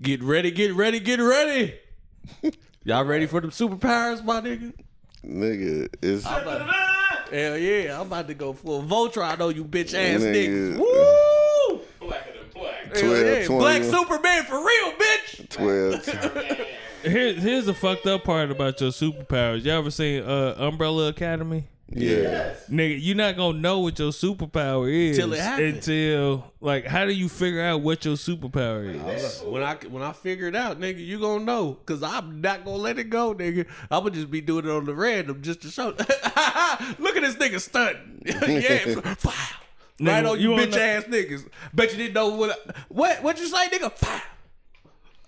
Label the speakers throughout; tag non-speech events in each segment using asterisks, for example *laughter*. Speaker 1: Get ready, get ready, get ready. Y'all ready for them superpowers, my nigga?
Speaker 2: Nigga, it's
Speaker 1: I'm about- hell yeah, I'm about to go full Voltron on you bitch ass
Speaker 2: Nigga.
Speaker 1: niggas. Woo!
Speaker 3: Blacker than black.
Speaker 1: Hell yeah,
Speaker 2: 12,
Speaker 1: Black
Speaker 2: 20.
Speaker 1: Superman for real, bitch. *laughs*
Speaker 2: 12.
Speaker 4: Here, here's the fucked up part about your superpowers. Y'all ever seen uh, Umbrella Academy?
Speaker 2: Yeah.
Speaker 4: Nigga, you're not gonna know what your superpower is
Speaker 1: Till it happen.
Speaker 4: until like how do you figure out what your superpower is?
Speaker 1: When I when I figure it out, nigga, you gonna know, cause I'm not gonna let it go, nigga. I'm gonna just be doing it on the random just to show. *laughs* Look at this nigga stunting. *laughs* yeah,
Speaker 4: *laughs*
Speaker 1: fire. Right
Speaker 4: Nigga,
Speaker 1: on you,
Speaker 4: you wanna
Speaker 1: bitch
Speaker 4: know-
Speaker 1: ass niggas. Bet you didn't know what what what you say, nigga. Fire.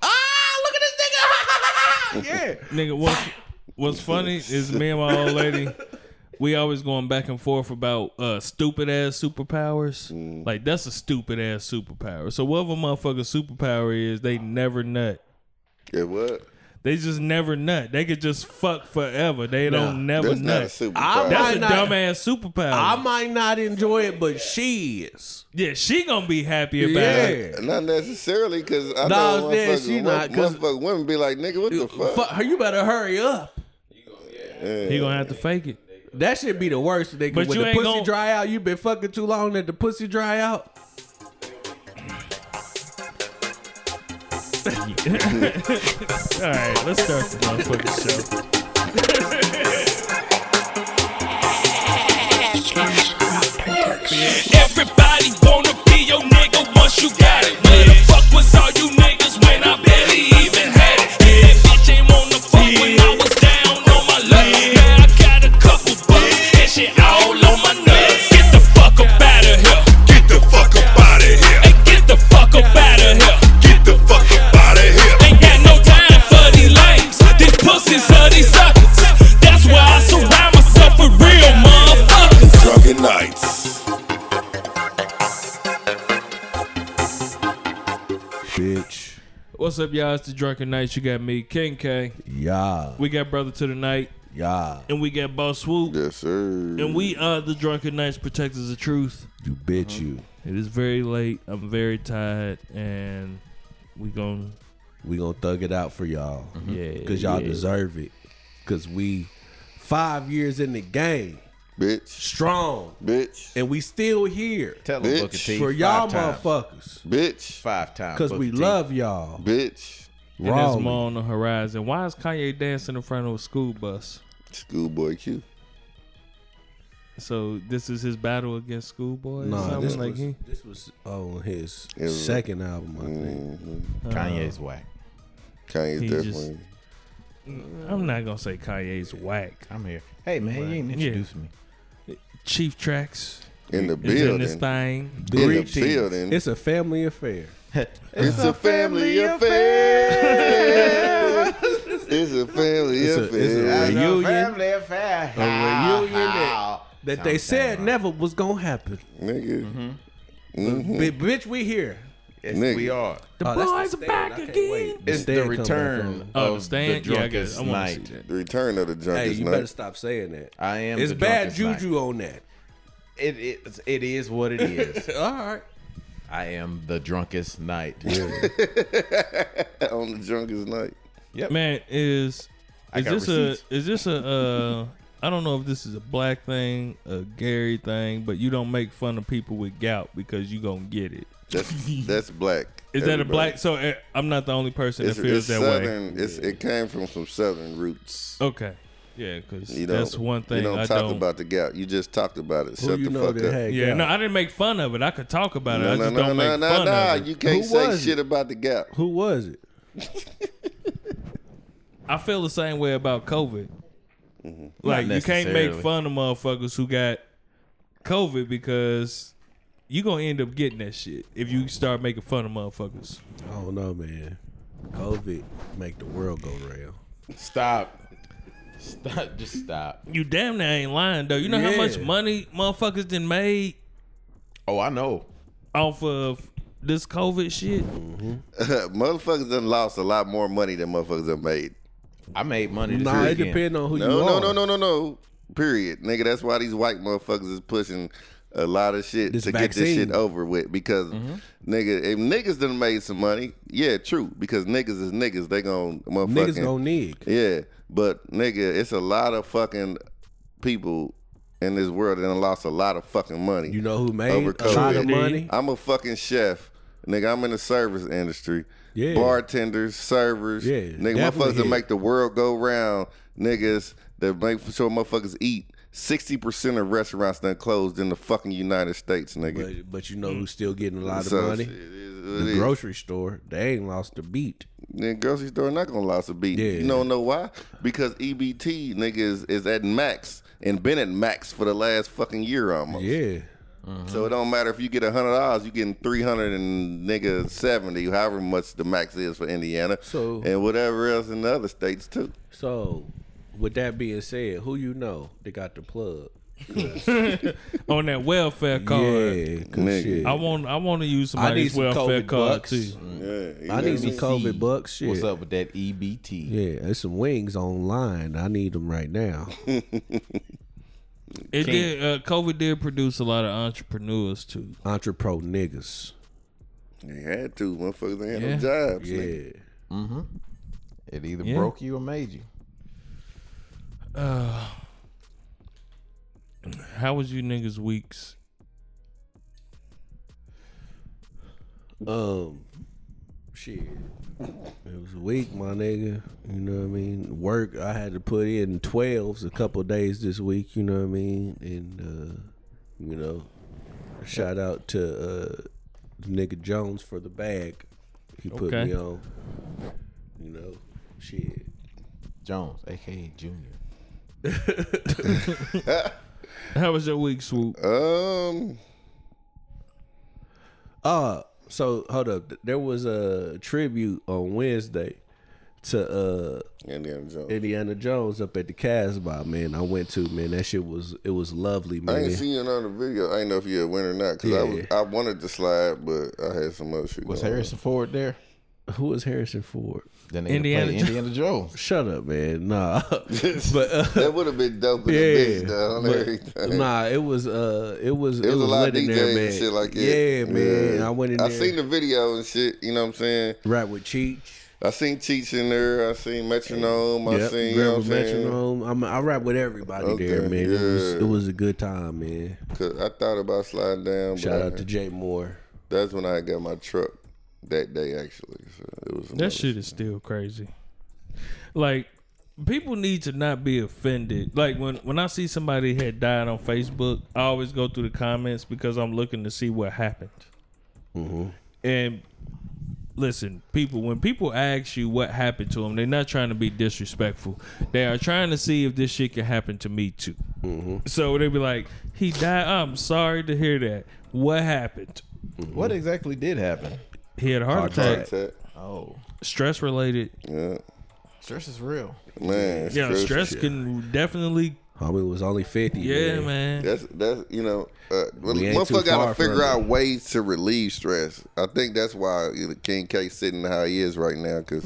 Speaker 1: Ah, look at this nigga. *laughs* yeah.
Speaker 4: Nigga, what's what's funny is me and my old lady, we always going back and forth about uh stupid ass superpowers. Like that's a stupid ass superpower. So whatever motherfucker superpower is, they never nut.
Speaker 2: Yeah, what?
Speaker 4: They just never nut. They could just fuck forever. They don't never
Speaker 2: That's not a
Speaker 4: nut.
Speaker 2: superpower.
Speaker 4: that's
Speaker 1: Why
Speaker 4: a
Speaker 1: not?
Speaker 4: dumb ass superpower.
Speaker 1: I might not enjoy it, but she is.
Speaker 4: yeah, she gonna be happy about it.
Speaker 1: Yeah.
Speaker 2: Not necessarily, because
Speaker 1: Nah,
Speaker 2: I know
Speaker 1: yeah,
Speaker 2: motherfuckers,
Speaker 1: she not, 'cause-
Speaker 2: motherfuckers, women be like, nigga, what the fuck?
Speaker 1: Fuck her. You better hurry up.
Speaker 4: He gonna have to fake it.
Speaker 1: That should be the worst, nigga.
Speaker 4: But
Speaker 1: when
Speaker 4: you
Speaker 1: the
Speaker 4: ain't
Speaker 1: pussy
Speaker 4: gon-
Speaker 1: dry out, you been fucking too long that the pussy dry out.
Speaker 4: All right, let's start the motherfucking show.
Speaker 5: *laughs* Everybody wanna be your nigga once you got it. Where the fuck was all you niggas when I barely even had it? Yeah, that bitch ain't wanna fuck when I was down on my luck. Now I got a couple bucks and shit all on my nuts. Get the fuck up out of here.
Speaker 6: Get the fuck up out of here.
Speaker 5: Hey, get the fuck up out of here.
Speaker 6: Get the fuck up out of here.
Speaker 5: Ain't got no time for these lames. These pussies are these suckers. That's why I surround myself with real motherfuckers.
Speaker 6: Drunken nights.
Speaker 1: Bitch.
Speaker 4: What's up, y'all? It's the Drunken Nights. You got me, King K.
Speaker 1: Yeah.
Speaker 4: We got Brother to the Night,
Speaker 1: Yeah.
Speaker 4: and we got Boss Swoop,
Speaker 2: Yes, sir.
Speaker 4: and we are the Drunken Knights Protectors of Truth.
Speaker 1: You bitch you.
Speaker 4: It is very late. I'm very tired, and we gon'
Speaker 1: We gonna thug it out for y'all.
Speaker 4: Yeah,
Speaker 1: Cause y'all
Speaker 4: yeah.
Speaker 1: deserve it. Cause we five years in the game.
Speaker 2: Bitch.
Speaker 1: Strong.
Speaker 2: Bitch.
Speaker 1: And we still here.
Speaker 7: Tell him
Speaker 2: Bitch.
Speaker 7: Booker T.
Speaker 1: for y'all
Speaker 7: five times.
Speaker 1: motherfuckers.
Speaker 2: Bitch.
Speaker 7: Five times.
Speaker 1: Cause we
Speaker 7: Booker T.
Speaker 1: love y'all.
Speaker 2: Bitch.
Speaker 4: and there's
Speaker 1: Raleigh.
Speaker 4: more on the horizon. Why is Kanye dancing in front of a school bus?
Speaker 2: Schoolboy Q.
Speaker 4: So this is his battle against schoolboy. or
Speaker 1: Nah,
Speaker 4: something?
Speaker 1: this
Speaker 4: like
Speaker 1: was,
Speaker 4: he-
Speaker 1: this was on his
Speaker 2: was-
Speaker 1: second album, I
Speaker 7: Mm,
Speaker 1: think.
Speaker 7: Kanye's whack.
Speaker 2: Kanye's
Speaker 4: He just-
Speaker 2: Mm-hmm. definitely.
Speaker 4: I'm not gonna say Kanye's whack.
Speaker 7: I'm here. Hey man, you ain't
Speaker 4: Yeah.
Speaker 7: introduced me.
Speaker 4: Chief Tracks
Speaker 2: In the
Speaker 4: is in this
Speaker 2: building.
Speaker 4: thing.
Speaker 2: In the
Speaker 1: Greetings.
Speaker 2: building.
Speaker 1: It's a family affair.
Speaker 2: It's a family affair. It's a family
Speaker 1: It's a- it's a
Speaker 2: affair.
Speaker 1: reunion.
Speaker 7: affair. A
Speaker 1: reunion that- That they said never was gonna happen.
Speaker 2: Nigga.
Speaker 7: Mm-hmm.
Speaker 1: Bi- bitch, we here. Oh,
Speaker 7: Yes,
Speaker 2: Nigga.
Speaker 7: we are.
Speaker 1: The boys are back again.
Speaker 7: It's the return
Speaker 4: Oh, the
Speaker 7: of the
Speaker 4: stand. yeah, I guess
Speaker 7: drunkest
Speaker 4: I want to
Speaker 7: night.
Speaker 4: see that.
Speaker 2: The return of the
Speaker 1: Hey,
Speaker 2: drunkest
Speaker 1: you better
Speaker 2: night.
Speaker 1: stop saying that.
Speaker 7: I am.
Speaker 1: it's
Speaker 7: the
Speaker 1: bad
Speaker 7: drunkest
Speaker 1: juju
Speaker 7: Night.
Speaker 1: on that.
Speaker 7: It is. It is what it is. *laughs*
Speaker 1: All right.
Speaker 7: I am the drunkest night.
Speaker 2: *laughs* On the drunkest night.
Speaker 4: Man, is
Speaker 7: got
Speaker 4: is this
Speaker 7: receipts.
Speaker 4: a is this a uh *laughs* I don't know if this is a black thing, a Gary thing, but you don't make fun of people with gout because you gonna get it.
Speaker 2: That's that's black.
Speaker 4: Is that a black? So eh, I'm not the only person
Speaker 2: It's,
Speaker 4: that feels
Speaker 2: it's
Speaker 4: that way.
Speaker 2: southern. It's, it came from some southern roots.
Speaker 4: Okay, yeah, because
Speaker 2: You don't,
Speaker 4: that's one thing
Speaker 2: You don't
Speaker 4: I
Speaker 2: talk
Speaker 4: don't.
Speaker 2: about the gap. You just talked about it.
Speaker 1: Who
Speaker 2: Shut
Speaker 1: you
Speaker 2: the
Speaker 1: know
Speaker 2: fuck
Speaker 1: that
Speaker 2: up.
Speaker 1: had
Speaker 4: yeah,
Speaker 1: gout?
Speaker 4: no, I didn't make fun of it. I could talk about it.
Speaker 2: No,
Speaker 4: I
Speaker 2: no,
Speaker 4: just
Speaker 2: no,
Speaker 4: don't
Speaker 2: no,
Speaker 4: make
Speaker 2: no,
Speaker 4: fun
Speaker 2: no.
Speaker 4: of it.
Speaker 2: You can't
Speaker 1: Who
Speaker 2: say
Speaker 1: was
Speaker 2: shit
Speaker 1: it?
Speaker 2: about the gap.
Speaker 1: Who was it?
Speaker 4: I feel the same way about COVID.
Speaker 2: Mm-hmm.
Speaker 4: Like
Speaker 7: Not
Speaker 4: you can't make
Speaker 7: necessarily.
Speaker 4: fun of motherfuckers who got COVID because you gonna end up getting that shit if you start making fun of motherfuckers.
Speaker 1: I don't know, man. COVID make the world go round.
Speaker 7: Stop. Stop. Just stop.
Speaker 4: You damn near ain't lying though. You know how
Speaker 1: Yeah.
Speaker 4: much money motherfuckers done made
Speaker 7: Oh, I know.
Speaker 4: off of this COVID shit.
Speaker 2: motherfuckers done lost a lot more money than motherfuckers done made.
Speaker 7: I made money this
Speaker 1: Nah, it
Speaker 7: weekend.
Speaker 1: depends on who
Speaker 2: No,
Speaker 1: you
Speaker 2: no,
Speaker 1: are.
Speaker 2: no, no, no, no. Period. Nigga, that's why these white motherfuckers is pushing a lot of shit
Speaker 1: This
Speaker 2: to get this
Speaker 1: vaccine.
Speaker 2: shit over with because
Speaker 4: Mm-hmm.
Speaker 2: nigga, if niggas done made some money, yeah, true. Because niggas is niggas, they gon' motherfucking
Speaker 1: Niggas gonna nig.
Speaker 2: yeah. But nigga, it's a lot of fucking people in this world that done lost a lot of fucking money.
Speaker 1: You know who made
Speaker 2: Over
Speaker 1: a lot of
Speaker 2: COVID.
Speaker 1: money?
Speaker 2: I'm a fucking chef. Nigga, I'm in the service industry.
Speaker 1: Yeah.
Speaker 2: Bartenders, servers.
Speaker 1: Yeah,
Speaker 2: Nigga,
Speaker 1: definitely
Speaker 2: motherfuckers that
Speaker 1: hit.
Speaker 2: make the world go round. Niggas that make sure motherfuckers eat. 60% of restaurants done closed in the fucking United States, nigga.
Speaker 1: But, but you know who's still getting a lot of
Speaker 2: So,
Speaker 1: money?
Speaker 2: it is what it
Speaker 1: The
Speaker 2: is.
Speaker 1: grocery store. They ain't lost a beat.
Speaker 2: The grocery store not gonna last a beat.
Speaker 1: Yeah.
Speaker 2: You don't know why? Because EBT nigga is, is at max and been at max for the last fucking year almost.
Speaker 1: Yeah.
Speaker 2: So it don't matter if you get hundred dollars, you getting three hundred and nigga seventy, however much the max is for Indiana.
Speaker 1: So-
Speaker 2: and whatever else in the other states too.
Speaker 1: So, with that being said, who you know that got the plug?
Speaker 4: on that welfare card.
Speaker 1: Yeah,
Speaker 2: Nigga.
Speaker 1: good shit.
Speaker 4: I want I want to use somebody's
Speaker 7: some
Speaker 4: welfare
Speaker 7: COVID
Speaker 4: card
Speaker 7: bucks.
Speaker 4: too.
Speaker 2: Yeah, you
Speaker 1: I
Speaker 2: know
Speaker 1: need some
Speaker 2: what
Speaker 1: COVID bucks. Shit.
Speaker 7: What's up with that E EBT?
Speaker 1: Yeah, there's some wings online. I need them right now.
Speaker 7: *laughs*
Speaker 4: It did. Uh, COVID did produce a lot of entrepreneurs too.
Speaker 1: Entrepro niggas.
Speaker 2: I mean? They had to, motherfuckers. They had
Speaker 4: Yeah.
Speaker 2: no jobs. nigga.
Speaker 1: Yeah.
Speaker 7: It either
Speaker 4: Yeah.
Speaker 7: broke you or made you.
Speaker 4: How was you niggas weeks?
Speaker 1: Um, shit. It was a week, my nigga. You know what I mean? Work, I had to put in 12s a couple days this week. You know what I mean? And, uh, you know, shout out to uh, nigga Jones for the bag. He put
Speaker 4: Okay.
Speaker 1: me on. You know, shit.
Speaker 7: Jones, aka Junior.
Speaker 4: How was your week, swoop?
Speaker 2: Um,
Speaker 1: Uh so hold up. Th- There was a tribute on Wednesday to uh
Speaker 2: Indiana Jones.
Speaker 1: Indiana Jones up at the Casbah, man. I went to, man. That shit was it was lovely,
Speaker 2: I ain't
Speaker 1: man.
Speaker 2: seen it on the video. I ain't know if you went or not because I was,
Speaker 1: Yeah.
Speaker 2: I wanted to slide, but I had some other shit.
Speaker 7: Was
Speaker 2: going
Speaker 7: Harrison Ford there?
Speaker 1: Who was Harrison Ford?
Speaker 7: Then they
Speaker 4: Indiana
Speaker 7: Indiana,
Speaker 4: Jo-
Speaker 7: Indiana Jones.
Speaker 1: Shut up, man.
Speaker 2: *laughs*
Speaker 1: Nah. *laughs* but uh,
Speaker 2: on. That would have been dope. Yeah,
Speaker 1: yeah.
Speaker 2: bitch, though, and
Speaker 1: But,
Speaker 2: everything.
Speaker 1: nah, it was uh it was it,
Speaker 2: *laughs* It was, a lot of
Speaker 1: lit in
Speaker 2: DJs
Speaker 1: there, man.
Speaker 2: and shit like that.
Speaker 1: Yeah, man. I went in
Speaker 2: I
Speaker 1: there.
Speaker 2: seen the video and shit. You know what I'm saying?
Speaker 1: right with Cheech.
Speaker 2: I seen Cheech in there. I seen Metronome. I
Speaker 1: Yep,
Speaker 2: seen you
Speaker 1: Grandma
Speaker 2: know what I'm saying?
Speaker 1: Metronome. I'm, I rap with everybody
Speaker 2: Okay,
Speaker 1: there, man. It, was,
Speaker 2: yeah.
Speaker 1: it was a good time, man.
Speaker 2: 'Cause I thought about sliding down. But
Speaker 1: Shout
Speaker 2: I-
Speaker 1: out to Jay Moore.
Speaker 2: that's when I got my truck that day. Actually, so it was another-
Speaker 4: That shit is still crazy. Like people need to not be offended. Like when when I see somebody had died on Facebook, I always go through the comments because I'm looking to see what happened. Mm-hmm. And listen, people, when people ask you what happened to them, they're not trying to be disrespectful. They are trying to see if this shit can happen to me too. So they be like, "He died. I'm sorry to hear that. What happened?
Speaker 7: What exactly did happen?
Speaker 4: He had a heart,
Speaker 1: Heart
Speaker 4: attack.
Speaker 1: attack.
Speaker 2: That-
Speaker 7: Oh,
Speaker 4: Stress related.
Speaker 2: Yeah,
Speaker 7: stress is real.
Speaker 2: man.
Speaker 4: Yeah, stress can definitely
Speaker 1: Homie was only fifty.
Speaker 4: Yeah, man.
Speaker 2: That's that's you know, uh,
Speaker 1: We ain't too
Speaker 2: motherfucker
Speaker 1: far
Speaker 2: got
Speaker 1: from
Speaker 2: to figure out ways to relieve stress. I think that's why you know, King K sitting how he is right now because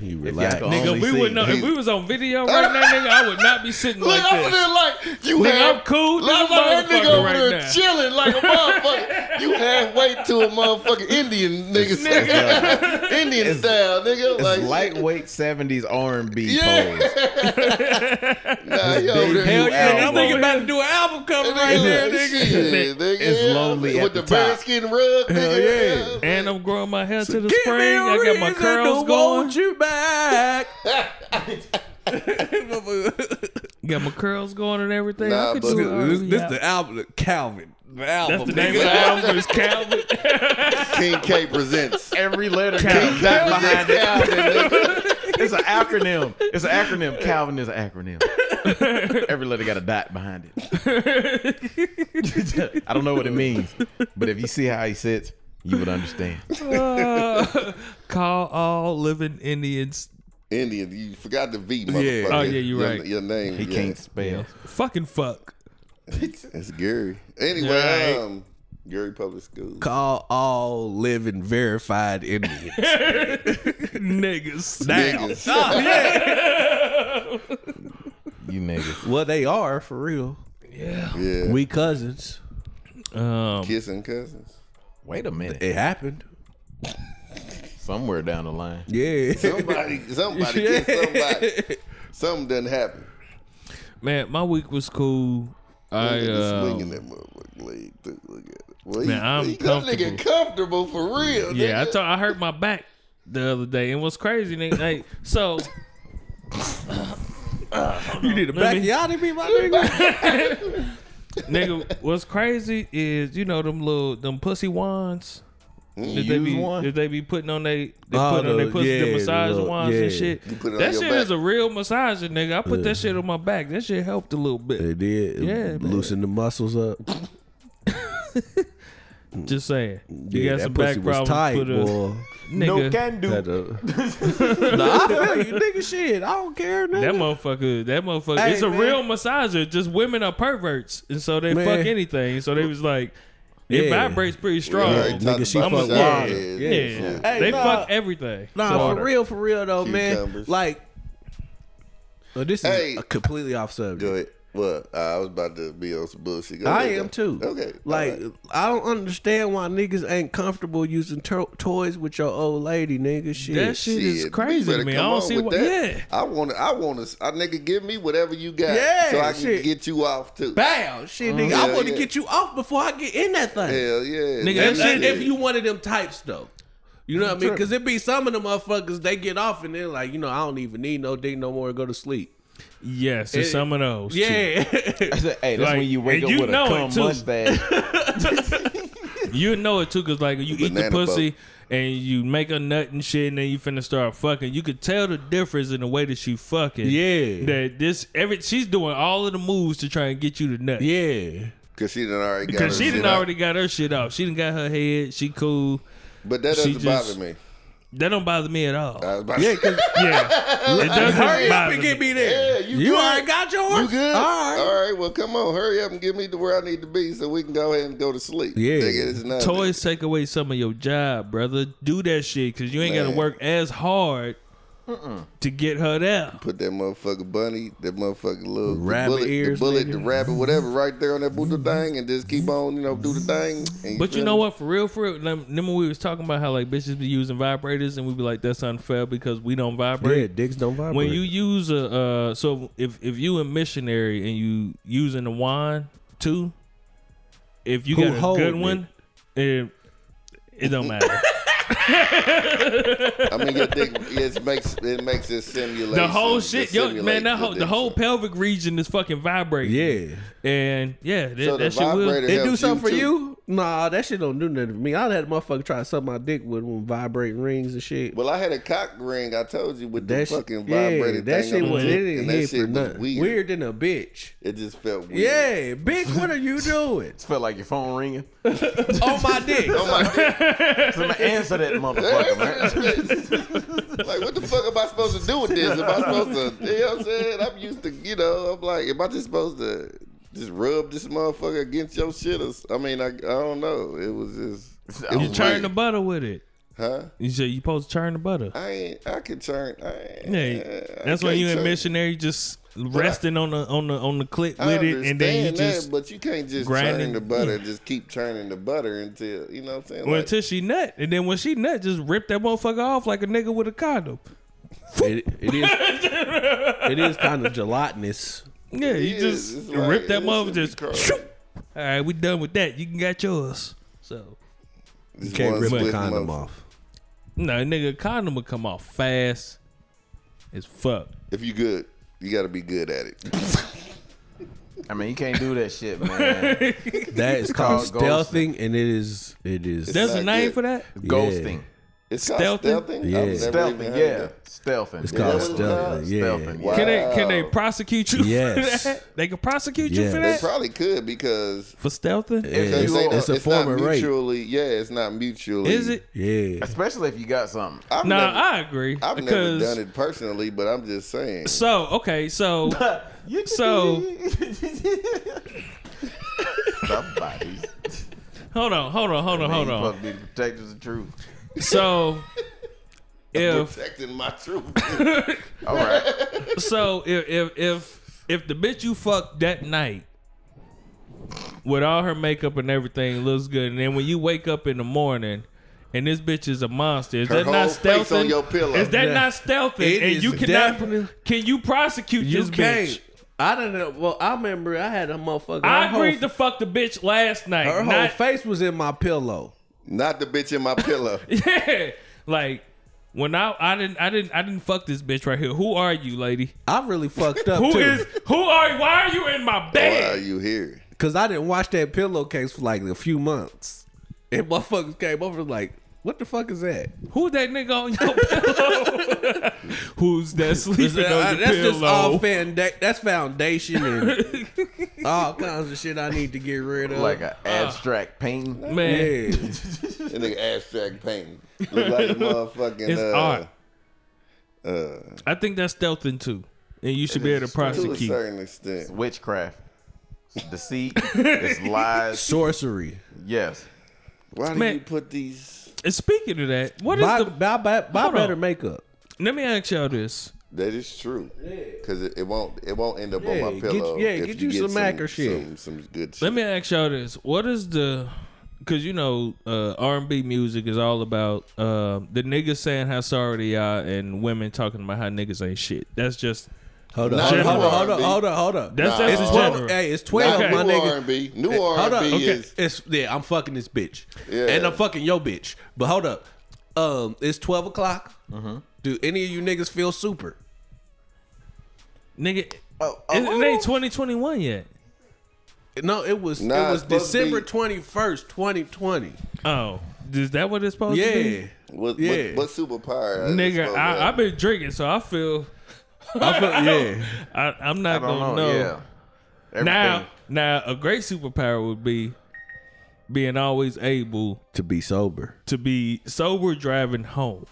Speaker 1: He
Speaker 7: Y'all
Speaker 1: relaxed.
Speaker 7: can
Speaker 4: Nigga,
Speaker 7: only
Speaker 4: we
Speaker 7: see-
Speaker 4: would know if we was on video right now, nigga. I would not be
Speaker 1: *laughs*
Speaker 4: sitting like
Speaker 2: Look over
Speaker 4: this.
Speaker 2: there like you
Speaker 4: Nigga,
Speaker 2: have
Speaker 4: I'm cool.
Speaker 2: Like,
Speaker 4: This
Speaker 2: like that
Speaker 4: motherfucker
Speaker 2: nigga over
Speaker 4: right
Speaker 2: there
Speaker 4: now.
Speaker 2: chilling
Speaker 4: *laughs*
Speaker 2: like a motherfucker. you halfway to a motherfucking Indian nigga, style. *laughs* Indian style, nigga.
Speaker 7: It's
Speaker 2: Like
Speaker 7: lightweight seventies R and B
Speaker 2: Yeah. *laughs*
Speaker 7: pose.
Speaker 2: nah, he over there.
Speaker 7: Hell yeah,
Speaker 4: That
Speaker 7: I'm
Speaker 4: nigga
Speaker 7: over
Speaker 4: about to do an album cover right there,
Speaker 2: Like,
Speaker 4: nigga.
Speaker 2: shit, nigga.
Speaker 7: It's
Speaker 2: yeah.
Speaker 7: lonely
Speaker 2: with
Speaker 7: at
Speaker 2: the
Speaker 7: the top.
Speaker 2: bearskin rug. nigga.
Speaker 7: yeah.
Speaker 4: And I'm growing my hair to the
Speaker 1: Give
Speaker 4: spring.
Speaker 1: me a
Speaker 4: I got my
Speaker 1: reason
Speaker 4: curls
Speaker 1: to
Speaker 4: going.
Speaker 1: Want you
Speaker 7: *laughs*
Speaker 4: *laughs*
Speaker 1: back?
Speaker 4: Got my curls going and everything. I
Speaker 2: Nah,
Speaker 4: could
Speaker 2: but
Speaker 4: do
Speaker 2: this-
Speaker 1: this
Speaker 4: an R&B
Speaker 1: this
Speaker 4: album.
Speaker 1: the album, Calvin. The album,
Speaker 4: Uh, That's the
Speaker 1: nigga.
Speaker 4: name of the album is Calvin.
Speaker 2: King K *laughs* presents.
Speaker 7: Every letter Calvin.
Speaker 2: That behind
Speaker 7: *laughs* It's an acronym. It's an acronym. Calvin is an acronym. Every letter got a dot behind it. *laughs* I don't know what it means, but if you see how he sits, you would understand.
Speaker 4: Uh,
Speaker 1: *laughs*
Speaker 4: *laughs* call all living Indians.
Speaker 2: Indian, you forgot the V, motherfucker.
Speaker 4: Oh, yeah, you
Speaker 2: Your-
Speaker 4: right.
Speaker 2: Your name.
Speaker 7: He
Speaker 2: yeah.
Speaker 7: can't spell.
Speaker 1: *laughs*
Speaker 4: Fucking fuck. *laughs*
Speaker 2: That's Gary. Anyway,
Speaker 4: Yeah, right.
Speaker 2: um, Gary Public School.
Speaker 1: Call all living verified
Speaker 4: *laughs*
Speaker 1: Indians.
Speaker 4: Niggas.
Speaker 2: Niggas.
Speaker 4: Oh,
Speaker 7: You niggas.
Speaker 1: well, they are for real.
Speaker 2: yeah.
Speaker 1: We cousins.
Speaker 4: Um,
Speaker 2: Kissing cousins.
Speaker 7: Wait a minute.
Speaker 1: It happened.
Speaker 7: Somewhere down the line.
Speaker 4: *laughs*
Speaker 1: Yeah.
Speaker 2: Somebody, *laughs* somebody kissed somebody. Something doesn't happen.
Speaker 4: man, my week was cool. I
Speaker 2: Nigga just
Speaker 4: uh,
Speaker 2: swinging that motherfucking leg. too. Look at it. Well,
Speaker 4: Man, I'm
Speaker 2: that nigga comfortable for real.
Speaker 4: Yeah, I
Speaker 2: nigga.
Speaker 4: thought I hurt my back the other day, and what's crazy, nigga? like, so
Speaker 1: *laughs* you need a
Speaker 4: Let me-
Speaker 1: backyard me, my nigga.
Speaker 4: nigga,
Speaker 1: *laughs*
Speaker 4: what's crazy is you know them little them pussy wands that they be
Speaker 7: Used one?
Speaker 4: that they be putting on they they
Speaker 1: Mm, Oh,
Speaker 4: put on their
Speaker 1: the-
Speaker 4: pussy the
Speaker 1: yeah,
Speaker 4: massage
Speaker 1: the-
Speaker 4: wands and
Speaker 1: yeah.
Speaker 4: shit.
Speaker 2: You put it on
Speaker 4: That
Speaker 2: your
Speaker 4: shit
Speaker 2: back.
Speaker 4: is a real massager, nigga. I put that
Speaker 1: Mm.
Speaker 4: shit on my back. That shit helped a little bit.
Speaker 1: It did. It
Speaker 4: Yeah, man.
Speaker 1: loosened the muscles up.
Speaker 4: Just saying, you
Speaker 1: yeah,
Speaker 4: got
Speaker 1: that
Speaker 4: some
Speaker 1: pussy
Speaker 4: back
Speaker 1: was
Speaker 4: problems.
Speaker 1: tight,
Speaker 4: put a-
Speaker 1: boy.
Speaker 7: No
Speaker 4: nigga, *laughs*
Speaker 7: can do.
Speaker 1: Had
Speaker 7: *laughs*
Speaker 1: a- nah, I feel you, nigga. Shit, I don't care, nigga.
Speaker 4: That motherfucker, that motherfucker,
Speaker 1: Hey,
Speaker 4: it's a
Speaker 1: man.
Speaker 4: real massager. Just women are perverts, and so they
Speaker 1: Man.
Speaker 4: fuck anything. So they was like, it
Speaker 1: Yeah.
Speaker 4: vibrates pretty
Speaker 2: We
Speaker 4: strong.
Speaker 2: already
Speaker 1: nigga,
Speaker 2: talked
Speaker 1: she
Speaker 2: about
Speaker 1: fuck
Speaker 2: that.
Speaker 1: wild.
Speaker 2: Yeah,
Speaker 1: Yeah.
Speaker 4: Yeah,
Speaker 2: yeah.
Speaker 1: Hey,
Speaker 4: they
Speaker 1: nah.
Speaker 4: fuck everything.
Speaker 1: Nah,
Speaker 4: Water.
Speaker 1: for real, for real though, man.
Speaker 2: Cucumbers.
Speaker 1: Like, oh, this is
Speaker 2: Hey.
Speaker 1: a completely off subject.
Speaker 2: Go ahead. What? I was about to be on some bullshit. Go
Speaker 1: I
Speaker 2: ahead,
Speaker 1: am
Speaker 2: go.
Speaker 1: too.
Speaker 2: Okay.
Speaker 1: Like
Speaker 2: all right.
Speaker 1: I don't understand why niggas ain't comfortable using to- toys with your old lady, nigga. Shit.
Speaker 4: That shit is
Speaker 2: Shit, you
Speaker 4: crazy
Speaker 2: better
Speaker 4: to me. I
Speaker 2: come
Speaker 4: don't
Speaker 2: on
Speaker 4: see
Speaker 2: with
Speaker 4: what.
Speaker 2: that.
Speaker 4: Yeah,
Speaker 2: I want to. I want to. I nigga, give me whatever you got,
Speaker 1: Yeah,
Speaker 2: so I can
Speaker 1: shit.
Speaker 2: get you off too.
Speaker 1: Bow, shit, nigga.
Speaker 2: Yeah,
Speaker 1: I want to
Speaker 2: yeah.
Speaker 1: get you off before I get in that thing.
Speaker 2: Hell yeah,
Speaker 4: Nigga,
Speaker 1: If,
Speaker 4: that shit-
Speaker 1: if- if you one of them types though. You know what I mean? Because it be some of them motherfuckers, they get off and they're like, you know, I don't even need no dick no more. Go to sleep.
Speaker 4: yes, it's
Speaker 1: It-
Speaker 4: some of those. too.
Speaker 1: Yeah. *laughs*
Speaker 7: I
Speaker 2: *laughs*
Speaker 7: said, *laughs* hey, that's
Speaker 4: Like,
Speaker 7: when you wake
Speaker 4: and
Speaker 7: up
Speaker 4: you
Speaker 7: with a
Speaker 4: know
Speaker 7: cum
Speaker 4: it, too.
Speaker 7: mustache.
Speaker 4: *laughs* you know it too, cause like you eat the
Speaker 2: Banana
Speaker 4: pussy and you make a nut and shit, and then you finna start fucking. You could tell the difference in the way that she fucking.
Speaker 1: Yeah.
Speaker 4: that this every she's doing all of the moves to try and get you to nut.
Speaker 1: yeah.
Speaker 2: because she done already got.
Speaker 4: Cause
Speaker 2: her
Speaker 4: she
Speaker 2: shit
Speaker 4: done
Speaker 2: out.
Speaker 4: already got her shit off. She done got her head. She cool.
Speaker 2: But that
Speaker 4: she
Speaker 2: doesn't bother
Speaker 4: just-
Speaker 2: me.
Speaker 4: That don't bother me at all.
Speaker 2: I was about
Speaker 1: Yeah,
Speaker 2: to
Speaker 1: because
Speaker 4: yeah,
Speaker 1: *laughs*
Speaker 4: it doesn't
Speaker 1: hurry up
Speaker 4: bother
Speaker 1: and get
Speaker 4: me.
Speaker 1: me there.
Speaker 2: Yeah, you
Speaker 1: you
Speaker 2: good?
Speaker 1: already got yours?
Speaker 2: You good?
Speaker 1: All right.
Speaker 2: All right. Well, come on. Hurry up and get me to where I need to be so we can go ahead and go to sleep.
Speaker 1: Yeah.
Speaker 2: Nigga, it's not
Speaker 4: *laughs* Toys take away some of your job, brother. Do that shit because you ain't got to
Speaker 2: Man.
Speaker 4: work as hard to get her there.
Speaker 2: Put that motherfucker bunny, that motherfucking little the
Speaker 1: Rabbit
Speaker 2: bullet,
Speaker 1: ears,
Speaker 2: the bullet, the
Speaker 1: nigga.
Speaker 2: rabbit, whatever, right there on that booty thing, and just keep on, you know, do the thing. and
Speaker 4: Mm-hmm. But you
Speaker 2: feel
Speaker 4: know
Speaker 2: me?
Speaker 4: what? For real, for real. lem- Remember we was talking about how like bitches be using vibrators, and we be like, "That's unfair because we don't
Speaker 1: Yeah,
Speaker 4: vibrate."
Speaker 1: dicks don't vibrate.
Speaker 4: When you use a uh, so if if you a missionary and you using the wand too, if you
Speaker 1: Who
Speaker 4: got a good
Speaker 1: holding
Speaker 4: one, it it don't matter.
Speaker 2: I mean, your dick, it makes it makes it simulate
Speaker 4: the whole shit, yo, man, that whole the whole pelvic region is fucking vibrating.
Speaker 1: yeah.
Speaker 4: and yeah, that,
Speaker 2: So the
Speaker 4: that shit will.
Speaker 2: vibrator-
Speaker 4: It,
Speaker 1: It do
Speaker 2: helps
Speaker 1: something for
Speaker 2: you,
Speaker 1: you? Nah, that shit don't do nothing for me. I had a motherfucker try to suck my dick with one vibrating rings and shit.
Speaker 2: Well, I had a cock ring. I told you with
Speaker 1: that
Speaker 2: the
Speaker 1: shit,
Speaker 2: fucking
Speaker 1: yeah,
Speaker 2: vibrating
Speaker 1: that
Speaker 2: thing.
Speaker 1: shit
Speaker 2: on
Speaker 1: was
Speaker 2: it,
Speaker 1: it didn't
Speaker 2: and that
Speaker 1: hit
Speaker 2: shit
Speaker 1: for
Speaker 2: was
Speaker 1: nothing. Weird. than a bitch.
Speaker 2: It just felt weird.
Speaker 1: Yeah, bitch, what are you doing
Speaker 7: Felt like your phone ringing.
Speaker 1: on my dick?
Speaker 2: Oh my
Speaker 4: *laughs*
Speaker 7: So I'm gonna answer that motherfucker, man.
Speaker 2: like, what the fuck am I supposed to do with this? Am I supposed to, you know what I'm saying? I'm used to, you know, I'm like, am I just supposed to just rub this motherfucker against your shit? Or, s- I mean, I, I don't know. It was
Speaker 4: *laughs*
Speaker 2: just. It
Speaker 7: You
Speaker 2: was
Speaker 4: you churn
Speaker 2: weird.
Speaker 4: the butter with it.
Speaker 2: Huh?
Speaker 4: You said you supposed to churn the butter.
Speaker 2: I ain't, I could churn. I ain't,
Speaker 4: Yeah,
Speaker 2: I
Speaker 4: that's why
Speaker 2: can't
Speaker 4: you in
Speaker 2: churn.
Speaker 4: missionary just resting on the on the on the clip
Speaker 2: I
Speaker 4: with it, and then you
Speaker 2: understand that,
Speaker 4: just
Speaker 2: but you can't just
Speaker 4: grind
Speaker 2: churn
Speaker 4: it.
Speaker 2: the butter and just keep churning the butter until you know what I'm saying.
Speaker 4: well,
Speaker 2: Like,
Speaker 4: until she nut, and then when she nut, just rip that motherfucker off like a nigga with a condom.
Speaker 1: *laughs* It- it is. It is kind of gelatinous.
Speaker 4: Yeah, you
Speaker 2: yeah,
Speaker 4: just
Speaker 2: it's like,
Speaker 4: rip that
Speaker 2: it
Speaker 4: motherfucker.
Speaker 2: should be
Speaker 4: Just
Speaker 2: crazy.
Speaker 4: all right, we done with that. You can got yours. So
Speaker 1: You
Speaker 2: Just
Speaker 1: can't
Speaker 2: one
Speaker 1: rip the
Speaker 2: split
Speaker 1: condom
Speaker 2: motherfucker.
Speaker 1: off.
Speaker 4: no, nigga, condom will come off fast as fuck.
Speaker 2: If you good, you got to be good at it.
Speaker 7: I mean, you can't do that shit,
Speaker 4: *laughs*
Speaker 7: man.
Speaker 1: That is called
Speaker 7: It's called
Speaker 1: stealthing, and it is. It is.
Speaker 4: There's a
Speaker 2: not
Speaker 4: name
Speaker 2: good.
Speaker 4: for that.
Speaker 7: Ghosting.
Speaker 2: It's called
Speaker 4: Stealthing?
Speaker 2: stealthing.
Speaker 1: Yeah.
Speaker 2: I've never even
Speaker 7: Stealthing,
Speaker 2: heard
Speaker 7: yeah.
Speaker 2: that.
Speaker 7: Stealthing.
Speaker 1: It's
Speaker 7: Yeah,
Speaker 1: called
Speaker 7: that's what it
Speaker 1: stealthing,
Speaker 7: is.
Speaker 1: yeah.
Speaker 7: Stealthing. *laughs*
Speaker 2: Wow.
Speaker 4: Can they can they prosecute you?
Speaker 1: Yes.
Speaker 4: For that? They can prosecute you for
Speaker 2: They
Speaker 1: Yes.
Speaker 4: that
Speaker 2: probably could because
Speaker 4: for stealthing.
Speaker 1: Yeah,
Speaker 2: They
Speaker 1: it's,
Speaker 2: say
Speaker 1: it's
Speaker 2: no,
Speaker 1: a form
Speaker 2: not
Speaker 1: of rape.
Speaker 2: mutually, Yeah, it's not mutually.
Speaker 4: Is it?
Speaker 1: Yeah.
Speaker 7: Especially if you got something.
Speaker 2: I've
Speaker 4: Nah,
Speaker 2: never,
Speaker 4: I agree.
Speaker 2: I've never
Speaker 4: because-
Speaker 2: done it personally, but I'm just saying.
Speaker 4: So okay, so So-
Speaker 7: somebody's
Speaker 4: hold on, hold on, hold on, *laughs* hold
Speaker 7: you
Speaker 4: on.
Speaker 7: supposed to be the protectors of truth.
Speaker 2: *laughs*
Speaker 4: So if
Speaker 2: Protecting my truth.
Speaker 7: All right.
Speaker 4: so if if if if the bitch you fucked that night with all her makeup and everything looks good. And then when you wake up in the morning and this bitch is a monster, is
Speaker 2: Her
Speaker 4: that not
Speaker 2: whole face
Speaker 4: stealthy?
Speaker 2: on your pillow.
Speaker 4: Is that
Speaker 1: Yeah.
Speaker 4: not stealthy?
Speaker 1: It
Speaker 4: and
Speaker 1: is
Speaker 4: you cannot
Speaker 1: definitely-
Speaker 4: can you prosecute
Speaker 1: You
Speaker 4: this
Speaker 1: can't.
Speaker 4: bitch?
Speaker 1: I don't know. Well, I remember I had a motherfucker.
Speaker 4: I
Speaker 1: her whole-
Speaker 4: agreed to fuck the bitch last night.
Speaker 1: Her whole
Speaker 4: not,
Speaker 1: face was in my pillow.
Speaker 2: Not the bitch in my pillow.
Speaker 4: *laughs* yeah, like when I I didn't I didn't I didn't fuck this bitch right here. Who are you, lady?
Speaker 1: I really fucked up
Speaker 4: *laughs* Who
Speaker 1: too.
Speaker 4: is who are why are you in my
Speaker 2: Why are
Speaker 4: bed?
Speaker 2: you here?
Speaker 1: Cause I didn't watch that pillowcase for like a few months. And motherfuckers came over like, what the fuck is that?
Speaker 4: Who that nigga on your *laughs* pillow? Who's that sleeping on your
Speaker 1: uh, that's just all
Speaker 4: "Oh, pillow?
Speaker 1: fanda- that's foundation
Speaker 4: *laughs*
Speaker 1: and all kinds of shit I need to get rid of.
Speaker 7: Like an abstract painting.
Speaker 1: yeah.
Speaker 4: Uh, Man, *laughs*
Speaker 2: That nigga abstract painting. Look like a motherfucking.
Speaker 4: it's
Speaker 2: uh,
Speaker 4: art.
Speaker 2: Uh,
Speaker 4: I think that's stealthing too, and you should be able to
Speaker 2: to a
Speaker 4: prosecute.
Speaker 2: certain extent.
Speaker 7: Witchcraft. It's
Speaker 4: *laughs*
Speaker 7: deceit. it's lies.
Speaker 1: Sorcery.
Speaker 7: Yes.
Speaker 2: Why do
Speaker 4: Man.
Speaker 2: you put these?
Speaker 4: And speaking of that, what is
Speaker 1: Buy,
Speaker 4: the?
Speaker 1: buy, buy, buy
Speaker 4: Hold on.
Speaker 1: better makeup.
Speaker 4: Let me ask y'all this.
Speaker 2: That is true. Cause it, it won't it won't end up
Speaker 1: Yeah,
Speaker 2: on my
Speaker 1: get-
Speaker 2: pillow.
Speaker 1: yeah,
Speaker 2: if
Speaker 1: get you some Mac or shit.
Speaker 2: Some, some good shit.
Speaker 4: Let me ask y'all this. What is the cause you know, uh R and B music is all about uh the niggas saying how sorry they are and women talking about how niggas ain't shit. That's just
Speaker 1: Hold on,
Speaker 2: Nah,
Speaker 1: hold on,
Speaker 4: general
Speaker 1: hold on, hold on,
Speaker 2: R&B.
Speaker 1: hold on, hold on.
Speaker 2: Nah,
Speaker 4: that's just
Speaker 2: it's
Speaker 4: in
Speaker 2: twelve-
Speaker 4: general.
Speaker 1: Hey, it's
Speaker 2: Nah,
Speaker 1: twelve,
Speaker 4: Okay.
Speaker 1: my
Speaker 2: new
Speaker 1: nigga.
Speaker 2: R&B. New
Speaker 1: Hey, hold
Speaker 2: R&B
Speaker 1: up. Okay.
Speaker 2: is
Speaker 1: It's yeah, I'm fucking this bitch.
Speaker 2: Yeah.
Speaker 1: And I'm fucking your bitch. But hold up. Um, it's twelve o'clock.
Speaker 2: Uh-huh.
Speaker 1: Do any of you niggas feel super?
Speaker 4: Nigga
Speaker 7: Oh,
Speaker 4: it, it ain't twenty twenty one yet.
Speaker 1: No, it was it
Speaker 2: Nah,
Speaker 1: was
Speaker 2: it's supposed to
Speaker 1: December
Speaker 2: be-
Speaker 1: twenty first, twenty twenty.
Speaker 4: Oh. Is that what it's supposed to
Speaker 1: Yeah.
Speaker 4: be?
Speaker 2: what,
Speaker 1: Yeah.
Speaker 2: what, what superpower? is this
Speaker 4: Nigga,
Speaker 2: supposed to
Speaker 4: I, I've
Speaker 2: have?
Speaker 4: been drinking, so I feel
Speaker 1: I feel,
Speaker 2: *laughs*
Speaker 1: yeah.
Speaker 4: I, I'm not
Speaker 7: I don't know.
Speaker 4: gonna know.
Speaker 7: Yeah. Everything.
Speaker 4: Now now a great superpower would be being always able
Speaker 1: To be sober.
Speaker 4: to be sober driving home.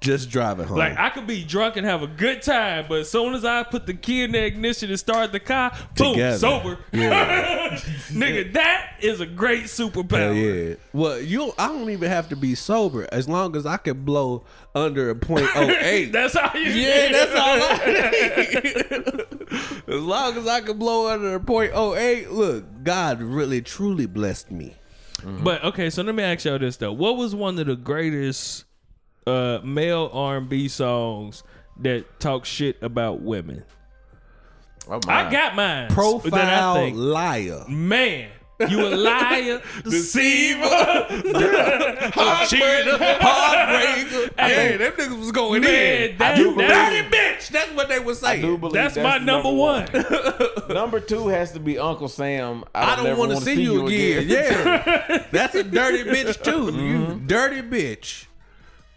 Speaker 1: Just driving home.
Speaker 4: Like I could be drunk and have a good time, but as soon as I put the key in the ignition and start the car, boom,
Speaker 1: Together.
Speaker 4: sober. *laughs* Nigga, that is a great
Speaker 1: Hell
Speaker 4: superpower.
Speaker 1: yeah. Well, you I don't even have to be sober as long as I can blow under a point oh
Speaker 4: *laughs*
Speaker 1: eight. *laughs*
Speaker 4: That's how you
Speaker 1: Yeah, that's all *laughs* I need. *laughs* as long as I can blow under a point oh eight, look, God really truly blessed me.
Speaker 4: But okay, so let me ask y'all this though. What was one of the greatest uh male R and B songs that talk shit about women?
Speaker 7: Oh,
Speaker 4: I
Speaker 7: my.
Speaker 4: got mine.
Speaker 1: Profile liar.
Speaker 4: Man, you a *laughs* liar,
Speaker 1: *laughs*
Speaker 4: deceiver.
Speaker 1: Heartbreaker. Heartbreaker.
Speaker 4: Hey.
Speaker 1: Hey, them niggas was going
Speaker 4: Man,
Speaker 1: in.
Speaker 4: that-
Speaker 1: you
Speaker 4: that-
Speaker 1: dirty bitch. That's what they was
Speaker 7: I do
Speaker 1: saying.
Speaker 7: believe
Speaker 4: That's, my number, one.
Speaker 7: Number two has to be Uncle Sam.
Speaker 1: I don't
Speaker 7: want to
Speaker 1: see, you again.
Speaker 4: *laughs*
Speaker 1: Mm-hmm. Yeah, *laughs* that's a dirty bitch too. You dirty bitch.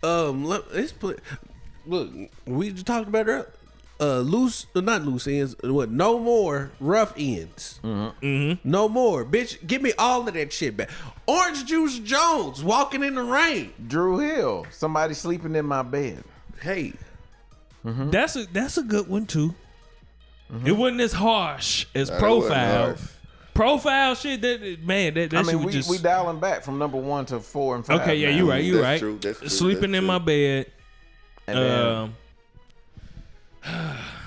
Speaker 1: Um, let, let's put. Look, we just talked about her. Uh, loose, uh, not loose ends. uh, What? No more rough ends. No more, bitch. Give me all of that shit back. Orange Juice Jones walking in the rain.
Speaker 7: Drew Hill. Somebody sleeping in my bed.
Speaker 1: Hey,
Speaker 4: That's a that's a good one too. It wasn't as harsh as
Speaker 2: Nah, that wasn't
Speaker 4: profile.
Speaker 2: harsh.
Speaker 4: Profile shit. That that- man. That, that
Speaker 7: I mean,
Speaker 4: shit
Speaker 7: we,
Speaker 4: was just
Speaker 7: we dialing back from number one to four and five.
Speaker 4: okay. Yeah,
Speaker 7: now.
Speaker 4: you right. You
Speaker 2: That's
Speaker 4: right.
Speaker 2: true, that's true,
Speaker 4: Sleeping
Speaker 2: that's
Speaker 4: in
Speaker 2: true.
Speaker 4: my bed.
Speaker 7: And then,
Speaker 4: Um,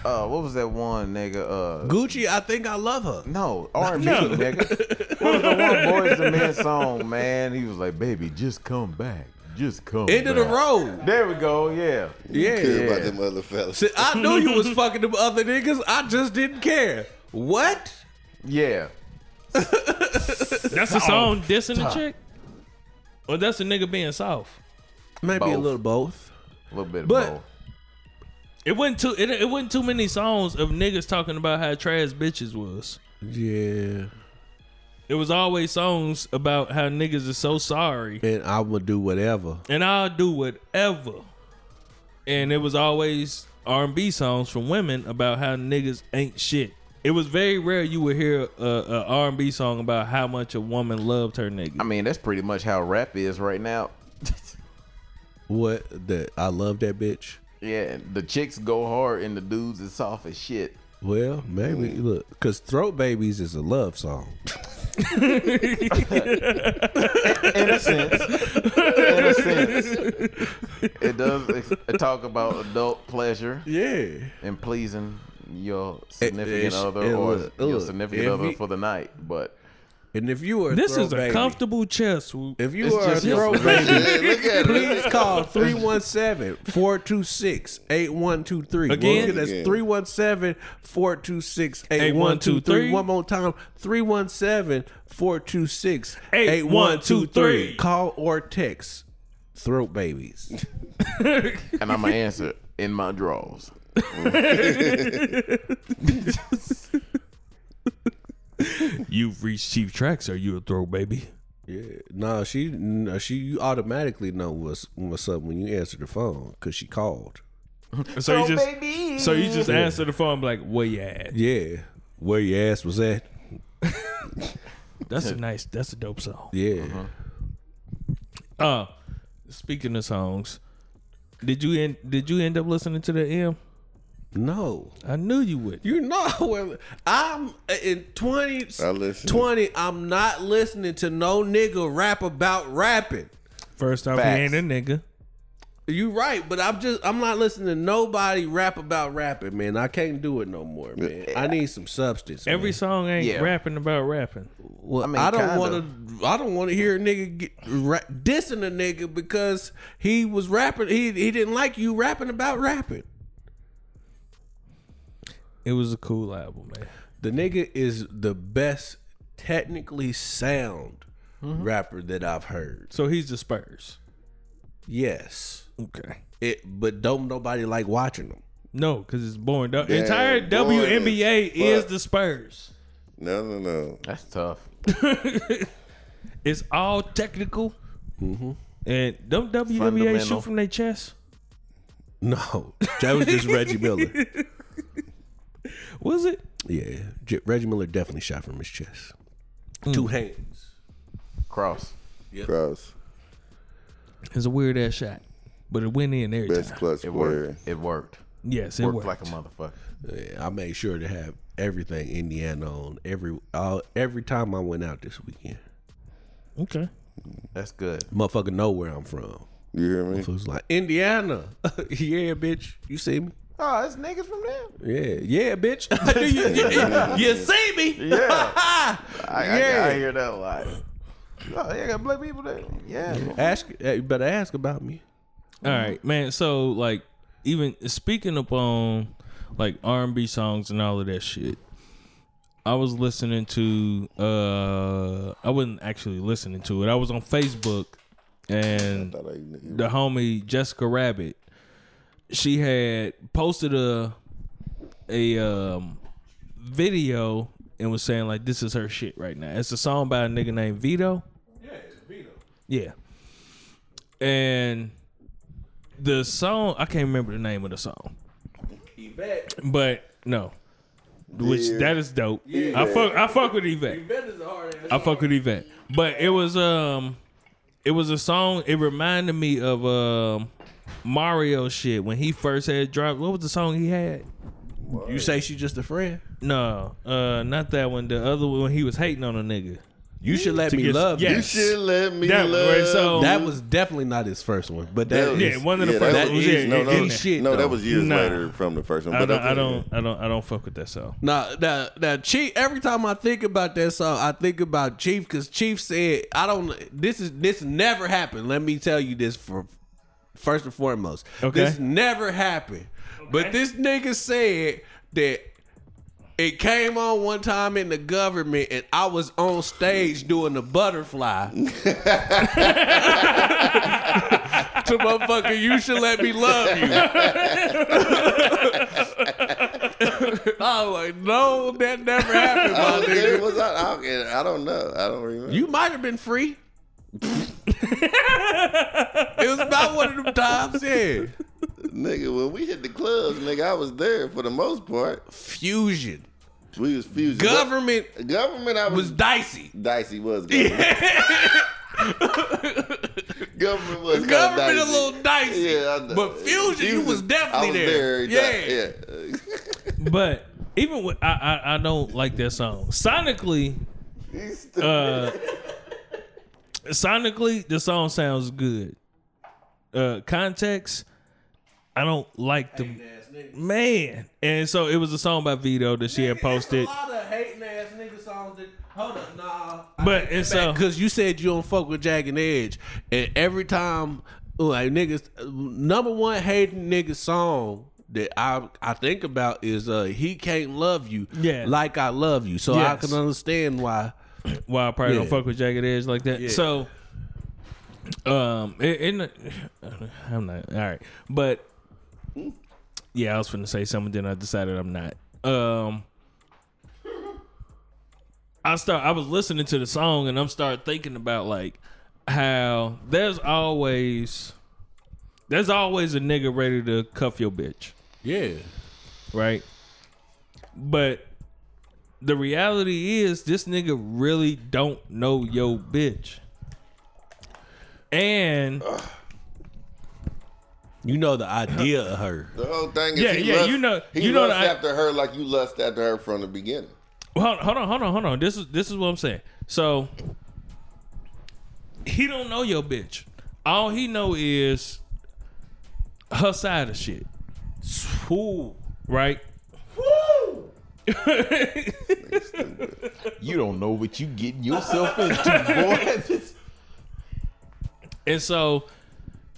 Speaker 7: uh, what was that one, nigga? Uh,
Speaker 1: Gucci. I think I love her.
Speaker 7: no, R
Speaker 4: *laughs*
Speaker 7: and B, nigga. What was the one boys to men song, man? He was like, "Baby, just come back, just come."
Speaker 1: End of the
Speaker 7: back."
Speaker 1: road.
Speaker 7: There we go. Yeah.
Speaker 1: Yeah.
Speaker 2: Care about them other fellas. *laughs*
Speaker 1: See, I knew you was fucking them other niggas. I just didn't care. What?
Speaker 7: Yeah.
Speaker 4: that's a song dissing the chick. Or that's a nigga being soft.
Speaker 1: Maybe a
Speaker 7: Both.
Speaker 1: little both.
Speaker 7: A little bit of
Speaker 1: But-
Speaker 7: both.
Speaker 4: It wasn't too. It, it wasn't too many songs of niggas talking about how trash bitches was.
Speaker 1: Yeah.
Speaker 4: It was always songs about how niggas is so sorry.
Speaker 1: And I would do whatever.
Speaker 4: and I'll do whatever. And it was always R and B songs from women about how niggas ain't shit. It was very rare you would hear a, a R and B song about how much a woman loved her nigga.
Speaker 7: I mean, that's pretty much how rap is right now.
Speaker 1: What that I love that bitch.
Speaker 7: yeah, the chicks go hard and the dudes is soft as shit.
Speaker 1: Well, maybe look, cause Throat Babies is a love song.
Speaker 7: In a sense, in a sense, it does ex- talk about adult pleasure
Speaker 1: Yeah.
Speaker 7: and pleasing your significant
Speaker 1: it's-
Speaker 7: other
Speaker 1: it
Speaker 7: or
Speaker 1: look- it
Speaker 7: your
Speaker 1: look,
Speaker 7: significant
Speaker 1: if
Speaker 7: other
Speaker 1: he-
Speaker 7: for the night. But
Speaker 1: And if you are a
Speaker 4: This
Speaker 1: throw
Speaker 4: is a
Speaker 1: baby,
Speaker 4: comfortable chair swoop.
Speaker 1: If you
Speaker 7: It's
Speaker 1: are a
Speaker 7: just
Speaker 1: throw
Speaker 7: your-
Speaker 1: baby,
Speaker 2: Yeah, look at it.
Speaker 1: please call 317-426-8123.
Speaker 4: Again?
Speaker 1: Look, that's
Speaker 2: Again.
Speaker 1: 317-426-8123. One more time. 317-426-8123.
Speaker 4: 8123.
Speaker 1: Call or text throat babies.
Speaker 7: and I'm gonna answer in my drawers.
Speaker 4: You've reached Chief Tracks. Are you a throw baby?
Speaker 1: Yeah. No, she no, she you automatically know what's what's up when you answer the phone cuz she called.
Speaker 4: So you just so you just answer the phone like, "Where you at?"
Speaker 1: Yeah. Where your ass was at?
Speaker 4: That's a nice. That's a dope song.
Speaker 1: Yeah.
Speaker 4: Uh, speaking of songs, did you end? Did you end up listening to the M?
Speaker 1: No.
Speaker 4: I knew you would.
Speaker 1: You know, well, I'm uh, in 20,
Speaker 2: I listen.
Speaker 1: 20, I'm not listening to no nigga rap about rapping.
Speaker 4: First off,
Speaker 7: Facts.
Speaker 4: he ain't a nigga.
Speaker 1: You right, but I'm just I'm not listening to nobody rap about rapping, man. I can't do it no more, man. I need some substance. man.
Speaker 4: Every song ain't
Speaker 7: Yeah.
Speaker 4: rapping about rapping.
Speaker 1: Well, I,
Speaker 7: mean,
Speaker 1: don't
Speaker 7: kinda.
Speaker 1: want to. I don't want to hear a nigga get, ra- dissing a nigga because he was rapping. He he didn't like you rapping about rapping.
Speaker 4: It was a cool album, man.
Speaker 1: The nigga is the best technically sound rapper that I've heard.
Speaker 4: So he's the Spurs.
Speaker 1: Yes,
Speaker 4: Okay.
Speaker 1: it. But don't nobody like watching them.
Speaker 4: No, because it's boring. The entire
Speaker 2: boring
Speaker 4: WNBA
Speaker 2: as
Speaker 4: is the Spurs.
Speaker 2: No, no, no.
Speaker 7: That's tough.
Speaker 4: It's all technical. Mm-hmm. And them WNBA
Speaker 7: Fundamental.
Speaker 4: shoot from their chest.
Speaker 1: No, *laughs* that was just Reggie Miller.
Speaker 4: Was it?
Speaker 1: *laughs* Yeah, J- Reggie Miller definitely shot from his chest. Two hands.
Speaker 7: Cross.
Speaker 2: Cross.
Speaker 4: It's a weird ass shot, but it went in every
Speaker 2: Best
Speaker 4: time.
Speaker 2: clutch
Speaker 7: It
Speaker 2: player.
Speaker 7: worked. It worked.
Speaker 4: Yes, it
Speaker 7: Worked,
Speaker 4: worked.
Speaker 7: like a motherfucker.
Speaker 1: Yeah, I made sure to have everything Indiana on every all, every time I went out this weekend.
Speaker 4: okay.
Speaker 7: That's good.
Speaker 1: Motherfucker, know where I'm from.
Speaker 2: You hear me?
Speaker 1: It was like Indiana. *laughs* yeah, bitch. You see me?
Speaker 7: Oh, it's niggas from there.
Speaker 1: Yeah, yeah, bitch. *laughs* Do you, you, you see me?
Speaker 7: Yeah. I,
Speaker 1: Yeah.
Speaker 7: I, I hear that a lot. Oh, yeah, got black people there. Yeah.
Speaker 1: Ask. eh, You better ask about me.
Speaker 4: All right, man. So like, even speaking upon like R and B songs and all of that shit, I was listening to. uh I wasn't actually listening to it. I was on Facebook, and
Speaker 2: Thought I knew.
Speaker 4: the homie Jessica Rabbit, she had posted a a um, video and was saying like this is her shit right now. It's a song by a nigga named Vito. Yeah, it's Vito. Yeah. And the song I can't remember the name of the song. But no. Which that is dope. I fuck I fuck with Yvette. I fuck with Yvette. But it was um it was a song it reminded me of um Mario shit when he first had dropped what was the song he had?
Speaker 1: You say she just a friend.
Speaker 4: No, uh not that one. The other one when he was hating on a nigga.
Speaker 1: You should let
Speaker 4: To
Speaker 1: me
Speaker 4: get-
Speaker 1: love
Speaker 4: yeah.
Speaker 1: you.
Speaker 2: You should let me
Speaker 4: That one,
Speaker 2: love.
Speaker 4: right? So
Speaker 1: That was definitely not his first one, but
Speaker 2: That
Speaker 1: that
Speaker 2: was-
Speaker 1: is-
Speaker 4: yeah, one of the
Speaker 2: yeah,
Speaker 4: first
Speaker 2: that is-
Speaker 4: ones. yeah,
Speaker 2: no,
Speaker 4: it-
Speaker 2: no,
Speaker 4: it-
Speaker 1: ain't shit,
Speaker 2: no, that
Speaker 1: though.
Speaker 2: was years
Speaker 4: Nah.
Speaker 2: later from the first one.
Speaker 4: I
Speaker 2: But
Speaker 4: don't,
Speaker 2: okay. *laughs*
Speaker 4: I don't, I don't, I don't fuck with that song.
Speaker 1: Now, now, now, Chief. Every time I think about that song, I think about Chief because Chief said, "I don't. This is this never happened." Let me tell you this for first and foremost.
Speaker 4: Okay.
Speaker 1: This never happened. But this nigga said that it came on one time in the government, and I was on stage doing the
Speaker 2: *laughs*
Speaker 1: butterfly. to motherfucker, you should let me love
Speaker 2: *laughs*
Speaker 1: you. *laughs* I was like, no, that never happened,
Speaker 2: *laughs* I
Speaker 1: my
Speaker 2: don't
Speaker 1: nigga.
Speaker 2: think Oh, it was out. I don't- I don't know. I don't remember.
Speaker 1: You might have been free. it was about one of them times, yeah.
Speaker 2: Nigga, when we hit the clubs, nigga, I was there for the most part.
Speaker 1: Fusion.
Speaker 2: We was fusing.
Speaker 1: Government
Speaker 2: What- government, I was,
Speaker 1: was dicey.
Speaker 2: dicey. Was government. *laughs* government was kinda
Speaker 1: Government a
Speaker 2: dicey.
Speaker 1: little dicey.
Speaker 2: Yeah, I know.
Speaker 1: But Fusion, you was definitely
Speaker 2: I was
Speaker 1: there.
Speaker 2: there.
Speaker 1: Yeah.
Speaker 2: yeah.
Speaker 4: But even with, I, I, I don't like that song. Sonically,
Speaker 2: He's still-
Speaker 4: uh, sonically, the song sounds good. Uh, context, I don't like the man. And so it was a song by Vito that she had posted.
Speaker 1: of hating ass nigga songs that Hold up, nah.
Speaker 4: But and so
Speaker 1: Because you said you don't fuck with Jag and Edge, and every time, like niggas, number one hating niggas song that I I think about is uh he can't love you,
Speaker 4: Yeah.
Speaker 1: like I love you. So I
Speaker 4: Yes.
Speaker 1: can understand why.
Speaker 4: why I probably
Speaker 1: Yeah.
Speaker 4: don't fuck with Jagged Edge like that. So, um, it, it, I'm not all right, but yeah, I was finna say something, then I decided I'm not. Um, I start. I was listening to the song, and I'm start thinking about like how there's always there's always a nigga ready to cuff your bitch
Speaker 1: Yeah,
Speaker 4: right? But the reality is, this nigga really don't know yo bitch, and
Speaker 1: you know the idea of her.
Speaker 2: The whole thing is
Speaker 4: Yeah,
Speaker 2: he
Speaker 4: yeah,
Speaker 2: lust-
Speaker 4: you know-
Speaker 2: he
Speaker 4: you know
Speaker 2: lusts
Speaker 4: that I-
Speaker 2: after her like you lust after her from the beginning.
Speaker 4: hold, hold on, hold on, hold on. This is this is what I'm saying. So he don't know your bitch. All he know is her side of shit,
Speaker 1: Who?
Speaker 4: right?
Speaker 7: You don't know what you getting yourself into,
Speaker 2: *laughs*
Speaker 7: boy.
Speaker 4: And so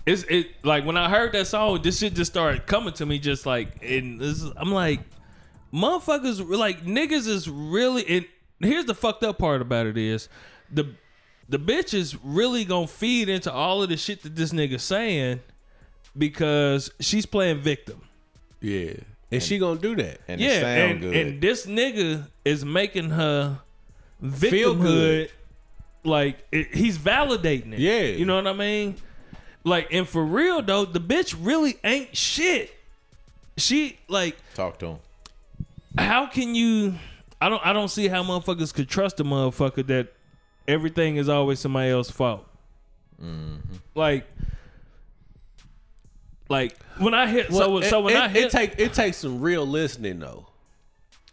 Speaker 4: it's it like when I heard that song, this shit just started coming to me just like and this is- I'm like motherfuckers like niggas is really and here's the fucked up part about it is the the bitch is really gonna feed into all of the shit that this nigga's saying because she's playing victim.
Speaker 1: Yeah, and she gonna do that.
Speaker 7: and
Speaker 4: Yeah,
Speaker 7: it sound
Speaker 4: and,
Speaker 7: good.
Speaker 4: and this nigga is making her
Speaker 1: Feel good.
Speaker 4: victimhood like it, he's validating it.
Speaker 1: Yeah.
Speaker 4: you know what I mean. Like, and for real though, the bitch really ain't shit. She like,
Speaker 7: Talk to him.
Speaker 4: how can you? I don't. I don't see how motherfuckers could trust a motherfucker that everything is always somebody else's fault.
Speaker 1: Mm-hmm.
Speaker 4: Like. Like when I hit, so
Speaker 1: it,
Speaker 4: so when
Speaker 1: it,
Speaker 4: I hit,
Speaker 1: it take it takes some real listening though,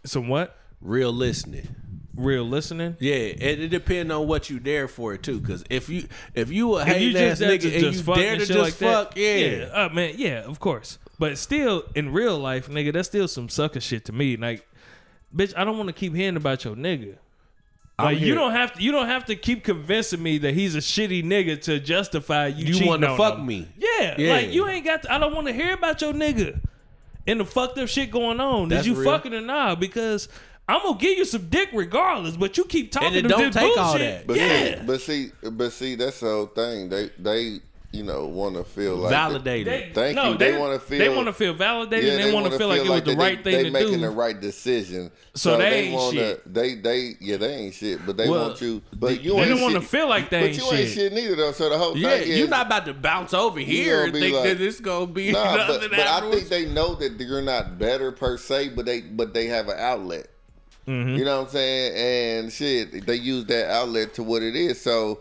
Speaker 4: some what
Speaker 1: real listening.
Speaker 4: real listening.
Speaker 1: Yeah, and it depends on what you there for too. Because if you if you a
Speaker 4: if you
Speaker 1: hate ass
Speaker 4: just there
Speaker 1: nigga
Speaker 4: to
Speaker 1: and
Speaker 4: just
Speaker 1: you
Speaker 4: fuck
Speaker 1: dare
Speaker 4: and
Speaker 1: to
Speaker 4: shit
Speaker 1: just
Speaker 4: like that,
Speaker 1: fuck, yeah.
Speaker 4: yeah, uh, man, yeah, of course. But still, in real life, nigga, that's still some sucker shit to me. Like, bitch, I don't want to keep hearing about your nigga. Like, you
Speaker 1: here.
Speaker 4: don't have to. You don't have to keep convincing me that he's a shitty nigga to justify you.
Speaker 1: you
Speaker 4: cheating
Speaker 1: want to
Speaker 4: on
Speaker 1: fuck
Speaker 4: him.
Speaker 1: me?
Speaker 4: Yeah,
Speaker 1: Yeah.
Speaker 4: like you ain't got. To, I don't want to hear about your nigga and the fucked up shit going on.
Speaker 1: That's
Speaker 4: Is you
Speaker 1: real.
Speaker 4: fucking or not? Because I'm gonna give you some dick regardless. But you keep talking
Speaker 1: And it
Speaker 4: to
Speaker 1: don't
Speaker 4: this
Speaker 1: take
Speaker 4: bullshit.
Speaker 1: all that.
Speaker 2: But
Speaker 4: yeah.
Speaker 2: see, but see, but see, that's the whole thing. They they you know want to feel like
Speaker 1: Validate it.
Speaker 2: Thank you. They wanna feel-
Speaker 4: They want to feel validated.
Speaker 2: Yeah,
Speaker 4: and they, want
Speaker 2: wanna
Speaker 4: to feel like, it was the
Speaker 2: that
Speaker 4: right
Speaker 2: they, they
Speaker 4: thing to
Speaker 2: making
Speaker 4: do.
Speaker 2: the right decision.
Speaker 4: So they ain't shit.
Speaker 2: They they yeah they ain't shit. But they
Speaker 1: Well,
Speaker 2: want you. But you
Speaker 4: they
Speaker 2: ain't
Speaker 4: don't want to
Speaker 2: shit.
Speaker 4: feel like they
Speaker 2: But
Speaker 4: ain't
Speaker 2: you
Speaker 4: shit.
Speaker 2: ain't shit neither though. So the whole
Speaker 1: Yeah,
Speaker 2: thing is
Speaker 1: you're not about to bounce over here
Speaker 2: gonna
Speaker 1: and
Speaker 2: be
Speaker 1: think
Speaker 2: like-
Speaker 1: that it's gonna be *laughs*
Speaker 2: Nah,
Speaker 1: nothing
Speaker 2: but, but I
Speaker 1: afterwards.
Speaker 2: think they know that you're not better per se, but they but they have an outlet.
Speaker 1: Mm-hmm.
Speaker 2: You know what I'm saying? And shit, they use that outlet to what it is. So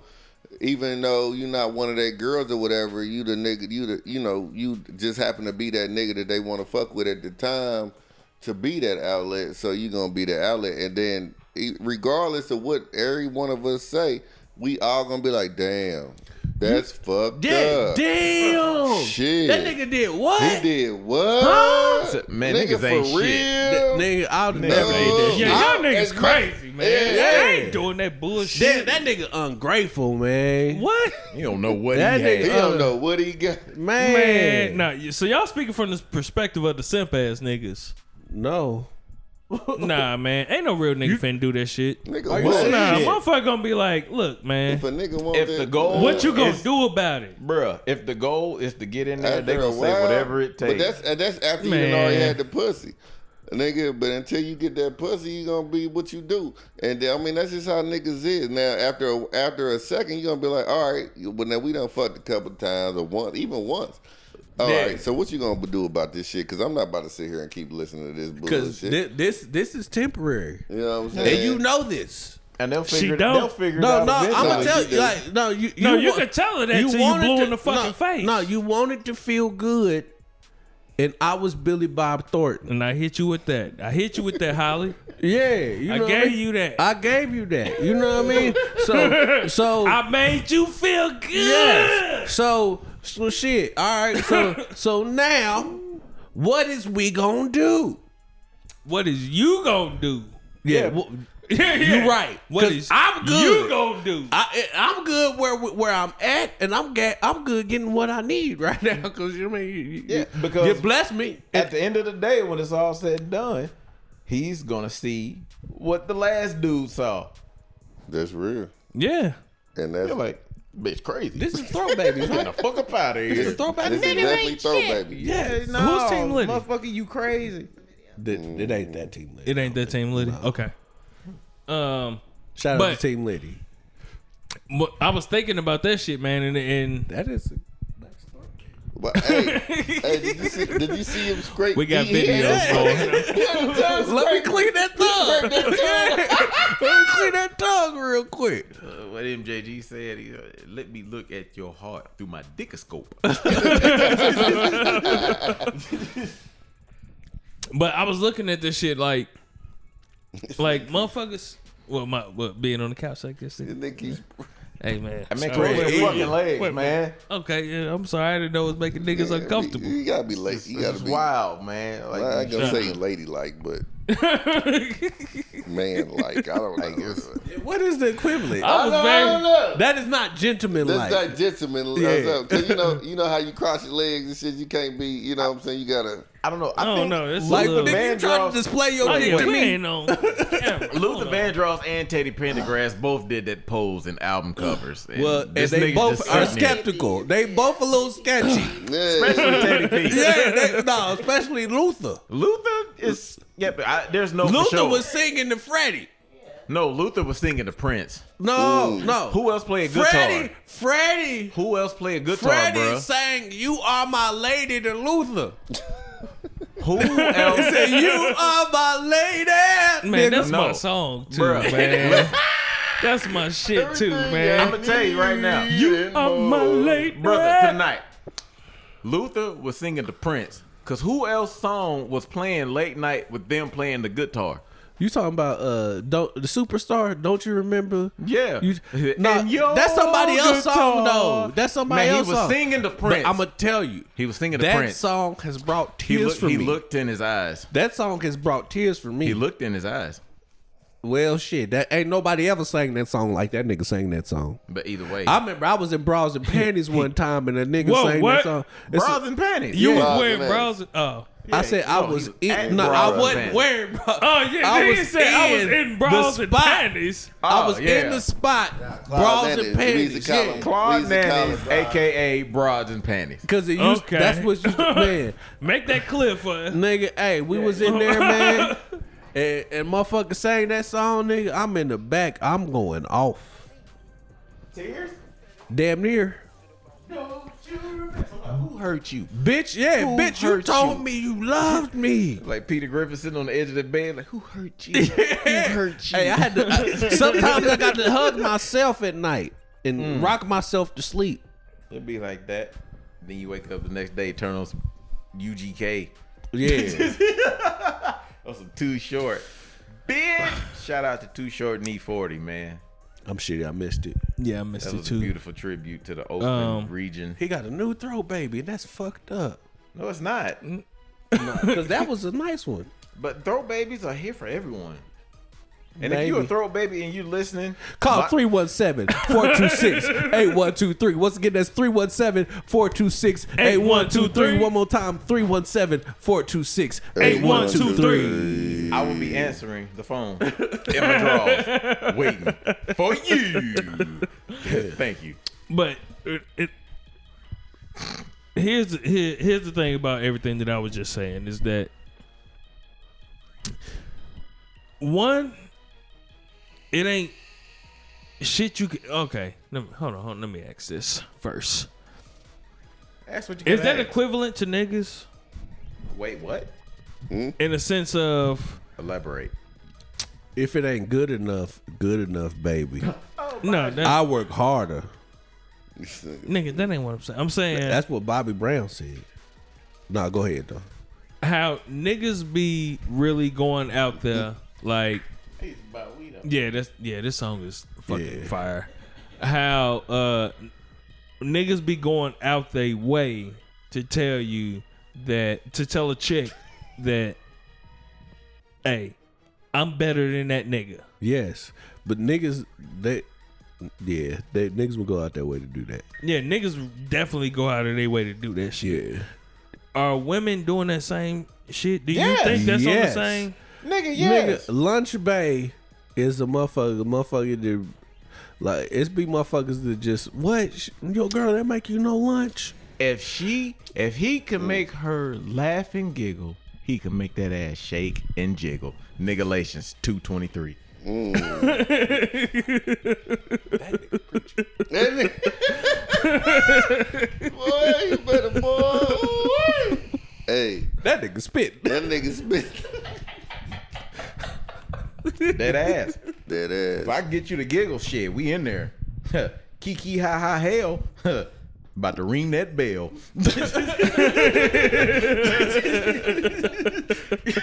Speaker 2: even though you're not one of their girls or whatever, you the nigga, you the you know you just happen to be that nigga that they want to fuck with at the time to be that outlet. So you gonna be the outlet, and then e- regardless of what every one of us say, we all gonna be like, damn, that's fucked
Speaker 1: yeah,
Speaker 2: up.
Speaker 1: damn.
Speaker 2: Shit.
Speaker 1: That nigga did what?
Speaker 2: He did what?
Speaker 1: Huh?
Speaker 7: Man,
Speaker 2: nigga
Speaker 7: niggas ain't
Speaker 2: for
Speaker 7: shit.
Speaker 2: real?
Speaker 1: That nigga, I would
Speaker 7: Never
Speaker 1: never.
Speaker 7: did that shit.
Speaker 4: yeah, y'all
Speaker 2: I-
Speaker 4: niggas
Speaker 2: it's my-
Speaker 4: crazy, man.
Speaker 2: Yeah.
Speaker 4: They
Speaker 1: Yeah.
Speaker 4: ain't doing that
Speaker 1: That,
Speaker 4: bullshit.
Speaker 1: that nigga ungrateful, man.
Speaker 4: what?
Speaker 7: You don't know what
Speaker 1: That
Speaker 7: he
Speaker 1: nigga- uh,
Speaker 2: He
Speaker 7: had.
Speaker 2: don't know what he got.
Speaker 1: Man,
Speaker 4: Man, nah, you- so y'all speaking from the perspective of the simp ass niggas.
Speaker 1: no.
Speaker 4: Nah, man, ain't no real nigga finna do that shit. Nah,
Speaker 2: Nigga,
Speaker 7: you
Speaker 2: what?
Speaker 7: serious? Yeah.
Speaker 4: motherfucker gonna be like, look, man,
Speaker 2: If a nigga want
Speaker 7: If
Speaker 2: that-
Speaker 7: the goal-
Speaker 4: what you gonna
Speaker 7: It's-
Speaker 4: do about it?
Speaker 7: Bruh, if the goal is to get in there,
Speaker 2: after
Speaker 7: they
Speaker 2: a
Speaker 7: gonna say
Speaker 2: while-
Speaker 7: whatever it
Speaker 2: But
Speaker 7: takes.
Speaker 2: that's and that's after you done already
Speaker 4: Man.
Speaker 2: had the pussy. Nigga, but until you get that pussy, you gonna be what you do, and then, I mean that's just how niggas is. Now after a, after a second, you gonna be like, all right, but now we done fucked a couple times or once, even once. All right,
Speaker 1: Yeah.
Speaker 2: so what you gonna do about this shit? Because I'm not about to sit here and keep listening to this
Speaker 1: Because
Speaker 2: bullshit.
Speaker 1: this, this this is temporary,
Speaker 2: you know what I'm saying?
Speaker 1: and you know this.
Speaker 7: and they'll
Speaker 4: She
Speaker 7: figure, it,
Speaker 4: don't.
Speaker 7: they'll figure it
Speaker 1: No,
Speaker 7: out.
Speaker 1: no, I'm
Speaker 7: eventually.
Speaker 1: gonna tell
Speaker 2: you
Speaker 1: you,
Speaker 2: do.
Speaker 1: like, no, you,
Speaker 4: No, you
Speaker 1: wa-
Speaker 4: could tell her that till you
Speaker 1: wanted
Speaker 4: blew
Speaker 1: to-
Speaker 4: in the fucking
Speaker 1: no,
Speaker 4: face.
Speaker 1: No, you wanted to feel good, and I was Billy Bob Thornton.
Speaker 4: And I hit you with that. I hit you with that, Holly.
Speaker 1: Yeah, you
Speaker 4: I
Speaker 1: know what
Speaker 4: gave
Speaker 1: mean?
Speaker 4: you that.
Speaker 1: I gave you that. You know what I mean?
Speaker 4: *laughs*
Speaker 1: So, so
Speaker 4: I made you feel good. *laughs*
Speaker 1: yes. So, so shit. All right. So, so now, what is we gonna do?
Speaker 4: What is you gonna do?
Speaker 1: Yeah. wh-
Speaker 4: *laughs* Yeah, yeah.
Speaker 1: You right.
Speaker 4: What
Speaker 1: 'Cause
Speaker 4: is
Speaker 1: I'm good.
Speaker 4: you gonna do?
Speaker 1: I, I'm good where where I'm at, and I'm get, I'm good getting what I need right now. Because you know what I mean, you- you,
Speaker 7: Yeah, because-
Speaker 1: you bless me.
Speaker 7: At the end of the day, when it's all said and done, he's gonna see what the last dude saw.
Speaker 2: That's real.
Speaker 4: yeah.
Speaker 2: And that's
Speaker 7: You're like, bitch, crazy. *laughs*
Speaker 1: This is throwback,
Speaker 7: Get
Speaker 1: *laughs* right?
Speaker 7: the fuck up out of here.
Speaker 1: This is throwback.
Speaker 2: this is
Speaker 1: Nigga,
Speaker 2: definitely throw baby.
Speaker 1: yeah,
Speaker 7: no,
Speaker 4: Who's Team Liddy?
Speaker 7: Motherfucker, you crazy.
Speaker 1: Th- it ain't that team lady.
Speaker 4: It ain't that team Liddy. Okay. Um,
Speaker 1: Shout out
Speaker 4: But-
Speaker 1: to team lady.
Speaker 4: but I was thinking about that shit, man, and and
Speaker 1: That is.
Speaker 2: But hey, hey, did you see, did you see him scrape?
Speaker 4: *laughs* we got
Speaker 2: E?
Speaker 7: *laughs*
Speaker 4: videos going.
Speaker 1: Let me clean that tongue. *laughs* Let me clean that tongue real quick.
Speaker 3: Uh, what MJG said, he, uh, let me look at your heart through my dickoscope.
Speaker 1: *laughs*
Speaker 4: But I was looking at this shit like, like motherfuckers. Well, my well, being on the couch like this.
Speaker 2: And then keeps
Speaker 4: Hey man,
Speaker 7: I mean,
Speaker 4: Sorry.
Speaker 7: crazy
Speaker 1: Wait,
Speaker 7: fucking
Speaker 1: wait,
Speaker 7: legs, man.
Speaker 4: Okay, yeah, I'm sorry. I didn't know it was making niggas uncomfortable. *laughs*
Speaker 2: You gotta be late. You gotta
Speaker 7: It's
Speaker 2: be.
Speaker 7: wild, man. Like,
Speaker 2: I ain't gonna
Speaker 4: Shut
Speaker 2: say ladylike,
Speaker 7: *laughs*
Speaker 2: but man like. I don't know.
Speaker 1: What is the equivalent?
Speaker 4: I was
Speaker 7: I
Speaker 4: very.
Speaker 7: don't know.
Speaker 1: that is not gentleman
Speaker 2: That's
Speaker 1: like.
Speaker 2: not gentleman.
Speaker 1: Yeah.
Speaker 2: Yeah. uh, Cause you know, you know how you cross your legs and shit. You can't be. You know what I'm saying? You gotta.
Speaker 7: I don't know. I
Speaker 4: I don't
Speaker 7: think
Speaker 4: know. It's
Speaker 1: Like,
Speaker 4: a little,
Speaker 1: nigga,
Speaker 7: man
Speaker 1: you trying
Speaker 7: draws-
Speaker 1: to display your
Speaker 4: oh
Speaker 1: dick
Speaker 4: yeah,
Speaker 1: to
Speaker 4: we
Speaker 1: me?
Speaker 7: *laughs*
Speaker 4: ain't on. camera. Hold
Speaker 3: Luther
Speaker 4: on.
Speaker 3: Vandross and Teddy Pendergrass both did that pose in album covers. And
Speaker 1: Well, and
Speaker 3: this
Speaker 1: they
Speaker 3: nigga
Speaker 1: both
Speaker 3: just
Speaker 1: are
Speaker 3: sitting there.
Speaker 1: skeptical. They both a little sketchy. *laughs*
Speaker 2: Yeah.
Speaker 3: Teddy P.
Speaker 1: yeah, they, no, especially Luther.
Speaker 3: Luther is yeah, but I, there's no for
Speaker 1: Luther
Speaker 3: sure.
Speaker 1: was singing to Freddie.
Speaker 3: no Luther was singing to Prince.
Speaker 1: No, no.
Speaker 3: Who else played guitar?
Speaker 1: Freddie, Freddie,
Speaker 3: Who else played guitar,
Speaker 1: Freddie
Speaker 3: bruh?
Speaker 1: sang "You Are My Lady" to Luther.
Speaker 3: Who
Speaker 1: *laughs*
Speaker 3: else?
Speaker 1: Say, "You Are My Lady."
Speaker 4: Man, that's
Speaker 3: No.
Speaker 4: my song too,
Speaker 3: Bruh.
Speaker 4: man. *laughs* that's my shit too,
Speaker 3: I'm
Speaker 4: man.
Speaker 3: gonna tell you right now,
Speaker 4: You are my lady,
Speaker 3: brother. Tonight, Luther was singing to Prince. Cause who else song was playing late night with them playing the guitar?
Speaker 1: You talking about uh, don't, the superstar? Don't you remember?
Speaker 3: Yeah,
Speaker 1: You,
Speaker 3: And
Speaker 1: nah,
Speaker 3: your
Speaker 1: that's somebody else's song
Speaker 3: guitar.
Speaker 1: though. That's somebody
Speaker 3: Man, he
Speaker 1: else's
Speaker 3: was
Speaker 1: song.
Speaker 3: singing to Prince.
Speaker 1: But I'm gonna tell you,
Speaker 3: He was singing to
Speaker 1: that
Speaker 3: Prince.
Speaker 1: song has brought
Speaker 3: he
Speaker 1: tears
Speaker 3: looked,
Speaker 1: for
Speaker 3: he
Speaker 1: me.
Speaker 3: looked in his eyes.
Speaker 1: that song has brought tears for me.
Speaker 3: He looked in his eyes.
Speaker 1: well, shit, that ain't nobody ever sang that song like that nigga sang that song.
Speaker 3: But either way,
Speaker 1: I remember I was in bras and panties one time, and a nigga
Speaker 4: Whoa,
Speaker 1: sang
Speaker 4: what?
Speaker 1: that song. It's-
Speaker 3: bras and panties.
Speaker 4: You
Speaker 2: Yeah.
Speaker 4: was wearing
Speaker 2: Yeah.
Speaker 4: bras. Oh,
Speaker 1: I said I was
Speaker 3: you
Speaker 1: in.
Speaker 3: acting
Speaker 1: No,
Speaker 2: bras
Speaker 1: I
Speaker 2: and
Speaker 1: wasn't
Speaker 3: panties.
Speaker 1: wearing. Bra-
Speaker 4: oh yeah.
Speaker 1: I
Speaker 4: nigga
Speaker 1: was
Speaker 4: said I was
Speaker 1: in
Speaker 4: in
Speaker 1: the
Speaker 4: bras and
Speaker 1: spot.
Speaker 4: panties.
Speaker 1: I
Speaker 3: Oh,
Speaker 1: was
Speaker 3: yeah.
Speaker 1: in the spot, bras
Speaker 2: Nanny,
Speaker 1: and panties.
Speaker 2: Weezy Collins.
Speaker 1: Yeah.
Speaker 3: Claude
Speaker 2: Weezy
Speaker 3: Nannies,
Speaker 2: Collins.
Speaker 3: aka bras and panties.
Speaker 1: Cause it used,
Speaker 4: Okay.
Speaker 1: that's what
Speaker 3: *laughs*
Speaker 1: you man,
Speaker 4: Make that clear for us.
Speaker 1: nigga. Hey, we was in there,
Speaker 3: *laughs*
Speaker 1: man, and, and motherfucker sang that song, nigga. I'm in the back. I'm going off.
Speaker 7: Tears?
Speaker 1: Damn near.
Speaker 3: Who hurt you?
Speaker 1: Bitch, yeah,
Speaker 3: Who
Speaker 1: bitch, you
Speaker 3: hurt
Speaker 1: told
Speaker 3: you?
Speaker 1: me you loved me.
Speaker 3: Like Peter Griffin sitting on the edge of the bed, like who
Speaker 1: *laughs*
Speaker 3: hurt you? Who hurt you?
Speaker 1: Hey, I had to. I-
Speaker 3: *laughs*
Speaker 1: sometimes I got to hug myself at night and
Speaker 3: Mm.
Speaker 1: rock myself to sleep.
Speaker 3: It'd be like that. Then you wake up the next day, turn on some UGK *laughs*
Speaker 1: Yeah,
Speaker 3: or some Too Short. Bitch! Shout out to Too Short and E40, man.
Speaker 1: I'm shitty. I missed it.
Speaker 4: Yeah, I missed
Speaker 3: That
Speaker 4: it
Speaker 3: was
Speaker 4: too.
Speaker 3: a beautiful tribute to the Oakland
Speaker 4: Um,
Speaker 3: region.
Speaker 1: He got a new throat, baby, and that's fucked up. *laughs*
Speaker 3: No, it's not.
Speaker 1: Cause that was a nice one.
Speaker 3: But throw babies are here for everyone. And if you a
Speaker 1: Maybe.
Speaker 3: throw baby and you listening,
Speaker 1: Call
Speaker 3: my-
Speaker 1: 317 *laughs* 426 8123. Once again, that's 317 426 8123. One more time 317 426 8123.
Speaker 3: I will be answering the phone in my drawers, waiting for you. Thank you.
Speaker 4: But it, it here's here, here's the thing about everything that I was just saying is that one, it ain't shit. You can, okay? Let me, hold on, hold on. Let me ask this first.
Speaker 3: That's what you
Speaker 4: Is
Speaker 3: gotta
Speaker 4: that
Speaker 3: ask.
Speaker 4: equivalent to niggas
Speaker 3: Wait, what?
Speaker 4: in the sense of
Speaker 3: Elaborate.
Speaker 1: If it ain't good enough, good enough, baby.
Speaker 4: no, that,
Speaker 1: I work harder.
Speaker 4: nigga? That ain't what I'm saying. I'm saying
Speaker 1: That's what Bobby Brown said. Nah, go ahead, though.
Speaker 4: how niggas be really going out there like yeah that's yeah this song is fucking
Speaker 1: Yeah.
Speaker 4: fire how uh niggas be going out their way to tell you that to tell a chick that hey I'm better than that nigga.
Speaker 1: Yes, but niggas, they, yeah, they niggas will go out their way to do that.
Speaker 4: Yeah, niggas definitely go out of their way to do that shit.
Speaker 1: Yeah,
Speaker 4: Are women doing that same shit? Do
Speaker 7: Yes.
Speaker 4: you think that's on the
Speaker 1: Yes.
Speaker 4: same?
Speaker 7: Nigga, yes.
Speaker 1: nigga, lunch bay is a motherfucker, motherfucker that, like, it's be motherfuckers that just what Sh- yo girl that make you no lunch.
Speaker 3: If she, if he
Speaker 1: Mm.
Speaker 3: can make her laugh and giggle, he can make that ass shake and jiggle. Niggalations two twenty three.
Speaker 4: *laughs*
Speaker 2: *laughs* boy, you better boy. hey,
Speaker 1: That nigga spit.
Speaker 2: that nigga spit
Speaker 1: *laughs*
Speaker 3: That ass.
Speaker 2: that ass.
Speaker 3: If I can get you to giggle, shit, we in there. *laughs* Kiki ha ha hell. *laughs* About to ring that bell.
Speaker 2: *laughs*
Speaker 3: *laughs*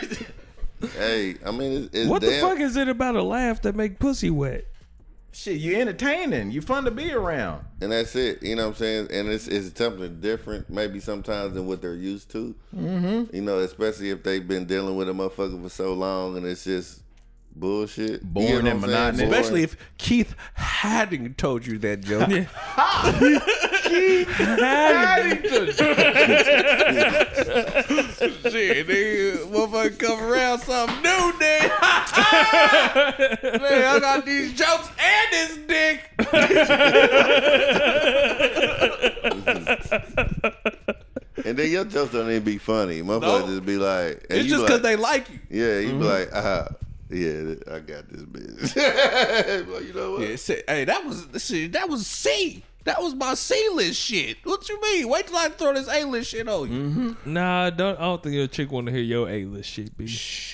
Speaker 2: Hey, I mean, it's, it's
Speaker 4: What the
Speaker 2: damn.
Speaker 4: fuck is it about a laugh that make pussy wet?
Speaker 2: *laughs*
Speaker 3: Shit, you entertaining. You fun to be around.
Speaker 2: and that's it. You know what I'm saying? And it's it's something different, maybe sometimes than what they're used to. Mm-hmm. You know, especially if they've been dealing with a motherfucker for so long, and it's just bullshit,
Speaker 3: Boring
Speaker 2: you know
Speaker 3: and
Speaker 2: what I'm
Speaker 3: monotonous.
Speaker 2: saying? Boring.
Speaker 1: Especially if Keith Hadding told you that joke. Shit, nigga, motherfucker come around something new, nigga. *laughs* Man, I got these jokes and this dick.
Speaker 2: and then your jokes don't even be funny. Motherfuckers
Speaker 1: No.
Speaker 2: just be like, and
Speaker 1: It's
Speaker 2: you
Speaker 1: just
Speaker 2: like,
Speaker 1: because they Mm-hmm. like you.
Speaker 2: yeah, you be like, ah, yeah, I got this bitch. *laughs* Like, you know what?
Speaker 1: Yeah, say, hey, that was shit. That was C. That was my C list shit. What you mean? Wait till I throw this A list shit on you.
Speaker 4: Nah, don't. I don't think your chick want to hear your A list shit, B.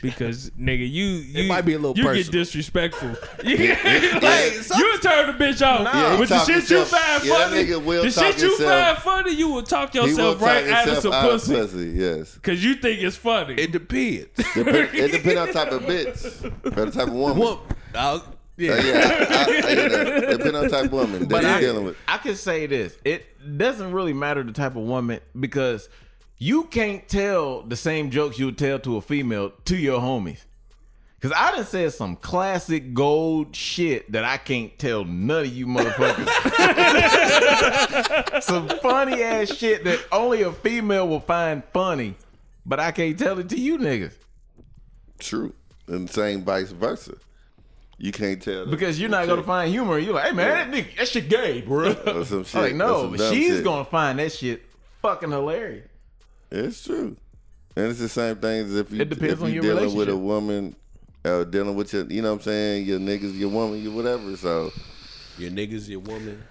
Speaker 4: Because nigga, you you
Speaker 1: might be a little
Speaker 4: you
Speaker 1: personal.
Speaker 4: get
Speaker 2: *laughs*
Speaker 4: disrespectful. *laughs* yeah,
Speaker 1: Like,
Speaker 4: like,
Speaker 1: some-
Speaker 4: you turn the bitch off
Speaker 2: Yeah, he
Speaker 4: with the
Speaker 2: talk
Speaker 4: shit
Speaker 2: himself-
Speaker 4: you find
Speaker 2: yeah, that
Speaker 4: funny.
Speaker 2: nigga will
Speaker 4: the
Speaker 2: talk
Speaker 4: shit you
Speaker 2: himself-
Speaker 4: find funny, you will talk
Speaker 2: He will
Speaker 4: yourself right
Speaker 2: talk
Speaker 4: out of
Speaker 2: himself
Speaker 4: some
Speaker 2: out of
Speaker 4: pussy
Speaker 2: pussy. Yes,
Speaker 4: because you think it's funny.
Speaker 1: It depends.
Speaker 2: Dep- it depends on type of bitch, or the type of woman.
Speaker 1: well, I'll-
Speaker 3: Oh,
Speaker 2: Uh,
Speaker 1: yeah.
Speaker 2: yeah, I, I, I, you know, depending on the type of woman that
Speaker 3: But
Speaker 2: you're
Speaker 3: I-
Speaker 2: dealing with.
Speaker 3: I can say this. It doesn't really matter the type of woman because you can't tell the same jokes you would tell to a female to your homies. Cause I done said some classic gold shit that I can't tell none of you motherfuckers. *laughs* some funny ass shit that only a female will find funny, but I can't tell it to you niggas.
Speaker 2: True, and same vice versa. You can't tell them
Speaker 3: Because you're not gonna find humor. You're like, hey man, that, nigga, that shit gay, bro.
Speaker 2: or some shit.
Speaker 3: I'm like,
Speaker 2: or
Speaker 3: no,
Speaker 2: some
Speaker 3: but
Speaker 2: dumb
Speaker 3: she's
Speaker 2: shit.
Speaker 3: gonna find that shit fucking hilarious.
Speaker 2: It's true, and it's the same thing as if you
Speaker 3: It depends
Speaker 2: if
Speaker 3: on
Speaker 2: you
Speaker 3: your
Speaker 2: dealing with a
Speaker 3: relationship.
Speaker 2: woman, uh, dealing with your, you know, what I'm saying your niggas, your woman, your whatever. So
Speaker 1: Your niggas, your woman.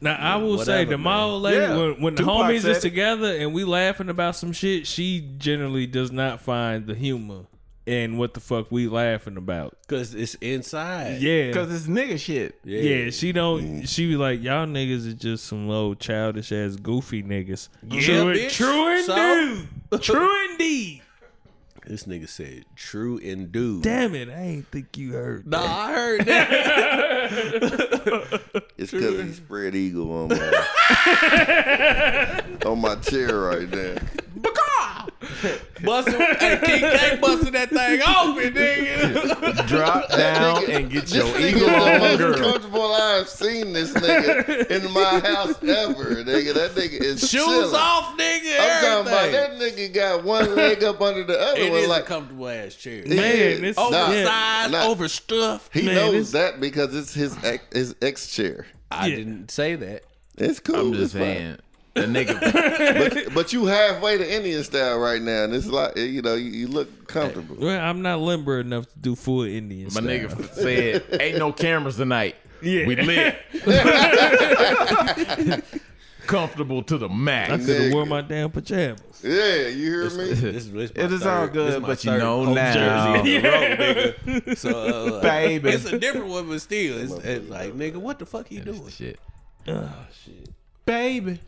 Speaker 4: Now I will say
Speaker 1: whatever,
Speaker 4: the
Speaker 1: man.
Speaker 4: mall lady
Speaker 3: Yeah.
Speaker 4: when, when the
Speaker 3: Tupac
Speaker 4: homies
Speaker 3: said
Speaker 4: is
Speaker 3: it.
Speaker 4: together and we laughing about some shit, she generally does not find the humor in what the fuck we laughing about.
Speaker 1: Because it's inside.
Speaker 4: Yeah.
Speaker 3: Cause it's nigga
Speaker 1: *laughs*
Speaker 3: shit.
Speaker 4: yeah. she don't. She be like, y'all niggas is just some little childish ass goofy niggas. Yeah, true,
Speaker 1: bitch.
Speaker 4: true
Speaker 1: So-
Speaker 4: indeed. *laughs* true indeed.
Speaker 1: This nigga said, true and dude.
Speaker 4: Damn it, I ain't think you heard.
Speaker 1: Nah, I heard
Speaker 4: *laughs*
Speaker 1: that.
Speaker 2: it's because he spread eagle on
Speaker 3: *laughs*
Speaker 2: my on my chair right there.
Speaker 1: busting, hey, King K busting that thing open,
Speaker 3: *laughs*
Speaker 1: nigga.
Speaker 3: Drop down and get
Speaker 1: *laughs*
Speaker 3: your
Speaker 2: This
Speaker 3: eagle
Speaker 2: nigga
Speaker 3: on,
Speaker 2: is the most
Speaker 3: girl.
Speaker 2: comfortable I've seen this nigga in my house ever. Nigga, that nigga is
Speaker 1: Shoes
Speaker 2: chilling.
Speaker 1: off, nigga.
Speaker 2: I'm talking about
Speaker 1: everything.
Speaker 2: that nigga got one leg up under the other
Speaker 1: It
Speaker 2: one.
Speaker 1: is a
Speaker 2: Like
Speaker 1: comfortable ass chair.
Speaker 4: Man, it's-
Speaker 2: nah,
Speaker 4: Oversized,
Speaker 1: Size
Speaker 2: nah.
Speaker 1: overstuffed.
Speaker 2: He
Speaker 4: man, it's-
Speaker 2: knows that because it's his ex, his ex chair.
Speaker 1: I
Speaker 4: Yeah.
Speaker 1: didn't say
Speaker 3: *laughs*
Speaker 1: that.
Speaker 2: It's cool.
Speaker 3: I'm
Speaker 2: it's
Speaker 3: just
Speaker 2: fine.
Speaker 3: saying. The nigga
Speaker 2: *laughs*
Speaker 4: *laughs*
Speaker 2: But, but you halfway to Indian style right now, and it's like you know you, you look comfortable.
Speaker 4: Well, I'm not limber enough to do full Indian.
Speaker 3: my
Speaker 4: style.
Speaker 3: nigga said, Ain't no cameras tonight.
Speaker 4: Yeah.
Speaker 3: We
Speaker 1: *laughs*
Speaker 3: lit. Comfortable to the
Speaker 4: I
Speaker 3: max.
Speaker 4: could have wore my damn pajamas.
Speaker 2: Yeah, you hear
Speaker 3: *laughs*
Speaker 2: me?
Speaker 1: This, this my
Speaker 3: It is
Speaker 1: third-
Speaker 3: all
Speaker 1: this is
Speaker 3: good,
Speaker 1: my
Speaker 3: but you
Speaker 1: third
Speaker 3: know
Speaker 1: home
Speaker 3: now.
Speaker 4: *laughs*
Speaker 1: jersey.
Speaker 3: Yeah. *laughs*
Speaker 1: So, uh,
Speaker 3: Baby.
Speaker 1: it's a different one, but still, it's, it's like, nigga, what the fuck he doing?
Speaker 3: Shit.
Speaker 1: Oh,
Speaker 4: Baby.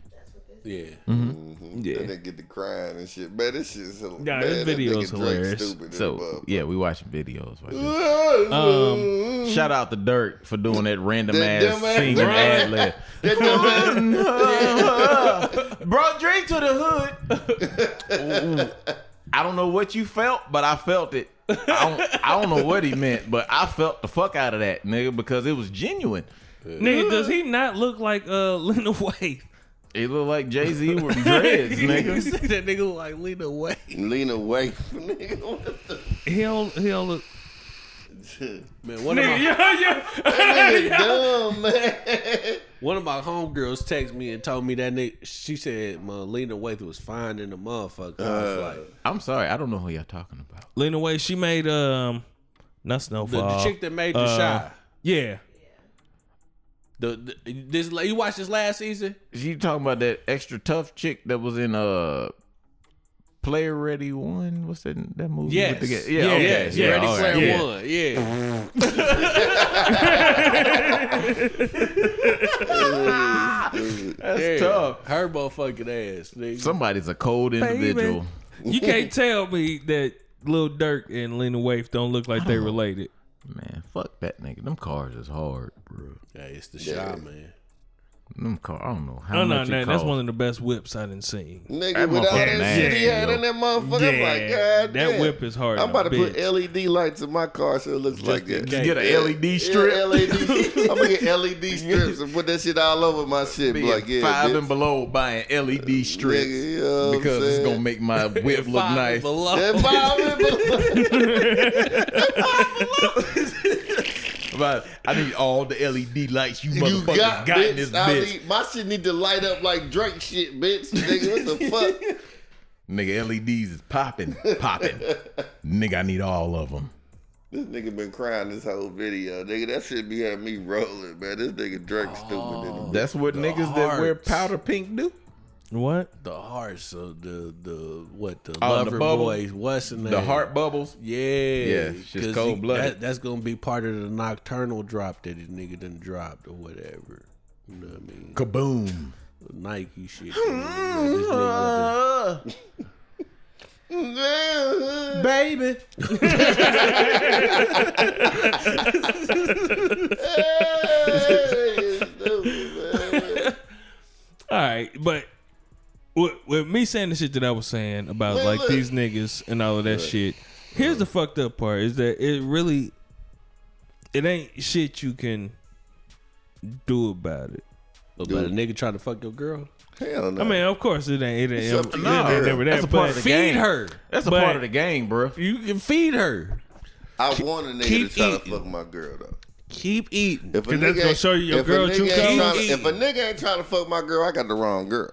Speaker 1: Yeah,
Speaker 2: And they get the crying and shit. Man, this shit's hilarious.
Speaker 4: Nah,
Speaker 2: man,
Speaker 4: this
Speaker 2: that nigga
Speaker 4: video's
Speaker 2: Drake
Speaker 4: hilarious.
Speaker 2: Stupid
Speaker 3: So
Speaker 2: *laughs*
Speaker 3: yeah, we watching videos right now.
Speaker 4: Uh,
Speaker 2: um,
Speaker 3: Mm-hmm. Shout out to Dirk for doing that random
Speaker 2: That
Speaker 3: ass
Speaker 2: dumb ass
Speaker 3: singing
Speaker 2: rhyme.
Speaker 3: ad lib.
Speaker 2: *laughs* that dumb ass-
Speaker 3: *laughs* Brought Drake to the hood. I don't know what you felt, but I felt it. I don't, I don't know what he meant, but I felt the fuck out of that nigga because it was genuine.
Speaker 4: Nigga, does he not look like uh *laughs* Lena Waithe?
Speaker 3: It looked like Jay
Speaker 2: *laughs*
Speaker 3: Z with dreads,
Speaker 1: You
Speaker 3: nigga.
Speaker 4: Mm-hmm.
Speaker 1: said *laughs* that nigga look like lean away.
Speaker 2: Lean away, *laughs* nigga. What the
Speaker 4: He don't he don't look
Speaker 1: Man, one of my
Speaker 4: *laughs* yeah, *laughs* yeah.
Speaker 2: nigga
Speaker 4: Oh,
Speaker 2: dumb man?
Speaker 1: one of my homegirls texted me and told me that nigga. She said my Lena Waithe was fine in the motherfucker. I was like,
Speaker 3: I'm sorry, I don't know who y'all talking about.
Speaker 4: Lena Waithe, she made um not
Speaker 1: the, the
Speaker 4: Snowfall.
Speaker 1: chick that made the
Speaker 4: uh,
Speaker 1: shot.
Speaker 4: Yeah.
Speaker 1: The, the this you watched this last season?
Speaker 3: You talking about that extra tough chick that was in uh Player Ready One? What's that that movie?
Speaker 1: Yes.
Speaker 3: with the guy-
Speaker 1: Yeah,
Speaker 3: yeah, okay,
Speaker 1: yes.
Speaker 3: yeah,
Speaker 1: Ready
Speaker 3: all right.
Speaker 1: Player
Speaker 4: Yeah.
Speaker 1: One. Yeah.
Speaker 3: That's
Speaker 1: yeah.
Speaker 3: tough.
Speaker 1: Her motherfucking ass, nigga.
Speaker 3: Somebody's a cold individual.
Speaker 4: You can't tell me that Lil Durk and Lena Waithe don't look like they related.
Speaker 3: Man, fuck that nigga. Them cars is hard, bro.
Speaker 1: yeah, it's the shot, man.
Speaker 3: Them car, I don't know how
Speaker 4: Oh no,
Speaker 3: much
Speaker 4: no,
Speaker 3: it
Speaker 4: that's
Speaker 3: cost.
Speaker 4: one of the best whips I didn't see.
Speaker 2: Nigga,
Speaker 3: That
Speaker 2: with all
Speaker 3: motherfucker
Speaker 2: that shit he
Speaker 3: nasty,
Speaker 2: had
Speaker 3: yo.
Speaker 2: in that motherfucker, I'm like,
Speaker 4: Yeah,
Speaker 2: God
Speaker 4: that
Speaker 2: damn.
Speaker 4: whip is hard
Speaker 2: I'm
Speaker 4: than a
Speaker 2: about to put
Speaker 4: bitch.
Speaker 2: LED lights in my car so it looks like that.
Speaker 3: Just get a LED strip.
Speaker 2: Yeah,
Speaker 3: *laughs*
Speaker 2: LED. I'm gonna get LED strips and put that shit all over my shit. Be
Speaker 3: Being
Speaker 2: like, yeah,
Speaker 3: five
Speaker 2: bitch.
Speaker 3: and below buying LED strips
Speaker 2: Nigga, you know what I'm
Speaker 3: because it's
Speaker 2: saying?
Speaker 3: gonna
Speaker 2: *laughs*
Speaker 3: make my whip look
Speaker 1: Five
Speaker 3: nice.
Speaker 1: below.
Speaker 2: That five and below.
Speaker 3: But I need all the LED lights you,
Speaker 2: You
Speaker 3: *laughs* motherfuckers
Speaker 2: got,
Speaker 3: got,
Speaker 2: bitch.
Speaker 3: in this
Speaker 2: I
Speaker 3: bitch.
Speaker 2: Need, my shit need to light up like Drake shit, bitch. Nigga,
Speaker 3: *laughs*
Speaker 2: what the fuck?
Speaker 3: Nigga, LEDs is popping,
Speaker 2: *laughs*
Speaker 3: popping. Nigga, I need all of them.
Speaker 2: This nigga been crying this whole video, nigga. That shit be having me rolling, man. This nigga Drake stupid in the
Speaker 3: That's what niggas that wear
Speaker 1: hearts.
Speaker 3: powder pink do.
Speaker 4: What?
Speaker 1: the hearts of the the what the
Speaker 3: Oh, the
Speaker 1: lover
Speaker 3: bubble?
Speaker 1: boys. What's the name?
Speaker 3: The heart bubbles.
Speaker 1: Yeah,
Speaker 3: Yeah, it's just
Speaker 1: 'cause
Speaker 3: cold-blooded.
Speaker 1: That, that's gonna be part of the nocturnal drop that his nigga done dropped or whatever. You know what I mean?
Speaker 2: *laughs*
Speaker 3: Kaboom. *laughs*
Speaker 1: The Nike shit. you know,
Speaker 2: Hmm,
Speaker 1: that this nigga done-
Speaker 2: nigga.
Speaker 3: Baby.
Speaker 2: Hey, stupid,
Speaker 3: *laughs*
Speaker 2: man.
Speaker 4: All right, but with, with me saying the shit that I was saying about
Speaker 2: Man,
Speaker 4: like
Speaker 2: look.
Speaker 4: these niggas and all of that shit, here's the fucked up part is that it really it ain't shit you can do about it.
Speaker 1: But a nigga trying to fuck your girl.
Speaker 2: Hell no.
Speaker 4: I mean, of course it ain't. It ain't.
Speaker 2: up to
Speaker 4: it
Speaker 2: you,
Speaker 4: ain't
Speaker 2: girl.
Speaker 4: never that,
Speaker 3: That's a part
Speaker 4: but
Speaker 3: of the
Speaker 4: feed
Speaker 3: game.
Speaker 4: her.
Speaker 3: That's a
Speaker 4: But-
Speaker 3: part of the game, bro.
Speaker 1: You can feed her.
Speaker 2: I want a nigga to
Speaker 1: keep
Speaker 2: try to
Speaker 1: eating.
Speaker 2: fuck my girl though.
Speaker 1: Keep eating.
Speaker 2: If a
Speaker 4: 'Cause that's
Speaker 2: nigga
Speaker 4: gonna
Speaker 2: ain't-
Speaker 4: show you your
Speaker 2: if a
Speaker 4: girl
Speaker 2: nigga
Speaker 4: you
Speaker 2: ain't
Speaker 4: can't
Speaker 2: tryna-
Speaker 4: eat.
Speaker 2: If a nigga ain't trying to fuck my girl, I got the wrong girl.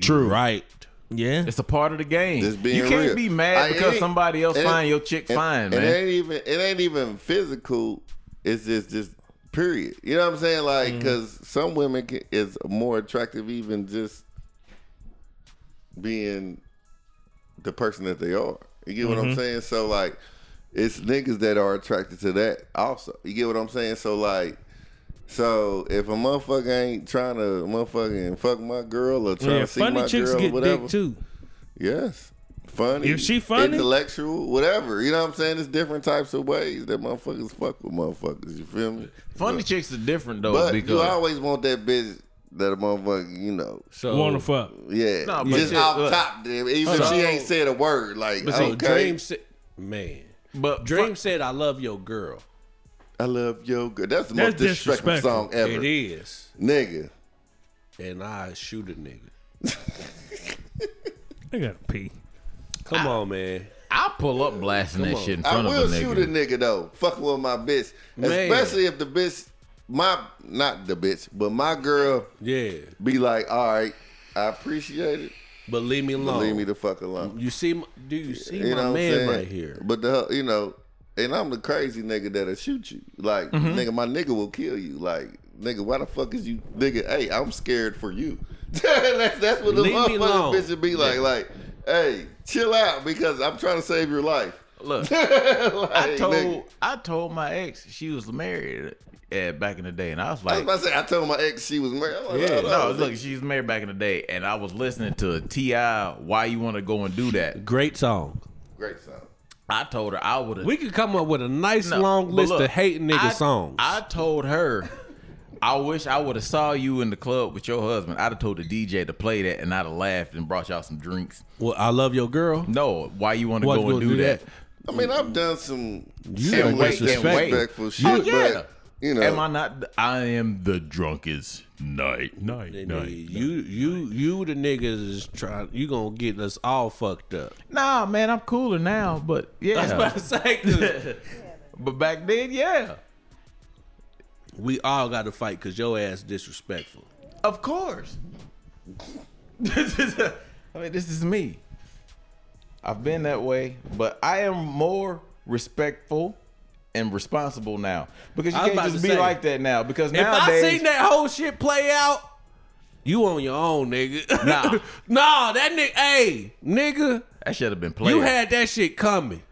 Speaker 3: True.
Speaker 1: Right.
Speaker 4: Yeah.
Speaker 3: It's a part of the game.
Speaker 2: Just being
Speaker 3: you can't
Speaker 2: real.
Speaker 3: be
Speaker 2: I-
Speaker 3: mad
Speaker 2: it
Speaker 3: because
Speaker 2: ain't-
Speaker 3: somebody else
Speaker 2: it-
Speaker 3: find your chick
Speaker 2: And-
Speaker 3: fine,
Speaker 2: and
Speaker 3: man.
Speaker 2: It ain't even it ain't even physical. It's just just period. You know what I'm saying? Like
Speaker 3: Mm.
Speaker 2: because some women can, is more attractive even just being the person that they are. You get what I'm
Speaker 3: Mm-hmm.
Speaker 2: saying? So like, it's niggas that are attracted to that also. You get what I'm saying? So like. So if a motherfucker ain't trying to motherfucking fuck my girl or trying
Speaker 4: Yeah,
Speaker 2: to see
Speaker 4: funny
Speaker 2: my
Speaker 4: chicks
Speaker 2: girl or
Speaker 4: get
Speaker 2: whatever,
Speaker 4: dick too.
Speaker 2: Yes. Funny.
Speaker 4: If she funny-
Speaker 2: Intellectual, whatever. You know what I'm saying? There's different types of ways that motherfuckers fuck with motherfuckers. You feel me?
Speaker 3: Funny chicks are different though
Speaker 2: But
Speaker 3: because
Speaker 2: you always want that bitch that a motherfucker, you know.
Speaker 1: So
Speaker 4: Wanna fuck?
Speaker 2: Yeah.
Speaker 3: Nah, but
Speaker 2: Just
Speaker 3: shit,
Speaker 2: off
Speaker 3: look.
Speaker 2: top, damn, even if
Speaker 1: So-
Speaker 2: she ain't said a word. Like,
Speaker 1: But see,
Speaker 2: okay.
Speaker 1: Dream said, man,
Speaker 3: but
Speaker 1: Dream
Speaker 3: Dream
Speaker 1: said, "I love your girl."
Speaker 2: I love your girl. That's the
Speaker 4: That's
Speaker 2: most disrespectful,
Speaker 4: disrespectful.
Speaker 2: song
Speaker 1: It
Speaker 2: ever.
Speaker 1: is,
Speaker 2: Nigga.
Speaker 1: and I shoot a nigga.
Speaker 4: I gotta pee.
Speaker 1: Come on, man.
Speaker 3: I pull up blasting that shit in
Speaker 2: I
Speaker 3: front
Speaker 2: will
Speaker 3: of a
Speaker 2: shoot
Speaker 3: nigga.
Speaker 2: a nigga though. Fucking with my bitch.
Speaker 1: Man.
Speaker 2: Especially if the bitch my not the bitch, but my girl
Speaker 1: Yeah,
Speaker 2: be like, all right, I appreciate it.
Speaker 1: but leave me alone.
Speaker 2: Leave me the fuck alone.
Speaker 1: You see, my, do you see
Speaker 2: You
Speaker 1: my
Speaker 2: know what I'm
Speaker 1: man
Speaker 2: saying?
Speaker 1: right here?
Speaker 2: But the you know, and I'm the crazy nigga that'll shoot you. Like
Speaker 1: Mm-hmm.
Speaker 2: nigga, my nigga will kill you. Like nigga, why the fuck is you nigga? Hey, I'm scared for you. *laughs* that's, that's what the
Speaker 1: Leave me alone.
Speaker 2: motherfucking bitch would be like. Like, hey, chill out because I'm trying to save your life. *laughs*
Speaker 3: Look,
Speaker 2: Like,
Speaker 3: I told
Speaker 2: nigga.
Speaker 3: I told my ex she was married eh, back in the day, and I was
Speaker 2: I was
Speaker 3: like,
Speaker 2: about to say, I told my ex she was married. I'm like,
Speaker 1: Yeah,
Speaker 2: hold on,
Speaker 3: no,
Speaker 2: nigga.
Speaker 3: look, she was married back in the day, and I was listening to Ti. Why you want to go and do that?
Speaker 1: Great song.
Speaker 2: great song.
Speaker 3: I told her I would have.
Speaker 1: We could come up with a nice long
Speaker 3: but
Speaker 1: list
Speaker 3: look,
Speaker 1: of hate nigga
Speaker 3: I-
Speaker 1: songs.
Speaker 3: I told her I wish I would have saw you in the club with your husband. I'd have told the DJ to play that, and I'd have laughed and brought y'all some drinks.
Speaker 1: Well, I love your girl.
Speaker 3: No, why you want to
Speaker 1: Why
Speaker 3: go
Speaker 1: you
Speaker 3: and
Speaker 1: gonna
Speaker 3: do,
Speaker 1: do
Speaker 3: that?
Speaker 1: that?
Speaker 2: I mean, I've done some
Speaker 1: Mm-hmm. You
Speaker 2: some
Speaker 1: done
Speaker 2: wait-
Speaker 1: disrespect-
Speaker 2: disrespectful shit,
Speaker 3: Oh, yeah.
Speaker 2: but you know,
Speaker 3: Am I not? I am the drunkest night. Night.
Speaker 1: Nigga, you you you the niggas is trying. You gonna get us all fucked up.
Speaker 3: Nah, man, I'm cooler now, but
Speaker 1: *laughs*
Speaker 3: yeah.
Speaker 1: That's what I'm saying.
Speaker 3: but back then, yeah,
Speaker 1: *laughs* we all got to fight because your ass disrespectful.
Speaker 3: of course. *laughs* This is- I mean, this is me. I've been that way, but I am more respectful and responsible now because you
Speaker 1: I was
Speaker 3: can't
Speaker 1: about
Speaker 3: just
Speaker 1: to
Speaker 3: be
Speaker 1: say,
Speaker 3: like that now. Because
Speaker 1: if I
Speaker 3: nowadays,
Speaker 1: seen that whole shit play out, you on your own, nigga. *laughs*
Speaker 3: Nah.
Speaker 1: nah, that nigga. Hey, nigga,
Speaker 3: that should have been playing.
Speaker 1: you had that shit coming,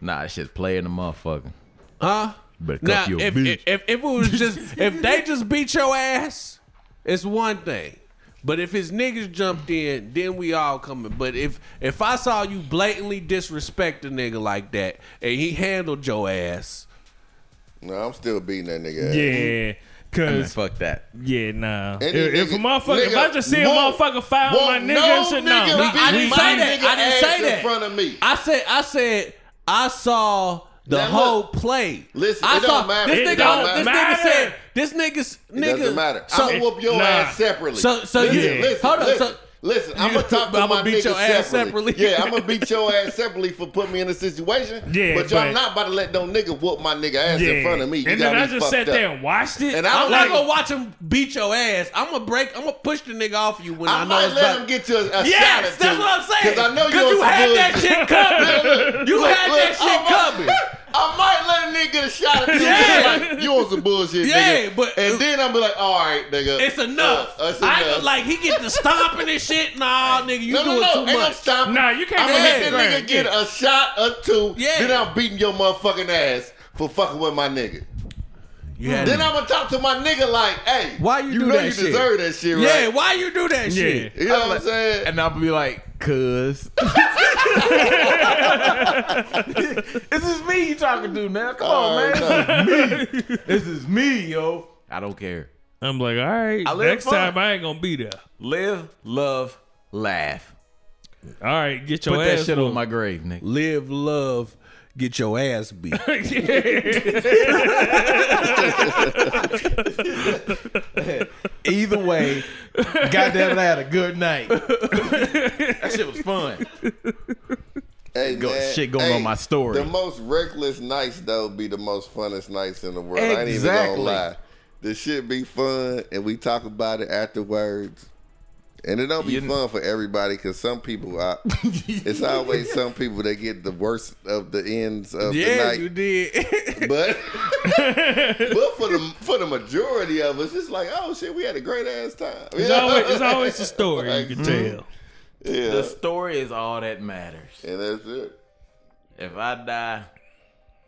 Speaker 3: nah, that shit's playing the motherfucker.
Speaker 1: huh?
Speaker 3: Better cuff
Speaker 1: Now,
Speaker 3: your
Speaker 1: if,
Speaker 3: bitch.
Speaker 1: if, if, if it was just if they just beat your ass, it's one thing. But if his niggas jumped in, then we all coming. But if if I saw you blatantly disrespect a nigga like that and he handled your ass,
Speaker 2: no, I'm still beating that nigga. ass.
Speaker 4: Yeah,
Speaker 3: Man,
Speaker 4: cause
Speaker 3: fuck that.
Speaker 4: yeah, nah. If,
Speaker 2: Any
Speaker 4: if a
Speaker 2: nigga-
Speaker 4: motherfucker, if I
Speaker 2: nigga
Speaker 4: just see a
Speaker 2: won't-
Speaker 4: motherfucker fire my
Speaker 2: won't
Speaker 4: nigga
Speaker 2: no
Speaker 4: and shit, nah.
Speaker 2: nigga
Speaker 1: No, I
Speaker 2: beat
Speaker 1: didn't
Speaker 2: my
Speaker 1: say that.
Speaker 2: nigga
Speaker 1: I didn't
Speaker 2: ass
Speaker 1: say
Speaker 2: in
Speaker 1: that.
Speaker 2: front of me.
Speaker 1: I said, I said, I saw the
Speaker 2: Now,
Speaker 1: whole
Speaker 2: look.
Speaker 1: play.
Speaker 2: Listen,
Speaker 1: I
Speaker 2: it don't matter.
Speaker 4: It
Speaker 1: This nigga,
Speaker 4: don't
Speaker 1: this
Speaker 4: matter.
Speaker 1: nigga said, this nigga's
Speaker 2: It
Speaker 1: nigga.
Speaker 2: doesn't matter.
Speaker 1: So,
Speaker 2: I'm gonna whoop your
Speaker 4: nah.
Speaker 2: ass separately.
Speaker 1: So- so
Speaker 2: listen,
Speaker 1: you-
Speaker 2: listen,
Speaker 1: hold on,
Speaker 2: listen,
Speaker 1: so-
Speaker 2: listen. I'm gonna talk to
Speaker 1: *laughs* I'ma
Speaker 2: my
Speaker 1: beat
Speaker 2: nigga
Speaker 1: your ass
Speaker 2: separately.
Speaker 1: separately.
Speaker 2: yeah, I'm gonna beat your ass separately for putting me in a situation.
Speaker 4: *laughs* Yeah,
Speaker 2: but y'all
Speaker 4: but-
Speaker 2: not about to let no nigga whoop my nigga ass
Speaker 4: yeah.
Speaker 2: in front of me. You
Speaker 4: and
Speaker 2: got
Speaker 4: then I
Speaker 2: me
Speaker 4: just
Speaker 2: fucked
Speaker 4: sat
Speaker 2: up.
Speaker 4: there and watched it.
Speaker 2: And I
Speaker 1: I'm
Speaker 2: like-
Speaker 1: not gonna watch him beat your ass. I'm gonna break. I'm gonna push the nigga off you when I,
Speaker 2: I,
Speaker 1: know
Speaker 2: might
Speaker 1: it's
Speaker 2: let
Speaker 1: about.
Speaker 2: him get you a, a shot
Speaker 1: yes,
Speaker 2: or
Speaker 1: that's
Speaker 2: two,
Speaker 1: what I'm saying.
Speaker 2: Cause I know
Speaker 1: you,
Speaker 2: you on some
Speaker 1: had
Speaker 2: *laughs*
Speaker 1: that
Speaker 2: bullshit.
Speaker 1: shit coming.
Speaker 2: *laughs*
Speaker 1: you
Speaker 2: Look,
Speaker 1: had
Speaker 2: look,
Speaker 1: that
Speaker 2: I
Speaker 1: shit
Speaker 2: might-
Speaker 1: coming.
Speaker 2: *laughs* I might let a nigga get a shot at you.
Speaker 1: Yeah.
Speaker 2: Like, you on some bullshit,
Speaker 1: Yeah,
Speaker 2: nigga.
Speaker 1: but- uh,
Speaker 2: and then I'm be like, all right, nigga,
Speaker 1: It's enough.
Speaker 2: Uh, it's
Speaker 1: I
Speaker 2: enough.
Speaker 1: like he get the stomping and shit. Nah, nigga, you
Speaker 2: no, no,
Speaker 1: doing
Speaker 2: no,
Speaker 1: too
Speaker 2: ain't no
Speaker 1: much.
Speaker 2: stopping.
Speaker 4: Nah, you can't
Speaker 2: I'm gonna
Speaker 1: do
Speaker 2: let
Speaker 1: that.
Speaker 2: that nigga get a shot or two.
Speaker 1: Yeah.
Speaker 2: Then I'm beating your motherfucking ass for fucking with my nigga.
Speaker 1: You had
Speaker 2: Then
Speaker 1: it.
Speaker 2: I'm gonna talk to my nigga like, hey,
Speaker 1: Why you do
Speaker 2: know
Speaker 1: that
Speaker 2: you
Speaker 1: shit?
Speaker 2: deserve that shit,
Speaker 1: Yeah,
Speaker 2: right?
Speaker 1: why you do that shit?
Speaker 2: You know what I'm saying?
Speaker 3: And I'll be like,
Speaker 1: *laughs*
Speaker 3: cuz. this is me you talking to now. Come on,
Speaker 2: Alright,
Speaker 3: man. This is me, yo. I don't care.
Speaker 4: I'm like, all right,
Speaker 3: live
Speaker 4: next
Speaker 3: fun.
Speaker 4: time I ain't gonna be there.
Speaker 3: Live, love, laugh.
Speaker 4: All right, get your
Speaker 3: Put
Speaker 4: ass
Speaker 3: that shit on
Speaker 4: whooped.
Speaker 3: my grave, nigga.
Speaker 1: Live, love, get your ass
Speaker 4: *laughs*
Speaker 1: beat.
Speaker 3: Either way, goddamn it, I had a good night. that shit was fun.
Speaker 2: Hey,
Speaker 3: Go-
Speaker 2: man.
Speaker 3: shit going
Speaker 2: Hey,
Speaker 3: on my story.
Speaker 2: The most reckless nights though be the most funnest nights in the world. I ain't even gonna
Speaker 3: Exactly.
Speaker 2: lie. The shit be fun, and we talk about it afterwards. And it don't be
Speaker 3: You-
Speaker 2: fun for everybody because some people,
Speaker 3: *laughs*
Speaker 2: are, it's always some people that get the worst of the ends of the
Speaker 1: yeah,
Speaker 2: night.
Speaker 1: you did. *laughs*
Speaker 2: But
Speaker 3: *laughs*
Speaker 2: but for the for the majority of us, it's like, oh shit, we had a great ass time.
Speaker 4: It's always, it's always a story you can tell.
Speaker 2: *laughs* yeah,
Speaker 3: The story is all that matters.
Speaker 2: and that's it.
Speaker 3: If I die,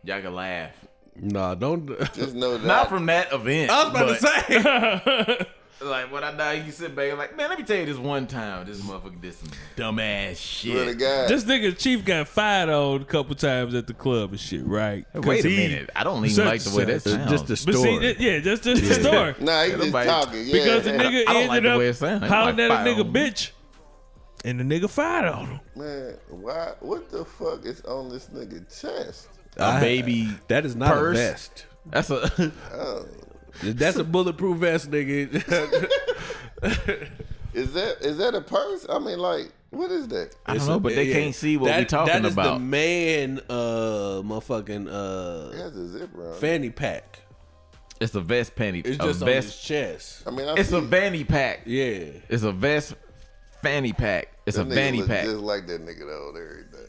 Speaker 3: y'all can laugh.
Speaker 1: nah, don't. I
Speaker 2: Just know that
Speaker 3: Not from that event.
Speaker 1: was about to
Speaker 3: but-
Speaker 2: mm-hmm.
Speaker 1: say.
Speaker 3: Like when I die, you sit back like, man, let me tell you this one time, this motherfucker did some dumbass
Speaker 2: swear to
Speaker 3: shit.
Speaker 2: God.
Speaker 4: *laughs* This nigga Chief got fired on a couple times at the club and shit, right? 'Cause
Speaker 3: Wait a
Speaker 4: he-
Speaker 3: minute, I don't even
Speaker 4: such-
Speaker 3: like the way that
Speaker 4: such-
Speaker 3: sounds.
Speaker 4: But see, that- yeah, that's just the story.
Speaker 2: nah, he just
Speaker 3: Nobody-
Speaker 2: talking. Yeah,
Speaker 4: Because the nigga
Speaker 3: I don't
Speaker 4: ended
Speaker 3: like the
Speaker 4: up
Speaker 3: way it sound. It
Speaker 4: hollering
Speaker 3: like
Speaker 4: at a
Speaker 3: fire
Speaker 4: nigga
Speaker 3: on me.
Speaker 4: bitch, and the nigga fired on him.
Speaker 2: *laughs* Man, why? What the fuck is on this nigga chest?
Speaker 3: a baby.
Speaker 1: That is not
Speaker 3: Purse.
Speaker 1: a vest.
Speaker 3: That's a *laughs*
Speaker 1: That's a bulletproof vest, *laughs* nigga.
Speaker 2: Is that is that a purse? I mean, like, what is that?
Speaker 3: I don't know, but they
Speaker 1: Yeah.
Speaker 3: can't see what
Speaker 1: That-
Speaker 3: we talking
Speaker 1: That is the
Speaker 3: about.
Speaker 1: man, uh, motherfucking uh,
Speaker 2: It has a zipper on. it.
Speaker 1: fanny pack.
Speaker 3: it's a vest panty.
Speaker 1: It's
Speaker 3: a
Speaker 1: just on his
Speaker 3: vest.
Speaker 1: chest.
Speaker 2: I mean, I
Speaker 3: *laughs* It's
Speaker 2: see
Speaker 3: a fanny pack.
Speaker 1: Yeah,
Speaker 3: It's a vest fanny pack. It's
Speaker 2: that
Speaker 3: a
Speaker 2: nigga
Speaker 3: fanny
Speaker 2: look
Speaker 3: pack.
Speaker 2: Just like that nigga though, and everything.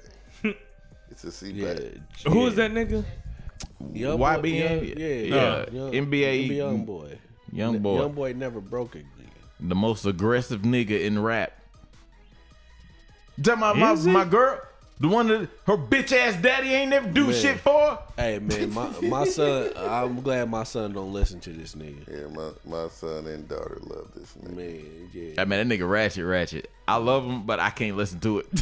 Speaker 3: *laughs*
Speaker 2: it's a C
Speaker 1: yeah.
Speaker 2: pack.
Speaker 4: Who is that nigga?
Speaker 1: Young
Speaker 3: YBN?
Speaker 1: boy- young-
Speaker 3: Yeah.
Speaker 1: yeah,
Speaker 3: Yeah.
Speaker 1: young-
Speaker 3: NBA
Speaker 1: young boy.
Speaker 3: Young boy,
Speaker 1: Young boy never broke it. nigga.
Speaker 3: the most aggressive nigga in rap. Tell my my,
Speaker 4: Is he?
Speaker 3: my girl, The one that her bitch ass daddy ain't never do shit for. her?
Speaker 1: Hey man, my my son. I'm glad my son don't listen to this nigga.
Speaker 2: Yeah, my, my son and daughter love this man.
Speaker 1: Man, yeah.
Speaker 3: I mean, that nigga ratchet, ratchet. I love him, but I can't listen to it. *laughs*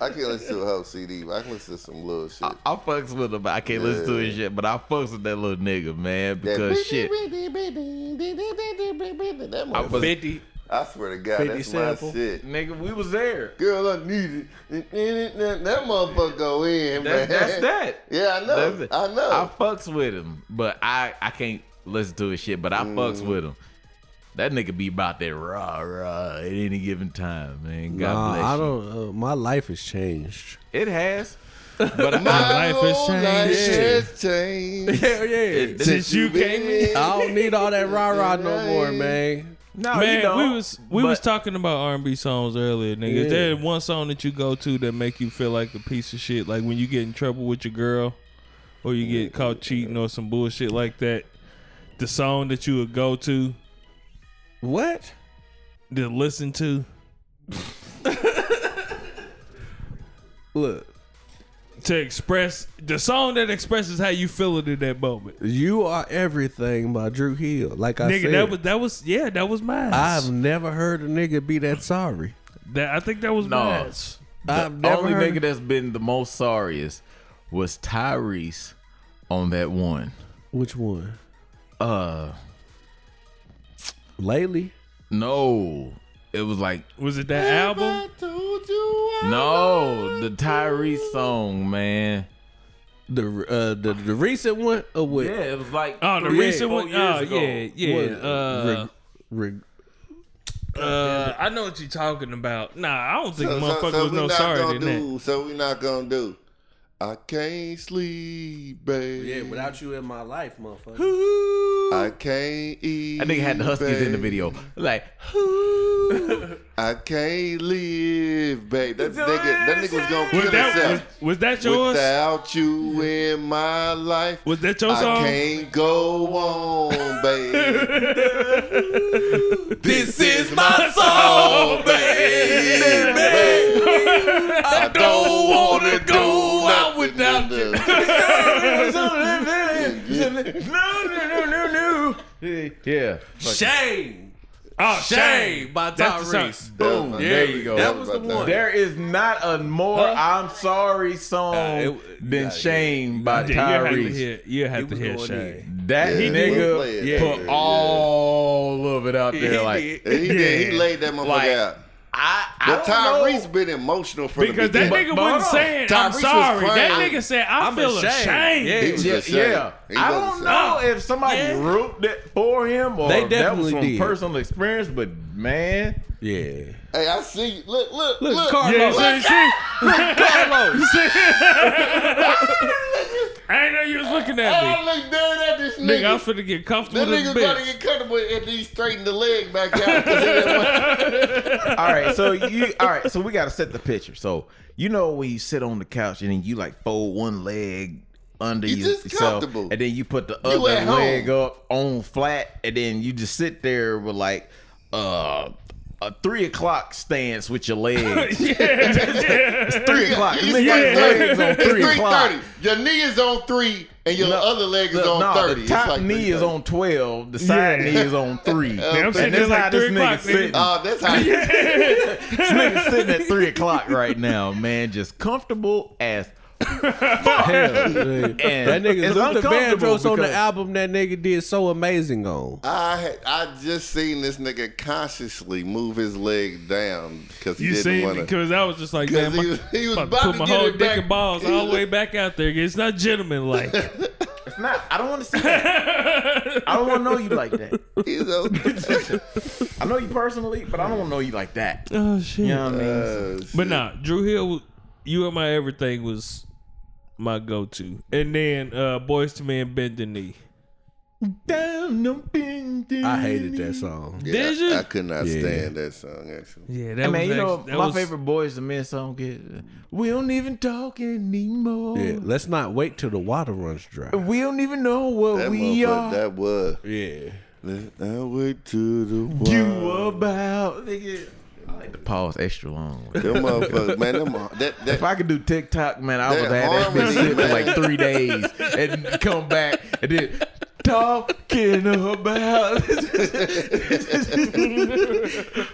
Speaker 2: I can't listen to a whole CD. but I can listen to some little shit.
Speaker 3: I, I fucks with him, but I can't listen to his shit. But I fucks with that little nigga, man, because
Speaker 2: *laughs*
Speaker 3: shit.
Speaker 2: That
Speaker 3: I
Speaker 2: motherfucker-
Speaker 3: was,
Speaker 1: Fifty.
Speaker 2: I swear to God,
Speaker 1: 50
Speaker 2: that's
Speaker 1: sample.
Speaker 2: my shit.
Speaker 3: nigga, we was there.
Speaker 2: Girl, I need it. That that motherfucker go in, man.
Speaker 3: That, that's that.
Speaker 2: Yeah, I know.
Speaker 3: That's it.
Speaker 2: I know.
Speaker 3: I fucks with him, but I I can't listen to his shit. But I fucks with him. That nigga be about that rah rah at any given time, man. God
Speaker 1: Nah,
Speaker 3: bless you.
Speaker 1: I don't. Uh, my life has changed.
Speaker 3: It has, but I,
Speaker 2: my
Speaker 4: life has
Speaker 2: whole
Speaker 4: changed.
Speaker 2: life
Speaker 1: Yeah.
Speaker 2: has changed.
Speaker 1: Hell yeah.
Speaker 3: it-
Speaker 4: Since you came in,
Speaker 1: I don't need all that rah rah no more, man.
Speaker 3: no, Oh, you
Speaker 4: man,
Speaker 3: don't.
Speaker 4: we was we was talking about R and B songs earlier, nigga. Is there one song that you go to that make you feel like a piece of shit? Like when you get in trouble with your girl, or you get caught cheating or some bullshit like that. The song that you would go to
Speaker 1: What?
Speaker 4: to listen to.
Speaker 1: Look,
Speaker 4: To express the song that expresses how you feeling in that moment,
Speaker 1: you are everything by Drew Hill. Like I
Speaker 4: nigga.
Speaker 1: said,
Speaker 4: That was that was yeah, that was mine.
Speaker 1: I've never heard a nigga be that sorry.
Speaker 4: That I think that was
Speaker 3: No.
Speaker 4: mine.
Speaker 1: I've
Speaker 3: the
Speaker 1: never
Speaker 3: only
Speaker 1: heard.
Speaker 3: nigga that's been the most sorriest was Tyrese on that one.
Speaker 1: Which one?
Speaker 3: Uh,
Speaker 1: Lately.
Speaker 3: no, it was like
Speaker 4: Was it that album?
Speaker 3: no, the Tyrese song, man.
Speaker 1: The uh the, the recent one or what?
Speaker 3: Yeah, it was like
Speaker 4: Oh, the
Speaker 3: three,
Speaker 4: recent
Speaker 3: four
Speaker 4: one.
Speaker 3: years
Speaker 4: Oh,
Speaker 3: ago.
Speaker 4: yeah, yeah.
Speaker 1: What?
Speaker 4: Uh,
Speaker 1: Reg- reg-
Speaker 4: Uh, I know what you're talking about. Nah, I don't
Speaker 2: *laughs*
Speaker 4: think
Speaker 2: So- so-
Speaker 4: motherfucker
Speaker 2: so
Speaker 4: was
Speaker 2: we
Speaker 4: no
Speaker 2: not
Speaker 4: sorry
Speaker 2: gonna
Speaker 4: than that.
Speaker 2: do, So we not gonna do. I can't sleep, baby.
Speaker 1: yeah, without you in my life, motherfucker.
Speaker 2: I can't eat.
Speaker 3: That nigga had the Huskies in the
Speaker 2: babe.
Speaker 3: video. Like,
Speaker 2: I can't live, babe. That nigga, that nigga was gonna kill
Speaker 4: Was that was,
Speaker 2: himself.
Speaker 4: was that yours?
Speaker 2: Without you in my life,
Speaker 4: was that your
Speaker 2: I
Speaker 4: song?
Speaker 2: can't go on,
Speaker 4: *laughs*
Speaker 2: babe.
Speaker 1: This is my soul, baby.
Speaker 2: I don't wanna go out without you.
Speaker 3: *laughs* yeah,
Speaker 1: Shame.
Speaker 4: Oh,
Speaker 1: Shame by
Speaker 4: That's the song.
Speaker 1: Tyrese.
Speaker 2: Boom,
Speaker 3: there you go.
Speaker 1: That was the one.
Speaker 3: There is not a more I'm sorry song
Speaker 1: it-
Speaker 3: than
Speaker 1: yeah,
Speaker 3: Shame by
Speaker 4: You have to
Speaker 3: Tyrese.
Speaker 4: hear.
Speaker 1: *laughs*
Speaker 4: You have to
Speaker 1: was
Speaker 4: hear
Speaker 1: going
Speaker 4: Shane.
Speaker 3: That
Speaker 2: Yeah, we'll play
Speaker 3: nigga
Speaker 2: it
Speaker 3: put
Speaker 2: after, yeah.
Speaker 3: all of it out there. like
Speaker 2: He did. He
Speaker 3: Yeah.
Speaker 2: laid that motherfucker
Speaker 3: Like,
Speaker 2: out.
Speaker 3: I, I
Speaker 2: But
Speaker 3: don't
Speaker 2: Tyrese
Speaker 3: know.
Speaker 2: been emotional for
Speaker 4: Because that nigga
Speaker 3: but
Speaker 4: wasn't
Speaker 3: hold on.
Speaker 4: saying
Speaker 2: Tyrese
Speaker 4: I'm
Speaker 2: was
Speaker 4: sorry. That
Speaker 2: crying.
Speaker 4: nigga said I
Speaker 3: I'm
Speaker 4: feel ashamed.
Speaker 2: He was
Speaker 3: Yeah,
Speaker 2: ashamed.
Speaker 3: yeah.
Speaker 2: He
Speaker 3: I
Speaker 2: was
Speaker 3: don't
Speaker 2: ashamed.
Speaker 3: know if somebody
Speaker 4: Yeah.
Speaker 3: wrote that for him or
Speaker 1: They
Speaker 3: that was
Speaker 1: definitely
Speaker 3: from
Speaker 1: did.
Speaker 3: personal experience, but man,
Speaker 1: Yeah.
Speaker 2: Hey, I see you. Look, look,
Speaker 1: Look,
Speaker 2: look. look.
Speaker 1: Carlos.
Speaker 4: Yeah, see, see,
Speaker 1: Carlos.
Speaker 4: I ain't know you was looking at
Speaker 2: I
Speaker 4: me.
Speaker 2: look down at this
Speaker 4: Nigga, I was
Speaker 2: Oh, nigga.
Speaker 4: finna get comfortable
Speaker 2: That
Speaker 4: with this
Speaker 2: nigga trying to
Speaker 4: bitch.
Speaker 2: get comfortable and then he straightened the leg back out.
Speaker 3: *laughs* all right, so you all right, so we gotta set the picture. So you know when you sit on the couch and then you like fold one leg under
Speaker 2: It's
Speaker 3: yourself,
Speaker 2: just comfortable.
Speaker 3: and then you put the
Speaker 2: You at
Speaker 3: other
Speaker 2: home.
Speaker 3: leg up on flat, and then you just sit there with like uh a three o'clock stance with your
Speaker 4: *laughs*
Speaker 3: legs. *laughs*
Speaker 4: Yeah,
Speaker 3: three o'clock.
Speaker 2: It's
Speaker 3: Nigga, your legs on three o'clock.
Speaker 2: 3.30. Your knee is on 3 and your
Speaker 3: No,
Speaker 2: other leg is
Speaker 3: the-
Speaker 2: on
Speaker 3: nah,
Speaker 2: 30.
Speaker 3: The
Speaker 2: It's
Speaker 3: top
Speaker 2: like
Speaker 3: knee is
Speaker 2: 3:30.
Speaker 3: on twelve. The side
Speaker 4: Yeah.
Speaker 3: knee is on
Speaker 2: *laughs*
Speaker 3: three.
Speaker 2: Uh,
Speaker 4: I'm sitting there
Speaker 3: That's how
Speaker 4: like
Speaker 3: this
Speaker 4: three
Speaker 3: nigga
Speaker 4: o'clock,
Speaker 3: sitting.
Speaker 2: Oh,
Speaker 4: nigga.
Speaker 2: that's how yeah.
Speaker 3: This nigga sitting at three o'clock right now, man, just comfortable as
Speaker 1: that
Speaker 3: and
Speaker 1: nigga
Speaker 3: it's
Speaker 1: Luther
Speaker 3: uncomfortable
Speaker 1: Vandross on the
Speaker 3: because-
Speaker 1: album that nigga did so amazing on.
Speaker 2: I had, I just seen this nigga consciously move his leg down because he
Speaker 4: You
Speaker 2: didn't
Speaker 4: seen
Speaker 2: want to.
Speaker 4: because I was just
Speaker 2: *laughs*
Speaker 4: like,
Speaker 2: 'Cause
Speaker 4: damn,
Speaker 2: he
Speaker 4: I-
Speaker 2: was- he was
Speaker 4: about
Speaker 2: about
Speaker 4: to put
Speaker 2: to
Speaker 4: my
Speaker 2: get
Speaker 4: whole
Speaker 2: it
Speaker 4: dick
Speaker 2: back.
Speaker 4: and balls
Speaker 2: He
Speaker 4: all the
Speaker 2: was-
Speaker 4: way
Speaker 2: *laughs*
Speaker 4: back out there. It's not gentleman like.
Speaker 3: It's not. I don't want to see that. I don't want to know you like that.
Speaker 2: You know?
Speaker 4: *laughs*
Speaker 3: I know you personally, but I don't want to know you like that.
Speaker 4: oh shit!
Speaker 3: You know what I mean?
Speaker 2: Uh,
Speaker 4: But nah, Drew Hill, you and my everything was my go-to, and then uh Boys to Men bend the knee.
Speaker 3: Damn, no bing, ding,
Speaker 1: I hated that
Speaker 3: ding.
Speaker 1: song.
Speaker 2: yeah,
Speaker 4: Did you?
Speaker 2: I, I could not
Speaker 1: Yeah.
Speaker 2: stand that song, actually.
Speaker 4: Yeah, that
Speaker 3: Hey,
Speaker 4: was
Speaker 3: man, you know
Speaker 4: actually- that
Speaker 3: my
Speaker 4: was-
Speaker 3: favorite boys the men song is "We don't even talk anymore.
Speaker 1: Yeah, let's not wait till the water runs dry.
Speaker 3: We don't even know what
Speaker 2: That
Speaker 3: we
Speaker 2: motherfucker,
Speaker 3: are."
Speaker 2: that was.
Speaker 1: Yeah.
Speaker 2: Let- I wait to the
Speaker 3: you
Speaker 2: wild.
Speaker 3: about nigga. I like to pause extra *laughs* long.
Speaker 2: Them motherfuckers, man. Them that
Speaker 3: If
Speaker 2: that
Speaker 3: I could do TikTok, man, I would have
Speaker 2: That
Speaker 3: had that bitch
Speaker 2: harmony,
Speaker 3: sit for
Speaker 2: man.
Speaker 3: like three days and come back and then talking about. *laughs*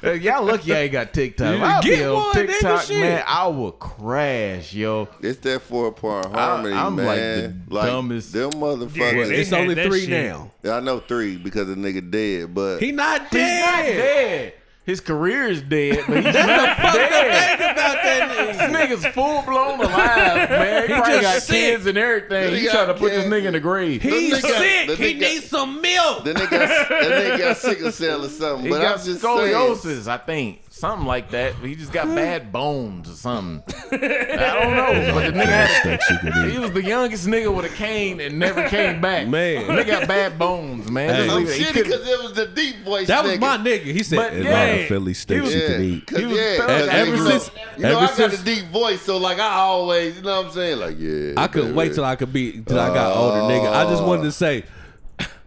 Speaker 3: Hey, y'all lucky I ain't got TikTok. If I
Speaker 4: Get
Speaker 3: be on
Speaker 4: one, nigga,
Speaker 3: TikTok,
Speaker 4: shit.
Speaker 3: man. I will crash, yo.
Speaker 2: it's that four part harmony,
Speaker 3: I'm like
Speaker 2: man.
Speaker 3: the dumbest-
Speaker 2: them
Speaker 4: Yeah,
Speaker 2: motherfuckers.
Speaker 4: they-
Speaker 1: It's
Speaker 4: had
Speaker 1: only
Speaker 4: that
Speaker 1: three
Speaker 4: shit.
Speaker 1: now.
Speaker 2: I know three because the nigga dead, but
Speaker 1: He not
Speaker 3: He's not
Speaker 1: dead.
Speaker 3: dead. His career is dead, but
Speaker 4: *laughs*
Speaker 3: he's not dead. This nigga's full blown alive, man. He, probably
Speaker 1: just
Speaker 3: got
Speaker 1: sick.
Speaker 3: kids and everything.
Speaker 2: He
Speaker 3: He
Speaker 2: got
Speaker 3: trying to put this
Speaker 2: kids.
Speaker 3: nigga in the grave.
Speaker 1: He's
Speaker 2: That nigga-
Speaker 1: sick.
Speaker 2: that
Speaker 1: He
Speaker 2: nigga-
Speaker 1: needs some milk.
Speaker 2: then they got then they got sickle cell or something.
Speaker 3: He
Speaker 2: but
Speaker 3: got
Speaker 2: I'm just
Speaker 3: scoliosis,
Speaker 2: saying,
Speaker 3: I think. Something like that. He just got bad bones or something. I don't know. But the nigga had *laughs* He was the youngest nigga with a cane and never came back.
Speaker 1: Man.
Speaker 3: The nigga got bad bones, man. Just
Speaker 2: I'm
Speaker 3: leave it. He
Speaker 2: shitty
Speaker 3: couldn't-
Speaker 2: because it was the deep voice.
Speaker 1: That
Speaker 2: nigga.
Speaker 1: was my nigga. He said
Speaker 3: But
Speaker 1: Atlanta,
Speaker 3: yeah,
Speaker 1: Philly, steak
Speaker 3: was-
Speaker 1: you can eat.
Speaker 2: Cause,
Speaker 3: He was
Speaker 2: yeah,
Speaker 3: felt
Speaker 2: 'cause
Speaker 3: like
Speaker 2: you
Speaker 3: ever
Speaker 2: know-
Speaker 1: since-
Speaker 2: you know,
Speaker 1: ever
Speaker 2: I got
Speaker 1: since-
Speaker 2: a deep voice, so like I always, you know what I'm saying? Like, yeah,
Speaker 1: I couldn't wait till I could be till I got older, nigga. I
Speaker 3: Oh.
Speaker 1: just wanted to say,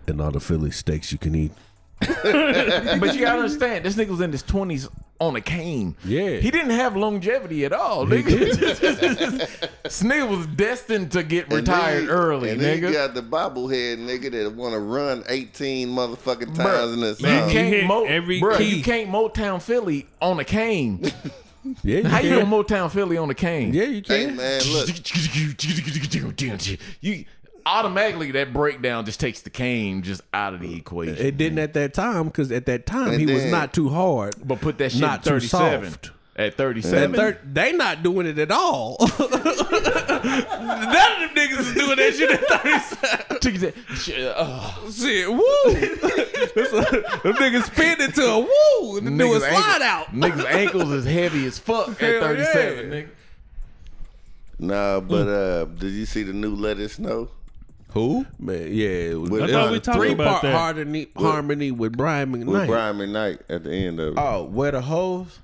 Speaker 1: and all the Philly steaks you can eat.
Speaker 3: But you gotta understand, this nigga was in his twenties on a cane.
Speaker 1: Yeah.
Speaker 3: he didn't have longevity at all, nigga. *laughs* this nigga was destined to get
Speaker 2: And
Speaker 3: retired
Speaker 2: then-
Speaker 3: early,
Speaker 2: and
Speaker 3: nigga.
Speaker 2: Then you got the bobblehead nigga that want to run 18 motherfucking times
Speaker 3: Bruh,
Speaker 2: in this.
Speaker 3: you
Speaker 4: hit
Speaker 3: can't mo-
Speaker 4: every
Speaker 3: bruh,
Speaker 4: key.
Speaker 3: you can't Motown Philly on a cane.
Speaker 1: Yeah, you
Speaker 3: How you
Speaker 1: can.
Speaker 3: gonna Motown Philly on a cane?
Speaker 1: Yeah, you
Speaker 2: Hey
Speaker 1: can.
Speaker 2: man, look,
Speaker 3: you automatically that breakdown just takes the cane just out of the equation.
Speaker 1: It didn't at that time because at that time
Speaker 2: And
Speaker 1: he was
Speaker 2: then-
Speaker 1: not too hard.
Speaker 3: but put that shit
Speaker 1: Not
Speaker 3: at
Speaker 1: too
Speaker 3: 37.
Speaker 1: soft.
Speaker 3: At
Speaker 1: That
Speaker 3: 37.
Speaker 1: thir- they not doing it at all. *laughs* None of them niggas is doing
Speaker 3: *laughs*
Speaker 1: that shit at thirty seven.
Speaker 3: Chicken said, "Shit, uh,
Speaker 1: Shit, woo! *laughs* them niggas spin it to a woo and do a
Speaker 3: niggas
Speaker 1: slide
Speaker 3: ankle-
Speaker 1: out.
Speaker 3: Niggas ankles is heavy as fuck at
Speaker 1: Hell
Speaker 3: 37,
Speaker 1: yeah.
Speaker 3: nigga.
Speaker 2: nah,
Speaker 3: Mm.
Speaker 2: but uh, did you see the new Let It Snow?
Speaker 1: Who? Man, yeah.
Speaker 2: With,
Speaker 4: I thought we
Speaker 2: uh,
Speaker 4: talked
Speaker 1: three
Speaker 4: about
Speaker 1: part
Speaker 4: that.
Speaker 1: harmony, harmony with Brian McKnight.
Speaker 2: with Brian McKnight at the end of it.
Speaker 3: Oh, where the hoes?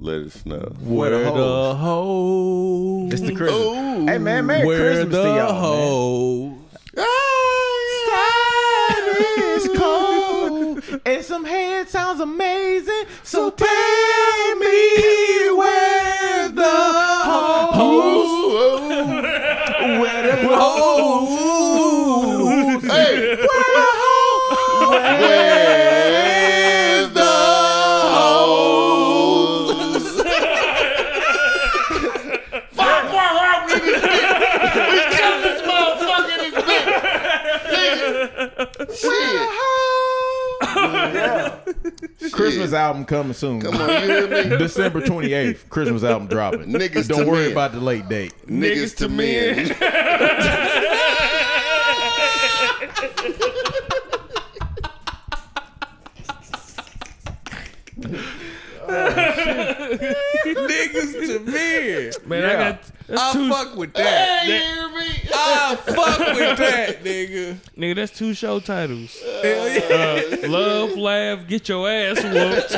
Speaker 2: Let It Snow.
Speaker 1: Where the
Speaker 3: hoes?
Speaker 1: hoe?
Speaker 3: It's the Christmas. Hey, man, Merry
Speaker 1: Where
Speaker 3: Christmas
Speaker 1: the
Speaker 3: to y'all, man.
Speaker 1: hoe? Ah,
Speaker 3: It's cold
Speaker 1: *laughs*
Speaker 3: and some head sounds amazing. So tell me where the hoes, where the hoes,
Speaker 2: Hey,
Speaker 1: *laughs*
Speaker 3: where the hoes.
Speaker 2: shit.
Speaker 3: Christmas
Speaker 2: Shit.
Speaker 3: album coming soon.
Speaker 1: *laughs*
Speaker 2: Come on, you hear me?
Speaker 3: December 28th, Christmas album
Speaker 2: *laughs*
Speaker 3: dropping.
Speaker 2: Niggas
Speaker 3: Don't
Speaker 2: to
Speaker 3: worry
Speaker 2: men.
Speaker 3: about the late date.
Speaker 2: Niggas to men.
Speaker 1: Niggas to men.
Speaker 4: Man, I
Speaker 3: Yeah.
Speaker 4: got that's
Speaker 1: I
Speaker 4: two
Speaker 1: fuck with that.
Speaker 2: *laughs*
Speaker 1: I fuck with that, nigga.
Speaker 4: nigga. That's two show
Speaker 3: *laughs*
Speaker 4: titles. Uh, love, laugh, get your ass
Speaker 3: *laughs*
Speaker 4: whooped.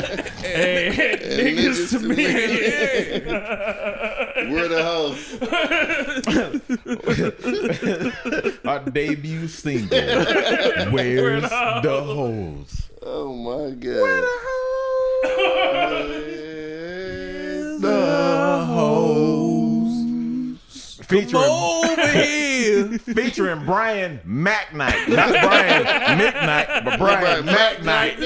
Speaker 4: and *laughs* niggas
Speaker 2: niggas
Speaker 4: to
Speaker 2: to
Speaker 4: me.
Speaker 2: We're the hoes.
Speaker 3: Our debut single, Where's the Holes?
Speaker 2: Oh my god. Where the hoes?
Speaker 3: The Holes. Featuring,
Speaker 1: Over here.
Speaker 3: featuring Brian McKnight. Not Brian McKnight, but Brian McKnight.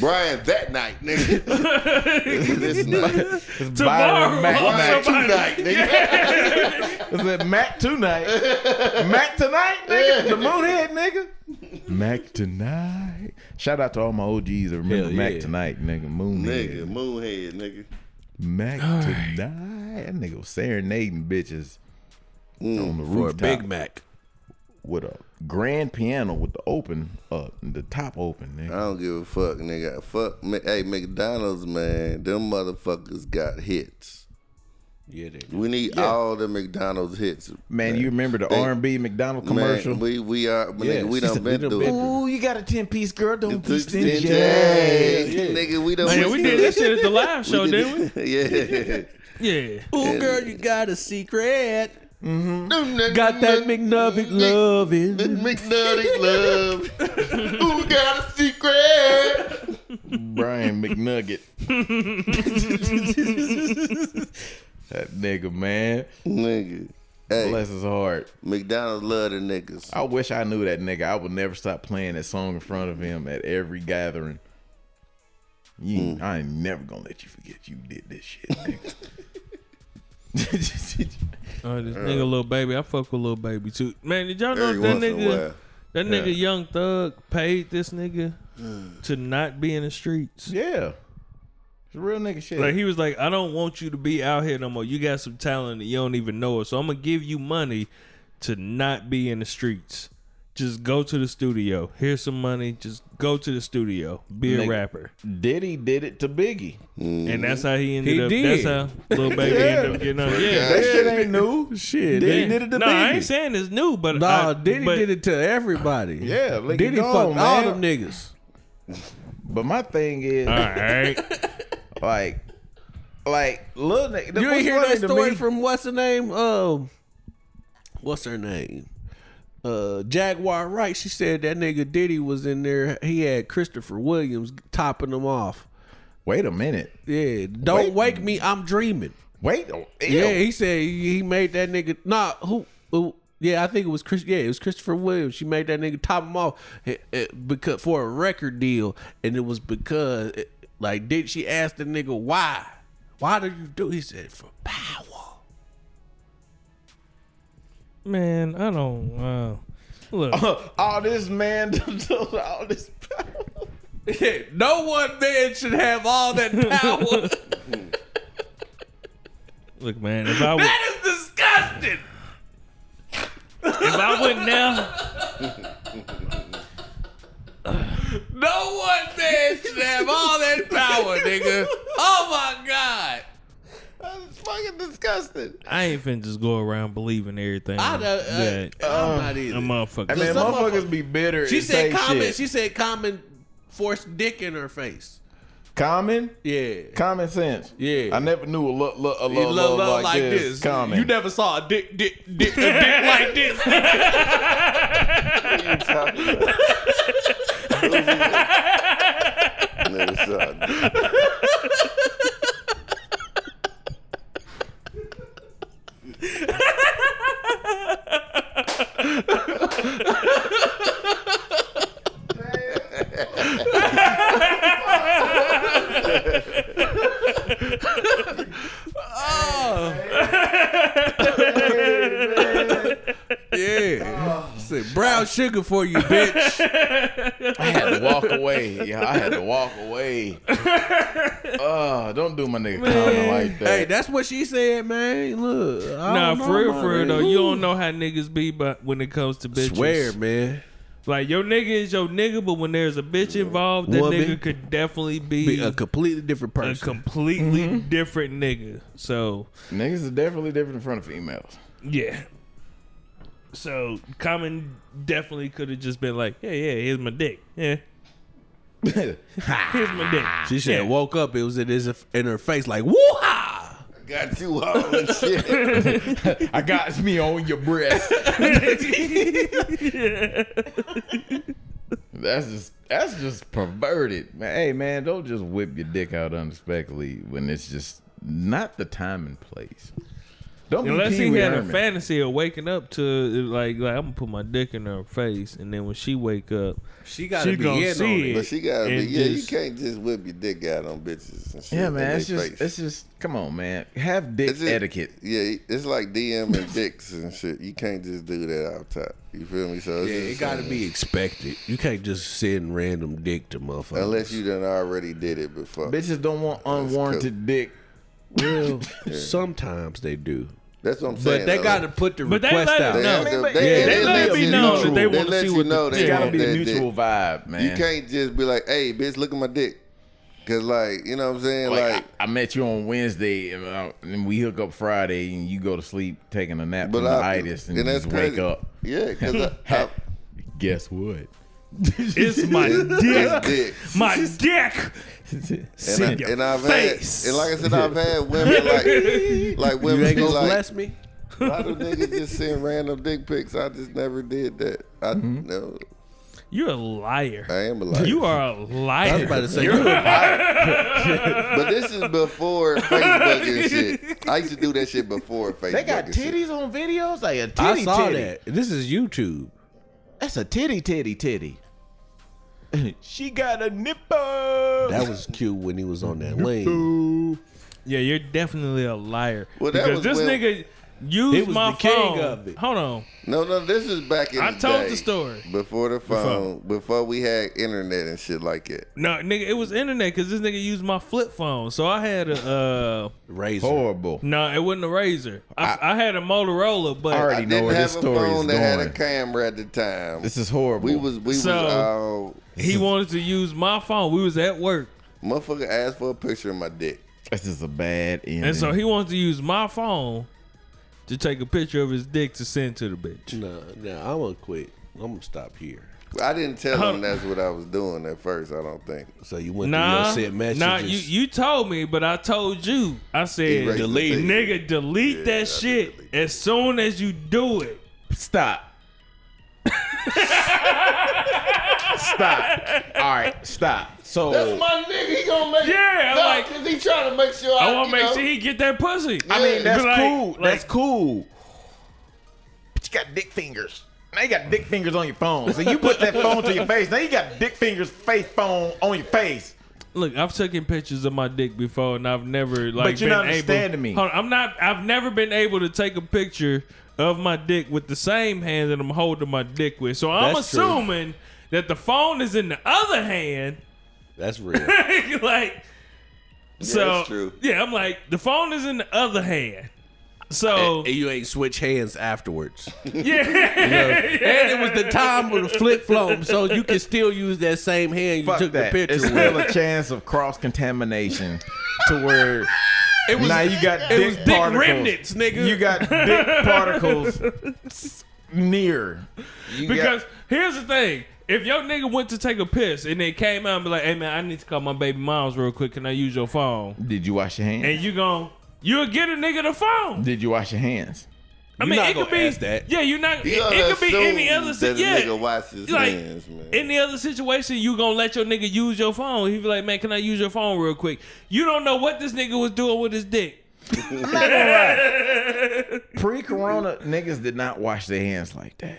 Speaker 2: *laughs* Brian that night, *laughs* nigga. this night.
Speaker 3: It's
Speaker 4: Tomorrow,
Speaker 3: Byron McKnight.
Speaker 2: Brian
Speaker 4: somebody-
Speaker 2: tonight, nigga.
Speaker 3: Is it Mac tonight? Mac tonight, nigga? The Moonhead, nigga? Mac tonight. Shout out to all my OGs that remember
Speaker 1: Hell
Speaker 3: Mac
Speaker 1: yeah.
Speaker 3: tonight, nigga.
Speaker 2: nigga,
Speaker 3: Moonhead.
Speaker 2: moonhead, nigga.
Speaker 3: Mac tonight. That nigga was serenading bitches on the
Speaker 1: For a
Speaker 3: rooftop
Speaker 1: Big Mac.
Speaker 3: with a grand piano with the open up, the top open, nigga.
Speaker 2: I don't give a fuck, nigga. Fuck, Ma- hey McDonald's, man. Them motherfuckers got hits.
Speaker 1: Yeah, they
Speaker 2: We need all the McDonald's hits.
Speaker 3: Man, you remember the
Speaker 2: They-
Speaker 3: R&B McDonald
Speaker 2: Man,
Speaker 3: commercial?
Speaker 2: we we are,
Speaker 1: Yeah,
Speaker 2: nigga. *laughs* We
Speaker 1: she's a
Speaker 2: done been
Speaker 1: little
Speaker 2: through
Speaker 1: bit-
Speaker 2: it.
Speaker 3: Ooh, you got a 10-piece girl, don't be
Speaker 2: Stingy.
Speaker 3: stingy.
Speaker 2: Nigga, we done.
Speaker 4: Man, we did that shit at the live show, didn't we?
Speaker 2: *laughs* yeah.
Speaker 4: Yeah.
Speaker 1: Ooh, girl, you got a secret.
Speaker 2: Got
Speaker 1: Got that McNugget loving.
Speaker 2: *laughs* McNutty love. Who got a secret?
Speaker 3: Brian *laughs* McNugget. that nigga, man.
Speaker 2: nigga. Hey,
Speaker 3: Bless his heart.
Speaker 2: McDonald's love the niggas.
Speaker 3: I wish I knew that nigga. I would never stop playing that song in front of him at every gathering. You,
Speaker 1: Hmm.
Speaker 3: I ain't never gonna let you forget you did this shit. nigga.
Speaker 1: *laughs*
Speaker 3: *laughs*
Speaker 4: Oh, this nigga, little baby, I fuck with little baby too. Man, did y'all know
Speaker 2: Every
Speaker 4: that
Speaker 2: once in a
Speaker 4: nigga,
Speaker 2: while.
Speaker 4: that nigga, Young Thug, paid this nigga
Speaker 2: Mm.
Speaker 4: to not be in the streets.
Speaker 3: yeah, it's real nigga shit.
Speaker 4: Like he was like, I don't want you to be out here no more. You got some talent that you don't even know it. So I'm gonna give you money to not be in the streets. Just go to the studio. Here's some money. Just go to the studio. Be a
Speaker 3: Nigga.
Speaker 4: rapper.
Speaker 3: Diddy did it to Biggie.
Speaker 2: Mm-hmm.
Speaker 4: And that's how he ended
Speaker 1: He
Speaker 4: up.
Speaker 1: did.
Speaker 4: That's how
Speaker 2: *laughs*
Speaker 4: little baby ended up getting on. Yeah.
Speaker 3: That shit
Speaker 4: *laughs*
Speaker 3: ain't new.
Speaker 1: Shit,
Speaker 3: Diddy
Speaker 4: Yeah.
Speaker 3: did it to
Speaker 4: no, I ain't
Speaker 3: Biggie.
Speaker 4: saying it's new, but
Speaker 1: Nah,
Speaker 4: I,
Speaker 1: Diddy
Speaker 4: but
Speaker 1: did it to everybody.
Speaker 3: Yeah, lick it
Speaker 1: Diddy
Speaker 3: gone,
Speaker 1: fucked all
Speaker 3: man.
Speaker 1: them niggas.
Speaker 3: But my thing is,
Speaker 4: All right,
Speaker 3: *laughs* like, like little nigga.
Speaker 1: You ain't hear that story from what's her name? Um, what's her name? Uh, Jaguar Wright. She said that nigga Diddy was in there. He had Christopher Williams topping him off.
Speaker 3: Wait a minute.
Speaker 1: Yeah, don't wake me. I'm dreaming.
Speaker 3: Wait. oh, ew.
Speaker 1: Yeah, he said he made that nigga. Nah, who? who yeah, I think it was Chris. Yeah, it was Christopher Williams. She made that nigga top him off eh, eh, because for a record deal, and it was because eh, like did she ask the nigga why? Why did you do? He said for power.
Speaker 4: man. I don't. Uh, look,
Speaker 3: *laughs*
Speaker 1: Uh-huh.
Speaker 3: all this man, *laughs* all this.
Speaker 1: *laughs* Yeah, no one man should have all *laughs* that power.
Speaker 4: look, man. If I would,
Speaker 1: that is disgusting.
Speaker 4: if I would now,
Speaker 1: No one man should have all that power, nigga. Oh my god.
Speaker 2: That's fucking disgusting.
Speaker 4: I ain't finna just go around believing everything.
Speaker 1: I don't.
Speaker 4: that
Speaker 1: Uh, I'm not
Speaker 4: a
Speaker 1: either.
Speaker 4: motherfucker.
Speaker 3: I mean,
Speaker 1: some
Speaker 3: motherfuckers be bitter.
Speaker 1: She
Speaker 3: and
Speaker 1: said
Speaker 3: say
Speaker 1: common.
Speaker 3: shit.
Speaker 1: She said common forced dick in her face.
Speaker 3: common,
Speaker 1: Yeah.
Speaker 3: common sense.
Speaker 1: Yeah.
Speaker 3: I never knew a look, look, a
Speaker 1: You
Speaker 3: look,
Speaker 1: love,
Speaker 3: look,
Speaker 1: love
Speaker 3: like, this. Common.
Speaker 1: You never saw a dick, dick, dick, a dick like this.
Speaker 2: Never saw *laughs* it.
Speaker 1: Yeah. Said brown sugar for you, bitch.
Speaker 3: I had to walk away. Yeah, I had to walk
Speaker 1: *laughs*
Speaker 3: away. Oh, don't do my nigga common like that.
Speaker 1: hey, that's what she said, man. Look. I
Speaker 4: nah,
Speaker 1: don't know,
Speaker 4: for real,
Speaker 1: my
Speaker 4: for real
Speaker 1: nigga.
Speaker 4: though. You don't know how niggas be, but when it comes to bitches,
Speaker 1: Swear, man.
Speaker 4: like your nigga is your nigga, but when there's a bitch involved, that
Speaker 1: Woman.
Speaker 4: nigga could definitely be,
Speaker 1: Be a completely different
Speaker 4: a
Speaker 1: person. Mm-hmm.
Speaker 4: completely different nigga. So
Speaker 3: Niggas is definitely different in front of females.
Speaker 4: yeah. So Common definitely could have just been like, yeah, yeah, here's my dick,
Speaker 1: *laughs*
Speaker 4: yeah, here's my dick.
Speaker 1: she should have
Speaker 4: Yeah.
Speaker 1: woke up. It was in, his, in her face, like woo ha.
Speaker 2: Got you all and *laughs* shit.
Speaker 3: I got me on your breast. *laughs* That's just that's just perverted. Man, hey man, don't just whip your dick out unexpectedly when it's just not the time and place. Don't
Speaker 4: Unless
Speaker 3: be
Speaker 4: he
Speaker 3: Pee-wee
Speaker 4: had a
Speaker 3: Herman.
Speaker 4: fantasy of waking up to like, like I'm gonna put my dick in her face, and then when she wake up,
Speaker 1: She gotta
Speaker 4: She
Speaker 1: be
Speaker 4: gonna
Speaker 1: in
Speaker 4: see
Speaker 1: on
Speaker 4: it.
Speaker 1: it.
Speaker 2: But she gotta be,
Speaker 4: And
Speaker 2: yeah, you
Speaker 4: just-
Speaker 2: can't just whip your dick out on bitches and shit.
Speaker 3: Yeah,
Speaker 2: in
Speaker 3: man, it's
Speaker 2: they
Speaker 3: just
Speaker 2: face.
Speaker 3: it's just come on, man. Have dick
Speaker 2: It's just-
Speaker 3: etiquette.
Speaker 2: Yeah, it's like DM and dicks and shit. You can't just do that off top. You feel me? So it's
Speaker 1: Yeah, it
Speaker 2: just- uh,
Speaker 1: gotta be expected. You can't just send random dick to motherfuckers.
Speaker 2: unless you done already did it before.
Speaker 3: Bitches don't want unwarranted dick.
Speaker 1: well, *laughs* sometimes they do,
Speaker 2: That's what I'm saying.
Speaker 1: but they
Speaker 2: though.
Speaker 1: gotta put the
Speaker 4: But they
Speaker 1: request
Speaker 4: let
Speaker 1: out.
Speaker 4: it know.
Speaker 2: have to-
Speaker 3: They-
Speaker 2: they-
Speaker 1: yeah, they let
Speaker 2: let
Speaker 1: me
Speaker 2: you
Speaker 1: know that they
Speaker 2: They
Speaker 4: wanna
Speaker 2: let
Speaker 4: see
Speaker 2: you
Speaker 4: what the
Speaker 2: know
Speaker 4: dick
Speaker 2: they
Speaker 3: It's gotta
Speaker 2: want
Speaker 3: be a
Speaker 2: that dick.
Speaker 3: mutual vibe, man.
Speaker 2: You can't just be like, "Hey, bitch, look at my dick," because like you know what I'm saying.
Speaker 3: Like,
Speaker 2: Like,
Speaker 3: I, I met you on Wednesday, and, uh, and we hook up Friday, and you go to sleep taking a nap
Speaker 2: but
Speaker 3: from the
Speaker 2: I,
Speaker 3: itis, and, you just wake
Speaker 2: crazy.
Speaker 3: up.
Speaker 2: Yeah, because I, I,
Speaker 3: Guess what?
Speaker 4: it's my dick,
Speaker 2: it's dick.
Speaker 4: my dick.
Speaker 2: And, I,
Speaker 4: in your
Speaker 2: and I've
Speaker 4: face.
Speaker 2: had, and like I said, I've had women like, like women
Speaker 1: You ain't
Speaker 2: be
Speaker 1: gonna
Speaker 2: like,
Speaker 1: bless me.
Speaker 3: Mm-hmm.
Speaker 2: why do niggas just send random dick pics? I just never did that. I know.
Speaker 4: You're a liar.
Speaker 2: I am a liar.
Speaker 4: You are a liar.
Speaker 1: I was about to say,
Speaker 2: But this is
Speaker 3: *laughs*
Speaker 2: before Facebook and shit. I used to do that shit before Facebook.
Speaker 7: They got
Speaker 2: and shit.
Speaker 7: titties on videos? Like a titty
Speaker 1: I saw
Speaker 7: titty.
Speaker 1: that. This is YouTube.
Speaker 7: That's a titty titty titty. she got a nipple.
Speaker 1: That was cute when he was on that lane.
Speaker 4: *laughs* Yeah, you're definitely a liar.
Speaker 2: Well, that was
Speaker 4: because this
Speaker 2: when-
Speaker 4: nigga used
Speaker 1: He was
Speaker 4: my
Speaker 1: the king
Speaker 4: phone.
Speaker 1: of it.
Speaker 4: Hold on.
Speaker 2: No, no, this is back in.
Speaker 4: I
Speaker 2: the
Speaker 4: told
Speaker 2: day,
Speaker 4: the story.
Speaker 2: before the phone, before. we had internet and shit like that.
Speaker 4: No, nigga, it was internet because this nigga used my flip phone. So I had a uh
Speaker 1: Razor.
Speaker 3: Horrible.
Speaker 4: no, it wasn't a razor. I, I, had a Motorola, but
Speaker 3: All right.
Speaker 2: I
Speaker 3: already know
Speaker 2: didn't
Speaker 3: where
Speaker 2: have
Speaker 3: this
Speaker 2: a
Speaker 3: story is
Speaker 2: phone that had a
Speaker 3: going.
Speaker 2: camera at the time.
Speaker 3: This is horrible.
Speaker 2: we was we
Speaker 4: So-
Speaker 2: was all
Speaker 4: he wanted to use my phone. We was at work,
Speaker 2: motherfucker asked for a picture of my dick.
Speaker 3: this is a bad ending.
Speaker 4: and so he wanted to use my phone to take a picture of his dick to send to the bitch.
Speaker 1: No, no, I'm gonna quit. I'm gonna stop here.
Speaker 2: I didn't tell him that's what I was doing at first. I don't think.
Speaker 1: So you went
Speaker 4: Nah,
Speaker 1: through your set messages.
Speaker 4: nah, you you told me, but I told you. I
Speaker 2: He
Speaker 4: said,
Speaker 2: raised the
Speaker 1: delete.
Speaker 2: thing.
Speaker 4: nigga, delete that shit as soon as you do it.
Speaker 3: Stop. stop. All right, stop. So
Speaker 7: That's my nigga. He gonna make
Speaker 4: Yeah,
Speaker 7: no,
Speaker 4: like-
Speaker 7: 'cause he trying to make sure. I,
Speaker 4: I want
Speaker 7: you
Speaker 4: to make
Speaker 7: know,
Speaker 4: sure he get that pussy.
Speaker 3: Uh, I mean, that's
Speaker 4: Like-
Speaker 3: cool.
Speaker 4: like-
Speaker 3: that's cool. But you got dick fingers. Now you got dick fingers on your phone. So you put that phone to your face. Now you got dick fingers, face phone on your face.
Speaker 4: Look, I've taken pictures of my dick before, and I've never like.
Speaker 3: you're
Speaker 4: been
Speaker 3: not understanding
Speaker 4: able,
Speaker 3: me.
Speaker 4: Hold on, I'm not. I've never been able to take a picture of my dick with the same hand that I'm holding my dick with. So I'm
Speaker 1: That's true.
Speaker 4: assuming that the phone is in the other hand. *laughs*
Speaker 1: That's real.
Speaker 4: like, so
Speaker 2: that's true.
Speaker 4: yeah, I'm like the phone is in the other hand. So
Speaker 1: and you ain't switch hands
Speaker 4: *laughs*
Speaker 1: afterwards.
Speaker 4: Oh. yeah,
Speaker 1: And it was the time with the flip flop, so you can still use that same hand you
Speaker 3: Fuck
Speaker 1: took
Speaker 3: that.
Speaker 1: the picture
Speaker 3: It's
Speaker 1: with.
Speaker 3: still a chance of cross contamination to where
Speaker 1: *laughs* it was,
Speaker 3: now you got
Speaker 1: it
Speaker 3: dick,
Speaker 1: was dick
Speaker 3: particles.
Speaker 1: remnants, nigga.
Speaker 3: You got
Speaker 1: *laughs*
Speaker 3: dick particles s- near.
Speaker 7: you
Speaker 4: Because here's the thing. If your nigga went to take a piss and then came out and be like, hey man, I need to call my baby moms real quick. Can I use your phone?
Speaker 3: Did you wash your hands?
Speaker 4: And you gon' you'll get a nigga the phone.
Speaker 3: Did you wash your hands?
Speaker 4: I mean,
Speaker 1: not
Speaker 4: it could
Speaker 1: gonna
Speaker 4: be
Speaker 1: ask that.
Speaker 4: Yeah, you're not. It,
Speaker 2: You gotta
Speaker 4: it could be any
Speaker 2: assume
Speaker 4: other
Speaker 2: that a
Speaker 4: situation.
Speaker 2: nigga
Speaker 4: Yeah,
Speaker 2: watches
Speaker 4: like,
Speaker 2: hands, man.
Speaker 4: any other situation, you gonna let your nigga use your phone? He be like, man, can I use your phone real quick? You don't know what this nigga was doing with his dick.
Speaker 3: Pre-corona niggas did not wash their hands like that.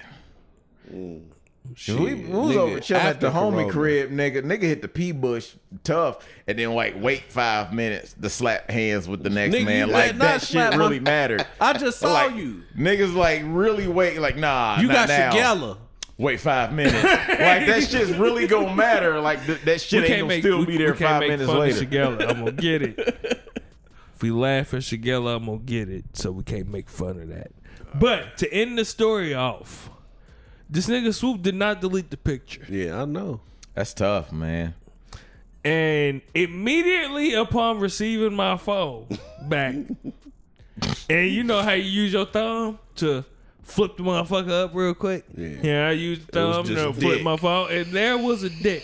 Speaker 1: Shit,
Speaker 3: We, we was
Speaker 1: nigga,
Speaker 3: over chilling at the
Speaker 1: after
Speaker 3: homie
Speaker 1: Corona.
Speaker 3: crib, nigga. Nigga hit the pee bush tough, and then like wait five minutes to slap hands with the next
Speaker 1: Nigga,
Speaker 3: man.
Speaker 1: you
Speaker 3: Like
Speaker 1: better not
Speaker 3: that shit
Speaker 1: slap my-
Speaker 3: really mattered.
Speaker 1: *laughs* I just saw
Speaker 3: like
Speaker 1: you.
Speaker 3: niggas like really wait. Like nah,
Speaker 1: You got
Speaker 3: not now.
Speaker 1: Shigella.
Speaker 3: Wait five
Speaker 1: *laughs*
Speaker 3: minutes. like that shit's really gonna matter. Like th- that shit ain't gonna still be there five minutes
Speaker 4: fun of
Speaker 3: later.
Speaker 4: Shigella. I'm gonna get it. *laughs* if we laugh at Shigella, I'm gonna get it. So we can't make fun of that. But to end the story off, this nigga Swoop did not delete the picture,
Speaker 1: Yeah, I know.
Speaker 3: That's tough, man.
Speaker 4: and immediately upon receiving my phone back, and you know how you use your thumb to. Flip the motherfucker up real quick. Yeah, I used the
Speaker 1: was
Speaker 4: thumb to
Speaker 1: just
Speaker 4: flip
Speaker 1: dick.
Speaker 4: my phone, and there was
Speaker 1: *laughs*
Speaker 4: a dick.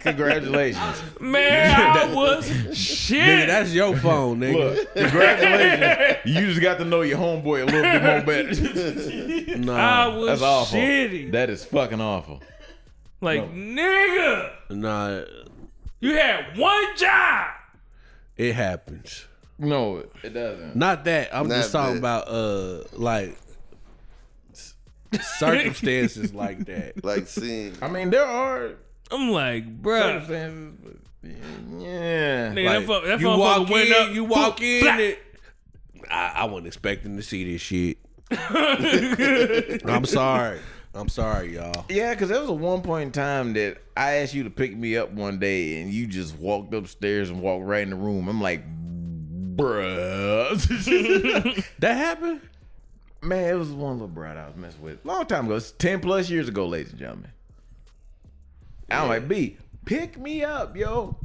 Speaker 3: Congratulations,
Speaker 4: Man, I was shit.
Speaker 1: *laughs* Nigga, that's your phone, nigga.
Speaker 3: congratulations. You just got to know your homeboy a little bit
Speaker 1: *laughs*
Speaker 3: more better.
Speaker 4: I
Speaker 1: nah,
Speaker 4: was
Speaker 3: That's awful.
Speaker 4: shitty.
Speaker 3: That is fucking awful.
Speaker 4: like, nigga,
Speaker 1: nah,
Speaker 4: you had one job.
Speaker 1: it happens.
Speaker 3: No, it doesn't.
Speaker 1: Not that. I'm
Speaker 2: Not
Speaker 1: just talking
Speaker 2: that.
Speaker 1: about uh like circumstances like that.
Speaker 4: *laughs*
Speaker 2: like seeing
Speaker 3: I mean, there are
Speaker 4: I'm like, bruh.
Speaker 3: circumstances, but yeah.
Speaker 4: Nigga, that
Speaker 1: Like,
Speaker 4: fuck, that
Speaker 1: you
Speaker 4: motherfucker
Speaker 1: walk
Speaker 4: went
Speaker 1: in,
Speaker 4: up.
Speaker 1: you walk
Speaker 4: boop,
Speaker 1: in.
Speaker 4: flap.
Speaker 1: It, I, I wasn't expecting to see this shit. I'm sorry. I'm sorry, y'all.
Speaker 3: Yeah, because there was a one point in time that I asked you to pick me up one day, and you just walked upstairs and walked right in the room. I'm like, *laughs* bruh.
Speaker 1: That happened?
Speaker 3: Man, it was one little brat I was messing with. Long time ago. It's 10 plus years ago, ladies and gentlemen. I'm like, B, pick me up, yo.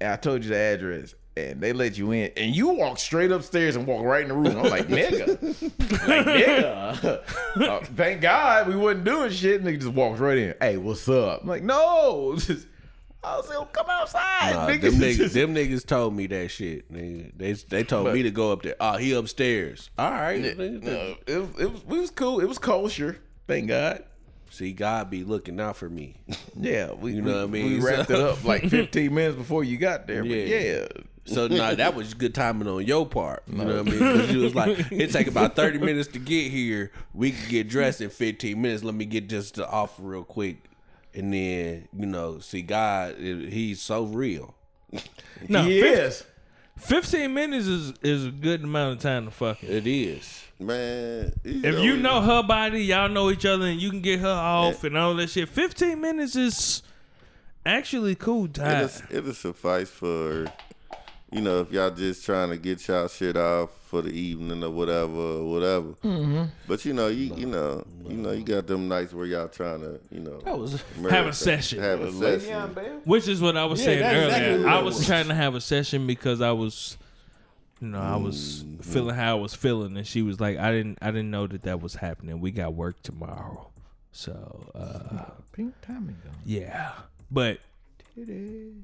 Speaker 3: And I told you the address. And they let you in. And you walk straight upstairs and walk right in the room. I'm like, nigga.
Speaker 1: *laughs*
Speaker 3: like, nigga. Uh, thank God we wasn't doing shit. Nigga just walked right in. Hey, what's up? I'm like, no. *laughs* Just, I was like, come outside,
Speaker 1: Nah,
Speaker 3: nigga.
Speaker 1: them,
Speaker 3: *laughs*
Speaker 1: niggas, them niggas told me that shit. nigga. They they told me to go up there. Oh, he upstairs. Ah, All right. nigga.
Speaker 3: No, it, was- it was we was cool. It was kosher. Thank God.
Speaker 1: See, God be looking out for me. *laughs*
Speaker 3: Yeah, we
Speaker 1: You know
Speaker 3: we-
Speaker 1: what I mean?
Speaker 3: We wrapped it
Speaker 1: *laughs*
Speaker 3: up like 15 minutes before you got there. But
Speaker 1: Yeah.
Speaker 3: yeah,
Speaker 1: So *laughs* nah, that was good timing on your part. You know what I mean? Because you was like, *laughs* it take about thirty minutes to get here. We can get dressed in fifteen minutes. Let me get just the offer real quick, and then you know, see God, it- he's so real.
Speaker 4: *laughs*
Speaker 1: *laughs*
Speaker 4: No, fif-
Speaker 3: yes.
Speaker 4: 15 minutes is, is a good amount of time to fuck. it.
Speaker 1: It is.
Speaker 2: Man,
Speaker 4: If you know her body, y'all know each other, and you can get her off and all that shit. 15 minutes is actually cool time.
Speaker 2: it'll, it'll suffice for you know if y'all just trying to get y'all shit off for the evening or whatever or whatever but you know you you know you know you got them nights where y'all trying to you know
Speaker 1: was-
Speaker 2: marathon-
Speaker 4: Have a session.
Speaker 2: have a session
Speaker 4: Which is what I was saying
Speaker 1: that's
Speaker 4: earlier.
Speaker 1: exactly what
Speaker 4: I
Speaker 1: it
Speaker 4: was,
Speaker 1: was.
Speaker 4: trying to have a session because I was, you know, I was
Speaker 1: Mm-hmm.
Speaker 4: feeling how I was feeling, and she was like, "I didn't, I didn't know that that was happening. We got work tomorrow, so uh,
Speaker 3: Pink timing.
Speaker 4: yeah." But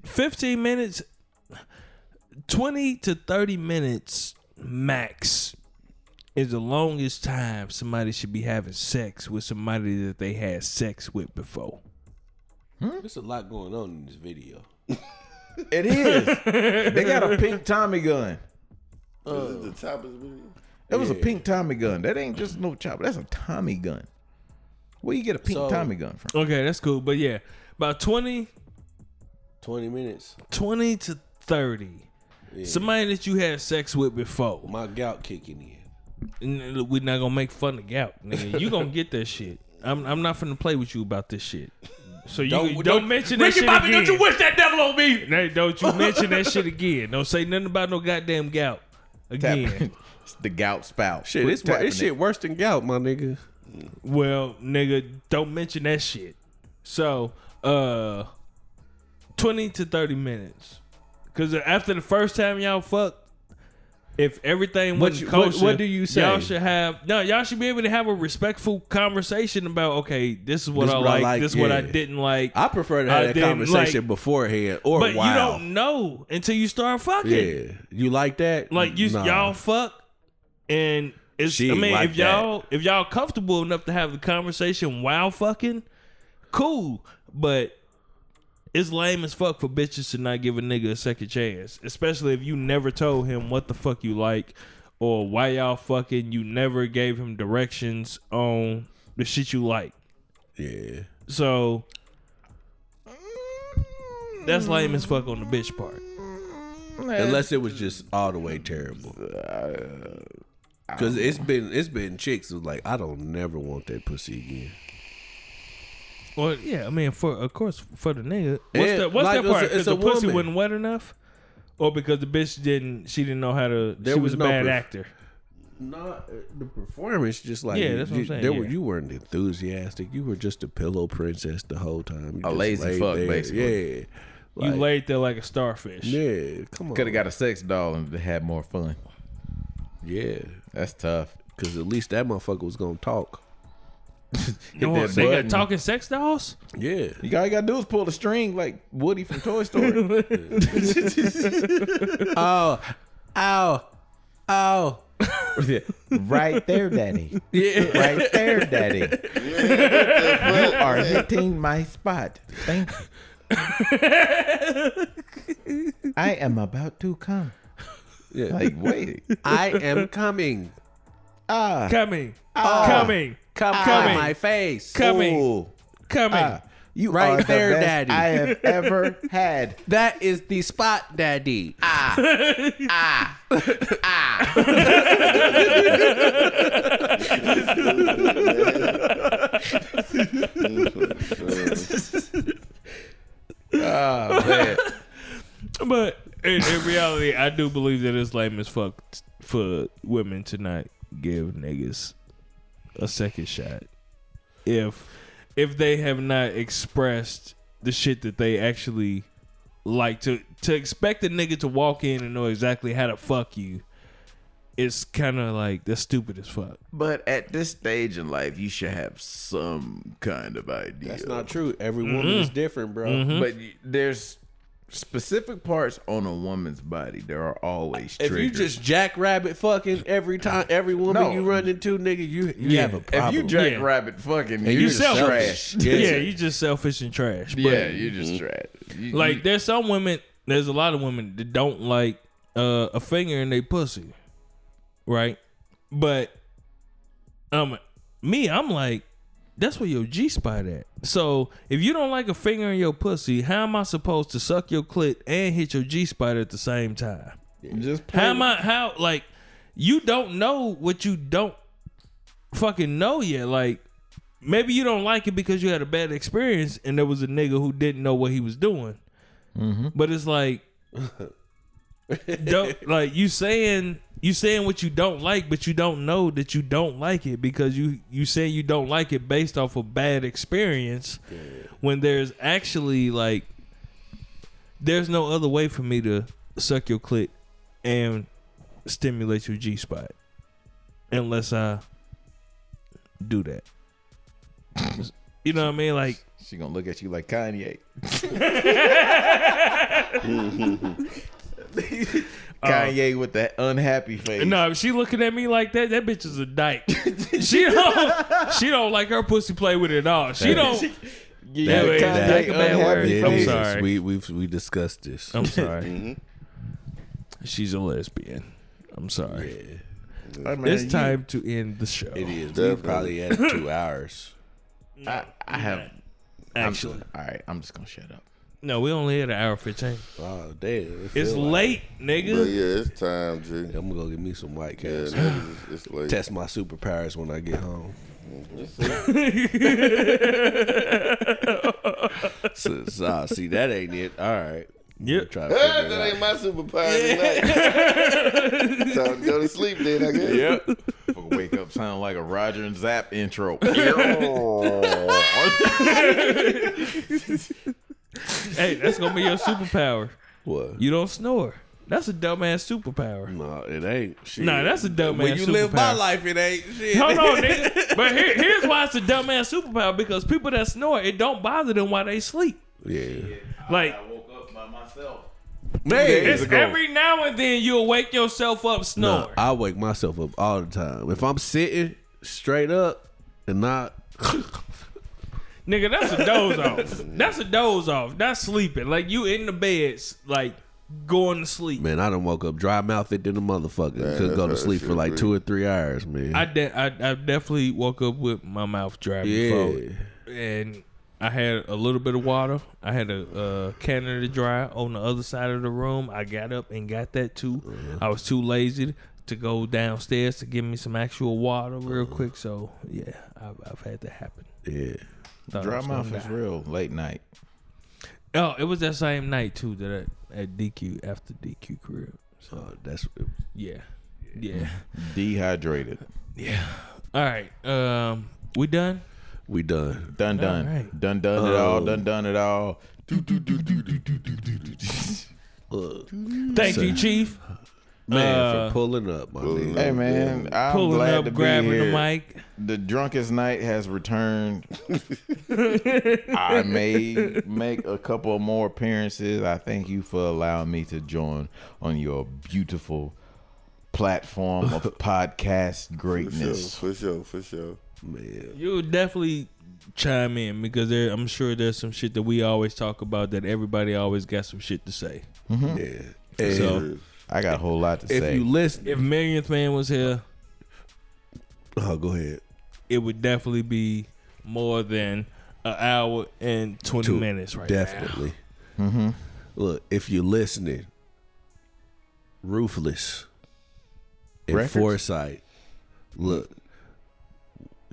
Speaker 4: fifteen minutes, twenty to thirty minutes max is the longest time somebody should be having sex with somebody that they had sex with before.
Speaker 1: There's a lot going on in this video. *laughs*
Speaker 3: It is. they got a pink Tommy gun.
Speaker 2: This is the top of the
Speaker 4: *laughs*
Speaker 2: video.
Speaker 3: That was a pink Tommy gun. That ain't just no chopper. That's a Tommy gun. Where you get a pink
Speaker 1: So-
Speaker 3: Tommy gun from?
Speaker 1: *laughs*
Speaker 4: Okay, that's cool. But yeah, about 20,
Speaker 1: Twenty minutes.
Speaker 4: 20 to 30. Somebody that you had sex with before.
Speaker 1: My gout kicking in.
Speaker 4: N- look, We're not going to make fun of gout. Nigga. You going to get that shit. I'm, I'm not finna play with you about this shit. So you don't, mention that shit again. Don't you wish that devil on me? don't you mention that shit again. Don't say nothing about no goddamn gout
Speaker 1: *laughs*
Speaker 4: again.
Speaker 3: It's *laughs* the gout spout.
Speaker 1: Shit,
Speaker 3: Quit
Speaker 1: it's wor-
Speaker 3: tapping
Speaker 1: it's
Speaker 3: it.
Speaker 1: shit worse than gout, my nigga.
Speaker 4: Well, nigga, don't mention that shit. So, uh, twenty to thirty minutes, because after the first time y'all fucked, if everything
Speaker 1: What
Speaker 4: was
Speaker 1: you-
Speaker 4: kosher,
Speaker 1: what- what do you say?
Speaker 4: Y'all should have no. Y'all should be able to have a respectful conversation about okay, this is what, I, like, this is what I
Speaker 1: yeah.
Speaker 4: didn't like.
Speaker 1: I prefer to have
Speaker 4: I
Speaker 1: that
Speaker 4: didn't
Speaker 1: conversation
Speaker 4: like-
Speaker 1: beforehand or
Speaker 4: but you
Speaker 1: while.
Speaker 4: don't know until you start fucking.
Speaker 1: yeah, you like that?
Speaker 4: Like you,
Speaker 1: Nah.
Speaker 4: y'all fuck, and it's.
Speaker 1: She
Speaker 4: I mean,
Speaker 1: like
Speaker 4: if y'all if y'all comfortable enough to have the conversation while fucking, cool. But it's lame as fuck for bitches to not give a nigga a second chance, especially if you never told him what the fuck you like or why y'all fucking. You never gave him directions on the shit you like.
Speaker 1: Yeah.
Speaker 4: So that's lame as fuck on the bitch part.
Speaker 1: Unless it was just all the way terrible. Cause it's been it's been chicks who's like I don't never want that pussy again.
Speaker 4: Well, yeah, I mean, for of course, for the nigga, what's
Speaker 1: Yeah,
Speaker 4: that? What's
Speaker 1: like,
Speaker 4: that
Speaker 1: it's a-
Speaker 4: part?
Speaker 1: it's
Speaker 4: Because
Speaker 1: a
Speaker 4: the pussy
Speaker 1: woman.
Speaker 4: wasn't wet enough, or because the bitch didn't? She didn't know how to.
Speaker 1: There
Speaker 4: she
Speaker 1: was
Speaker 4: was, a
Speaker 1: no
Speaker 4: bad
Speaker 1: proof.
Speaker 4: actor.
Speaker 1: Not uh, the performance, just like
Speaker 4: Yeah, that's what I'm saying,
Speaker 1: There were
Speaker 4: yeah.
Speaker 1: you weren't enthusiastic. You were just a pillow princess the whole time. You
Speaker 3: A
Speaker 1: just
Speaker 3: lazy
Speaker 1: laid
Speaker 3: fuck,
Speaker 1: there.
Speaker 3: basically.
Speaker 1: Yeah,
Speaker 4: you laid there like a starfish.
Speaker 1: yeah. Come on,
Speaker 3: Could have got a sex doll and had more fun.
Speaker 1: yeah.
Speaker 3: That's tough.
Speaker 1: Cause at least that motherfucker was gonna talk.
Speaker 4: you know
Speaker 3: hit
Speaker 4: what?
Speaker 3: that
Speaker 4: They
Speaker 3: button.
Speaker 4: got talking sex dolls. *laughs*
Speaker 1: Yeah,
Speaker 3: You all you gotta do is pull the string like Woody from Toy
Speaker 1: *laughs*
Speaker 3: Story. *laughs*
Speaker 1: Oh, ow, ow.
Speaker 3: oh, right there, Daddy.
Speaker 1: Yeah.
Speaker 3: Right there, Daddy. you are hitting my spot. Thank you. I am about to come.
Speaker 1: Yeah.
Speaker 3: Like, wait.
Speaker 1: I am coming.
Speaker 3: Ah.
Speaker 4: Coming, coming,
Speaker 1: Come
Speaker 4: Coming.
Speaker 1: on my face.
Speaker 4: Coming.
Speaker 1: Ooh.
Speaker 4: coming.
Speaker 3: ah, You
Speaker 1: Right
Speaker 3: are the
Speaker 1: there,
Speaker 3: best
Speaker 1: Daddy.
Speaker 3: I have ever had.
Speaker 1: *laughs* That is the spot, Daddy. Ah,
Speaker 2: Mm-hmm.
Speaker 1: Oh,
Speaker 4: But in, in reality, I do believe that it's lame as fuck t- for women to not give niggas a second shot if if they have not expressed the shit that they actually like to to expect a nigga to walk in and know exactly how to fuck you it's kind of like that's stupid as fuck.
Speaker 3: But at this stage in life, you should have some kind of idea.
Speaker 1: That's not true. Every woman
Speaker 4: Mm-hmm.
Speaker 1: is different, bro.
Speaker 4: Hmm?
Speaker 3: But you, there's specific parts on a woman's body. There are always
Speaker 1: If
Speaker 3: triggers.
Speaker 1: you just jackrabbit fucking every time, every woman
Speaker 3: No.
Speaker 1: you run into, nigga, you you
Speaker 4: Yeah.
Speaker 1: have a
Speaker 4: If you
Speaker 1: problem.
Speaker 3: if you jack
Speaker 4: Yeah.
Speaker 3: rabbit fucking, you
Speaker 4: you
Speaker 3: just
Speaker 4: selfish.
Speaker 3: trash.
Speaker 4: Yeah, you just selfish and trash. *laughs* But Mm-hmm.
Speaker 3: Yeah, you just trash. You-
Speaker 4: like there's some women, there's a lot of women that don't like uh, a finger in their pussy, right? But um, me, I'm like, that's where your G spot at. So if you don't like a finger in your pussy, how am I supposed to suck your clit and hit your G spot at the same time?
Speaker 3: you just
Speaker 4: How am I? How like you don't know what you don't fucking know yet? Like maybe you don't like it because you had a bad experience and there was a nigga who didn't know what he was doing. But it's like *laughs* don't like you saying you saying what you don't like, but you don't know that you don't like it because you you saying you don't like it based off a bad experience when there's actually like there's no other way for me to suck your clit and stimulate your G spot unless I do that. you know what I mean? *laughs* Like
Speaker 3: She gonna look at you like
Speaker 4: *laughs*
Speaker 3: Kanye. *laughs* Kanye with that unhappy face.
Speaker 4: No, if she looking at me like that, that bitch is a *laughs* dyke. she don't she don't like her pussy play with it at all. She don't
Speaker 3: you
Speaker 4: that-
Speaker 3: got
Speaker 4: that- that-
Speaker 3: Kanye
Speaker 4: that-
Speaker 3: unhappy
Speaker 4: that- I'm
Speaker 3: face.
Speaker 4: that- sorry.
Speaker 1: We we we discussed this.
Speaker 4: I'm
Speaker 1: *laughs*
Speaker 4: sorry.
Speaker 1: Mm-hmm.
Speaker 4: She's a lesbian. I'm sorry. it's time to end the show.
Speaker 1: It is. We
Speaker 2: Definitely.
Speaker 1: probably had *laughs* two hours.
Speaker 3: I, I have.
Speaker 4: Actually.
Speaker 3: all right, I'm just gonna shut up.
Speaker 4: No, we only had an hour fifteen.
Speaker 1: Oh damn! it
Speaker 4: It's
Speaker 1: feel like-
Speaker 4: late,
Speaker 2: But
Speaker 4: nigga.
Speaker 2: yeah, it's time, G.
Speaker 1: I'm gonna go get me some white
Speaker 2: Yeah,
Speaker 1: cats.
Speaker 2: niggas, it's- it's late.
Speaker 1: Test my superpowers when I get home.
Speaker 4: *laughs*
Speaker 1: so, so, ah, see, that ain't it. All right.
Speaker 4: Yep.
Speaker 1: Try to figure
Speaker 2: *laughs* Hey, that
Speaker 1: it
Speaker 2: ain't my superpower tonight. Time to go to sleep then, I guess.
Speaker 3: Yep. wake up sounding like a Roger and Zap *laughs* intro.
Speaker 4: hey, that's gonna be your superpower.
Speaker 1: out. *laughs* What?
Speaker 4: You don't snore. That's a dumbass superpower.
Speaker 1: No, it ain't. Shit.
Speaker 4: Nah, that's a dumbass
Speaker 1: When you live my
Speaker 4: superpower.
Speaker 1: life, it ain't shit.
Speaker 4: Hold on, nigga. *laughs* But here, here's why it's a dumbass superpower because people that snore, it don't bother them while they sleep.
Speaker 1: Yeah.
Speaker 4: Like,
Speaker 3: woke up by myself.
Speaker 4: it's every now and then you'll wake yourself up
Speaker 1: No,
Speaker 4: snoring.
Speaker 1: I wake myself up all the time. If I'm sitting straight up and not,
Speaker 4: Nigga, that's a doze *laughs* off. That's a doze off. That's sleeping. Like, you in the beds, like, going to sleep.
Speaker 1: man, I done woke up dry mouthed than a motherfucker. Couldn't
Speaker 2: that's
Speaker 1: go to
Speaker 2: how
Speaker 1: sleep
Speaker 2: shit
Speaker 1: for like
Speaker 2: be.
Speaker 1: two or three hours, man.
Speaker 4: I, de- I, I definitely woke up with my mouth dry
Speaker 1: Yeah.
Speaker 4: before. And I had a little bit of water. I had a uh, canner to dry on the other side of the room. I got up and got that too. I was too lazy to go downstairs to give me some actual water real quick. So, yeah, I've, I've had that happen.
Speaker 1: yeah.
Speaker 4: Thought I
Speaker 3: Dry
Speaker 4: was gonna
Speaker 3: mouth is
Speaker 4: die.
Speaker 3: real late night.
Speaker 4: Oh, it was that same night too that I, at DQ after DQ crib.
Speaker 1: So that's
Speaker 4: Yeah. Yeah.
Speaker 3: Dehydrated.
Speaker 4: All right. Um we done?
Speaker 1: we done.
Speaker 3: Done, done,
Speaker 4: right.
Speaker 3: done, done it all.
Speaker 1: Oh.
Speaker 3: Done, done it all. Do, do, do, do, do, do, do, do, do.
Speaker 1: Look,
Speaker 4: Thank you, Chief.
Speaker 1: man,
Speaker 4: Uh,
Speaker 1: for pulling up, my nigga.
Speaker 3: Hey man, I'm
Speaker 4: Pulling
Speaker 3: glad to
Speaker 4: up, grabbing
Speaker 3: be here.
Speaker 4: the mic.
Speaker 3: the drunkest night has
Speaker 4: *laughs*
Speaker 3: returned. I may make a couple more appearances. I thank you for allowing me to join on your beautiful platform *laughs* of podcast
Speaker 2: For sure,
Speaker 3: greatness.
Speaker 2: for sure, for sure.
Speaker 1: man.
Speaker 4: You'll definitely chime in because there I'm sure there's some shit that we always talk about that everybody always got some shit to say.
Speaker 1: Yeah. And
Speaker 4: So
Speaker 3: I got a whole lot to
Speaker 1: if
Speaker 3: say.
Speaker 1: you listen,
Speaker 4: if Millionth Man was here,
Speaker 1: oh, go ahead.
Speaker 4: it would definitely be more than an hour and twenty
Speaker 1: Two.
Speaker 4: minutes right now. Mm-hmm.
Speaker 1: Definitely. Look, if you're listening, ruthless and
Speaker 3: Records?
Speaker 1: foresight. Look,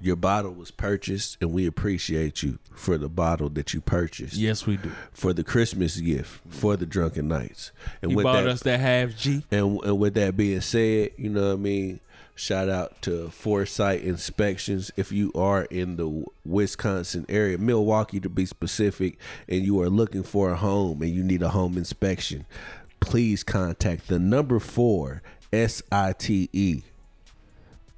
Speaker 1: your bottle was purchased, and we appreciate you for the bottle that you purchased
Speaker 4: Yes, we do.
Speaker 1: for the Christmas gift for the drunken nights. And
Speaker 4: You bought us that half G.
Speaker 1: And, and with that being said, you know what I mean? Shout out to Foresight Inspections. If you are in the Wisconsin area, Milwaukee to be specific, and you are looking for a home and you need a home inspection, please contact the number four S I T E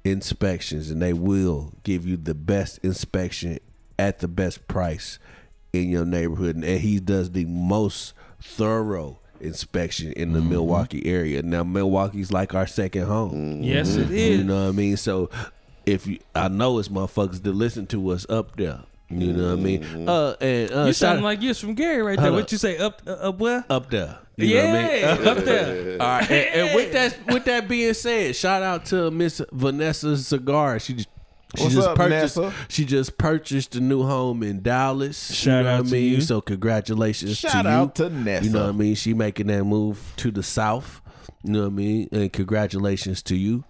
Speaker 1: inspections, and they will give you the best inspection at the best price in your neighborhood. And he does the most thorough inspection in
Speaker 4: Mm-hmm.
Speaker 1: the Milwaukee area. Now, Milwaukee's like our second home.
Speaker 4: Yes, Mm-hmm. it
Speaker 1: You
Speaker 4: is.
Speaker 1: know what I mean? So if you, I know it's motherfuckers that listen to us up there. You know what I
Speaker 4: Mm-hmm.
Speaker 1: mean? Uh, and uh,
Speaker 4: You
Speaker 1: shout
Speaker 4: sound like you're from Gary right there.
Speaker 1: Hold
Speaker 4: What
Speaker 1: up.
Speaker 4: you say? Up, uh, up where?
Speaker 1: up there. You know what I mean?
Speaker 4: yeah, up there.
Speaker 1: All right, and, and with that with that being said, shout out to Miss Vanessa Cigar. She just she
Speaker 7: What's
Speaker 1: just
Speaker 7: up,
Speaker 1: purchased
Speaker 7: Nessa?
Speaker 1: she just purchased a new home in Dallas.
Speaker 4: Shout
Speaker 1: know
Speaker 4: out
Speaker 1: what I
Speaker 4: to
Speaker 1: mean?
Speaker 4: you.
Speaker 1: So congratulations
Speaker 7: Shout
Speaker 1: to
Speaker 7: out
Speaker 1: you.
Speaker 7: to Nessa.
Speaker 1: You know what I mean? She making that move to the south. You know what I mean? And congratulations to you.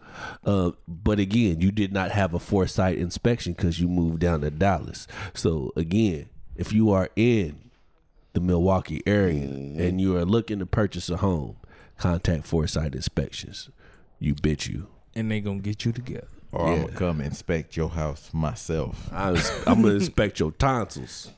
Speaker 1: Uh, but again, you did not have a foresight inspection because you moved down to Dallas. So again, if you are in the Milwaukee area and you are looking to purchase a home, contact Foresight Inspections. You bitch you.
Speaker 4: And they gonna get you together.
Speaker 7: Or I'm gonna come inspect your house myself.
Speaker 1: I, am gonna inspect your tonsils.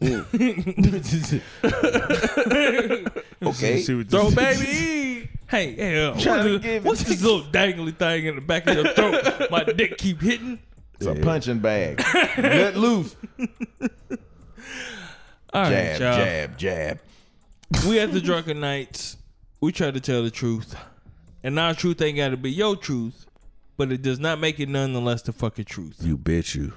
Speaker 7: Okay.
Speaker 4: *laughs* Throw baby. Hey, hey,
Speaker 7: Tryna
Speaker 4: uh, what the-
Speaker 7: give it
Speaker 4: what's
Speaker 7: to
Speaker 4: this little dangly thing in the back of your throat? My dick keep hitting.
Speaker 7: It's a punching bag. Let loose.
Speaker 4: All right,
Speaker 7: Jab,
Speaker 4: y'all.
Speaker 7: jab, jab.
Speaker 4: We at the drunken nights. We try to tell the truth, and our truth ain't gotta be your truth, but it does not make it none the less the fucking truth.
Speaker 1: You bitch you.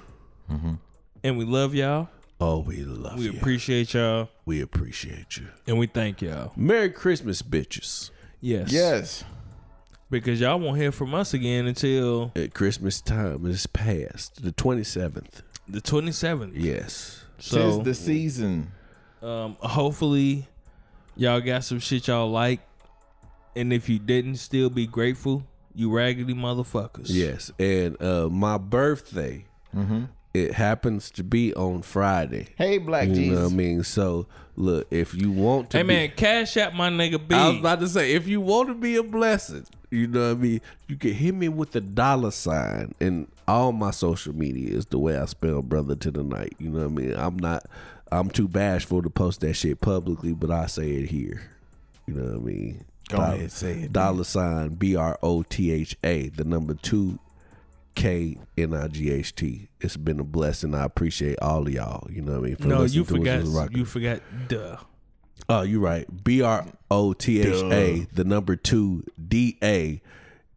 Speaker 4: And we love y'all.
Speaker 1: Oh, we love
Speaker 4: We
Speaker 1: you.
Speaker 4: appreciate y'all,
Speaker 1: we appreciate you.
Speaker 4: and we thank y'all.
Speaker 1: Merry Christmas, bitches.
Speaker 4: Yes.
Speaker 7: Yes.
Speaker 4: Because y'all won't hear from us again until
Speaker 1: At Christmas time is past the 27th.
Speaker 4: the 27th.
Speaker 1: Yes.
Speaker 4: So
Speaker 7: Tis the season.
Speaker 4: um, hopefully y'all got some shit y'all like, and if you didn't, still be grateful. You raggedy motherfuckers.
Speaker 1: Yes. And uh, my birthday, it happens to be on Friday.
Speaker 7: Hey, Black
Speaker 1: You know
Speaker 7: Jesus.
Speaker 1: what I mean? So look, if you want to
Speaker 4: Hey
Speaker 1: be-
Speaker 4: man, cash out my nigga B.
Speaker 1: I was about to say, if you want to be a blessing, you know what I mean? You can hit me with the dollar sign and all my social media is the way I spell brother to the night. You know what I mean? I'm not I'm too bashful to post that shit publicly, but I say it here. You know what I mean? Go
Speaker 7: ahead, say it, dude.
Speaker 1: Dollar sign B R O T H A, the number two K N I G H T. It's been a blessing. I appreciate all of y'all. You know what I mean? For
Speaker 4: no, you
Speaker 1: listening to us
Speaker 4: forgot.
Speaker 1: and rocking.
Speaker 4: You forgot. Duh.
Speaker 1: Oh, you're right. B R O T H A, the number two D A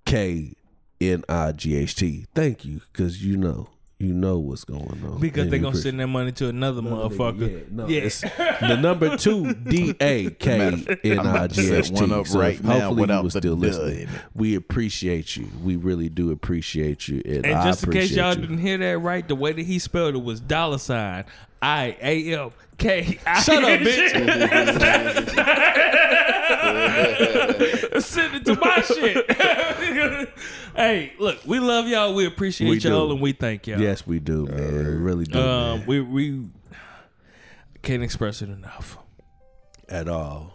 Speaker 1: K N I G H T. Thank you, because you know, you know what's going on.
Speaker 4: Because
Speaker 1: And
Speaker 4: they
Speaker 1: you
Speaker 4: gonna
Speaker 1: appreciate-
Speaker 4: send that money to another motherfucker.
Speaker 1: Yeah, no,
Speaker 4: yes.
Speaker 1: it's the number
Speaker 4: *laughs*
Speaker 1: two D A K N I G H
Speaker 7: set one
Speaker 1: T.
Speaker 7: up
Speaker 1: So
Speaker 7: right now
Speaker 1: hopefully you
Speaker 7: without
Speaker 1: were
Speaker 7: the
Speaker 1: still
Speaker 7: duh
Speaker 1: listening.
Speaker 7: in it.
Speaker 1: We appreciate you. We really do appreciate you, and,
Speaker 4: And
Speaker 1: I
Speaker 4: just in case
Speaker 1: appreciate
Speaker 4: y'all
Speaker 1: you.
Speaker 4: didn't hear that right, the way that he spelled it was dollar sign I A M K I.
Speaker 1: Shut up,
Speaker 4: bitch. *laughs* Send it to my shit. *laughs* hey, look, we love y'all. We appreciate
Speaker 1: We
Speaker 4: y'all,
Speaker 1: do.
Speaker 4: and we thank y'all.
Speaker 1: Yes, we do, man. We really do,
Speaker 4: Um,
Speaker 1: man.
Speaker 4: we we can't express it enough.
Speaker 1: At all.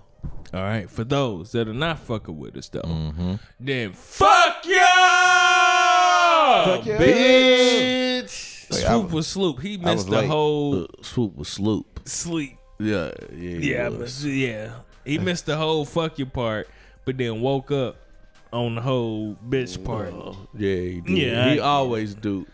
Speaker 4: All right, for those that are not fucking with us though,
Speaker 1: Mm-hmm.
Speaker 4: then fuck y'all. Fuck
Speaker 7: Yeah.
Speaker 2: Bitch.
Speaker 4: Swoop was sloop. He missed
Speaker 7: was
Speaker 4: the
Speaker 7: late.
Speaker 4: whole
Speaker 1: Uh, swoop was sloop.
Speaker 4: sleep.
Speaker 1: Yeah, yeah,
Speaker 4: Yeah,
Speaker 1: was.
Speaker 4: but, yeah. He missed the whole fuck you part, but then woke up on the whole bitch part.
Speaker 1: Yeah, he did.
Speaker 4: Yeah,
Speaker 1: he
Speaker 4: I-
Speaker 1: always do.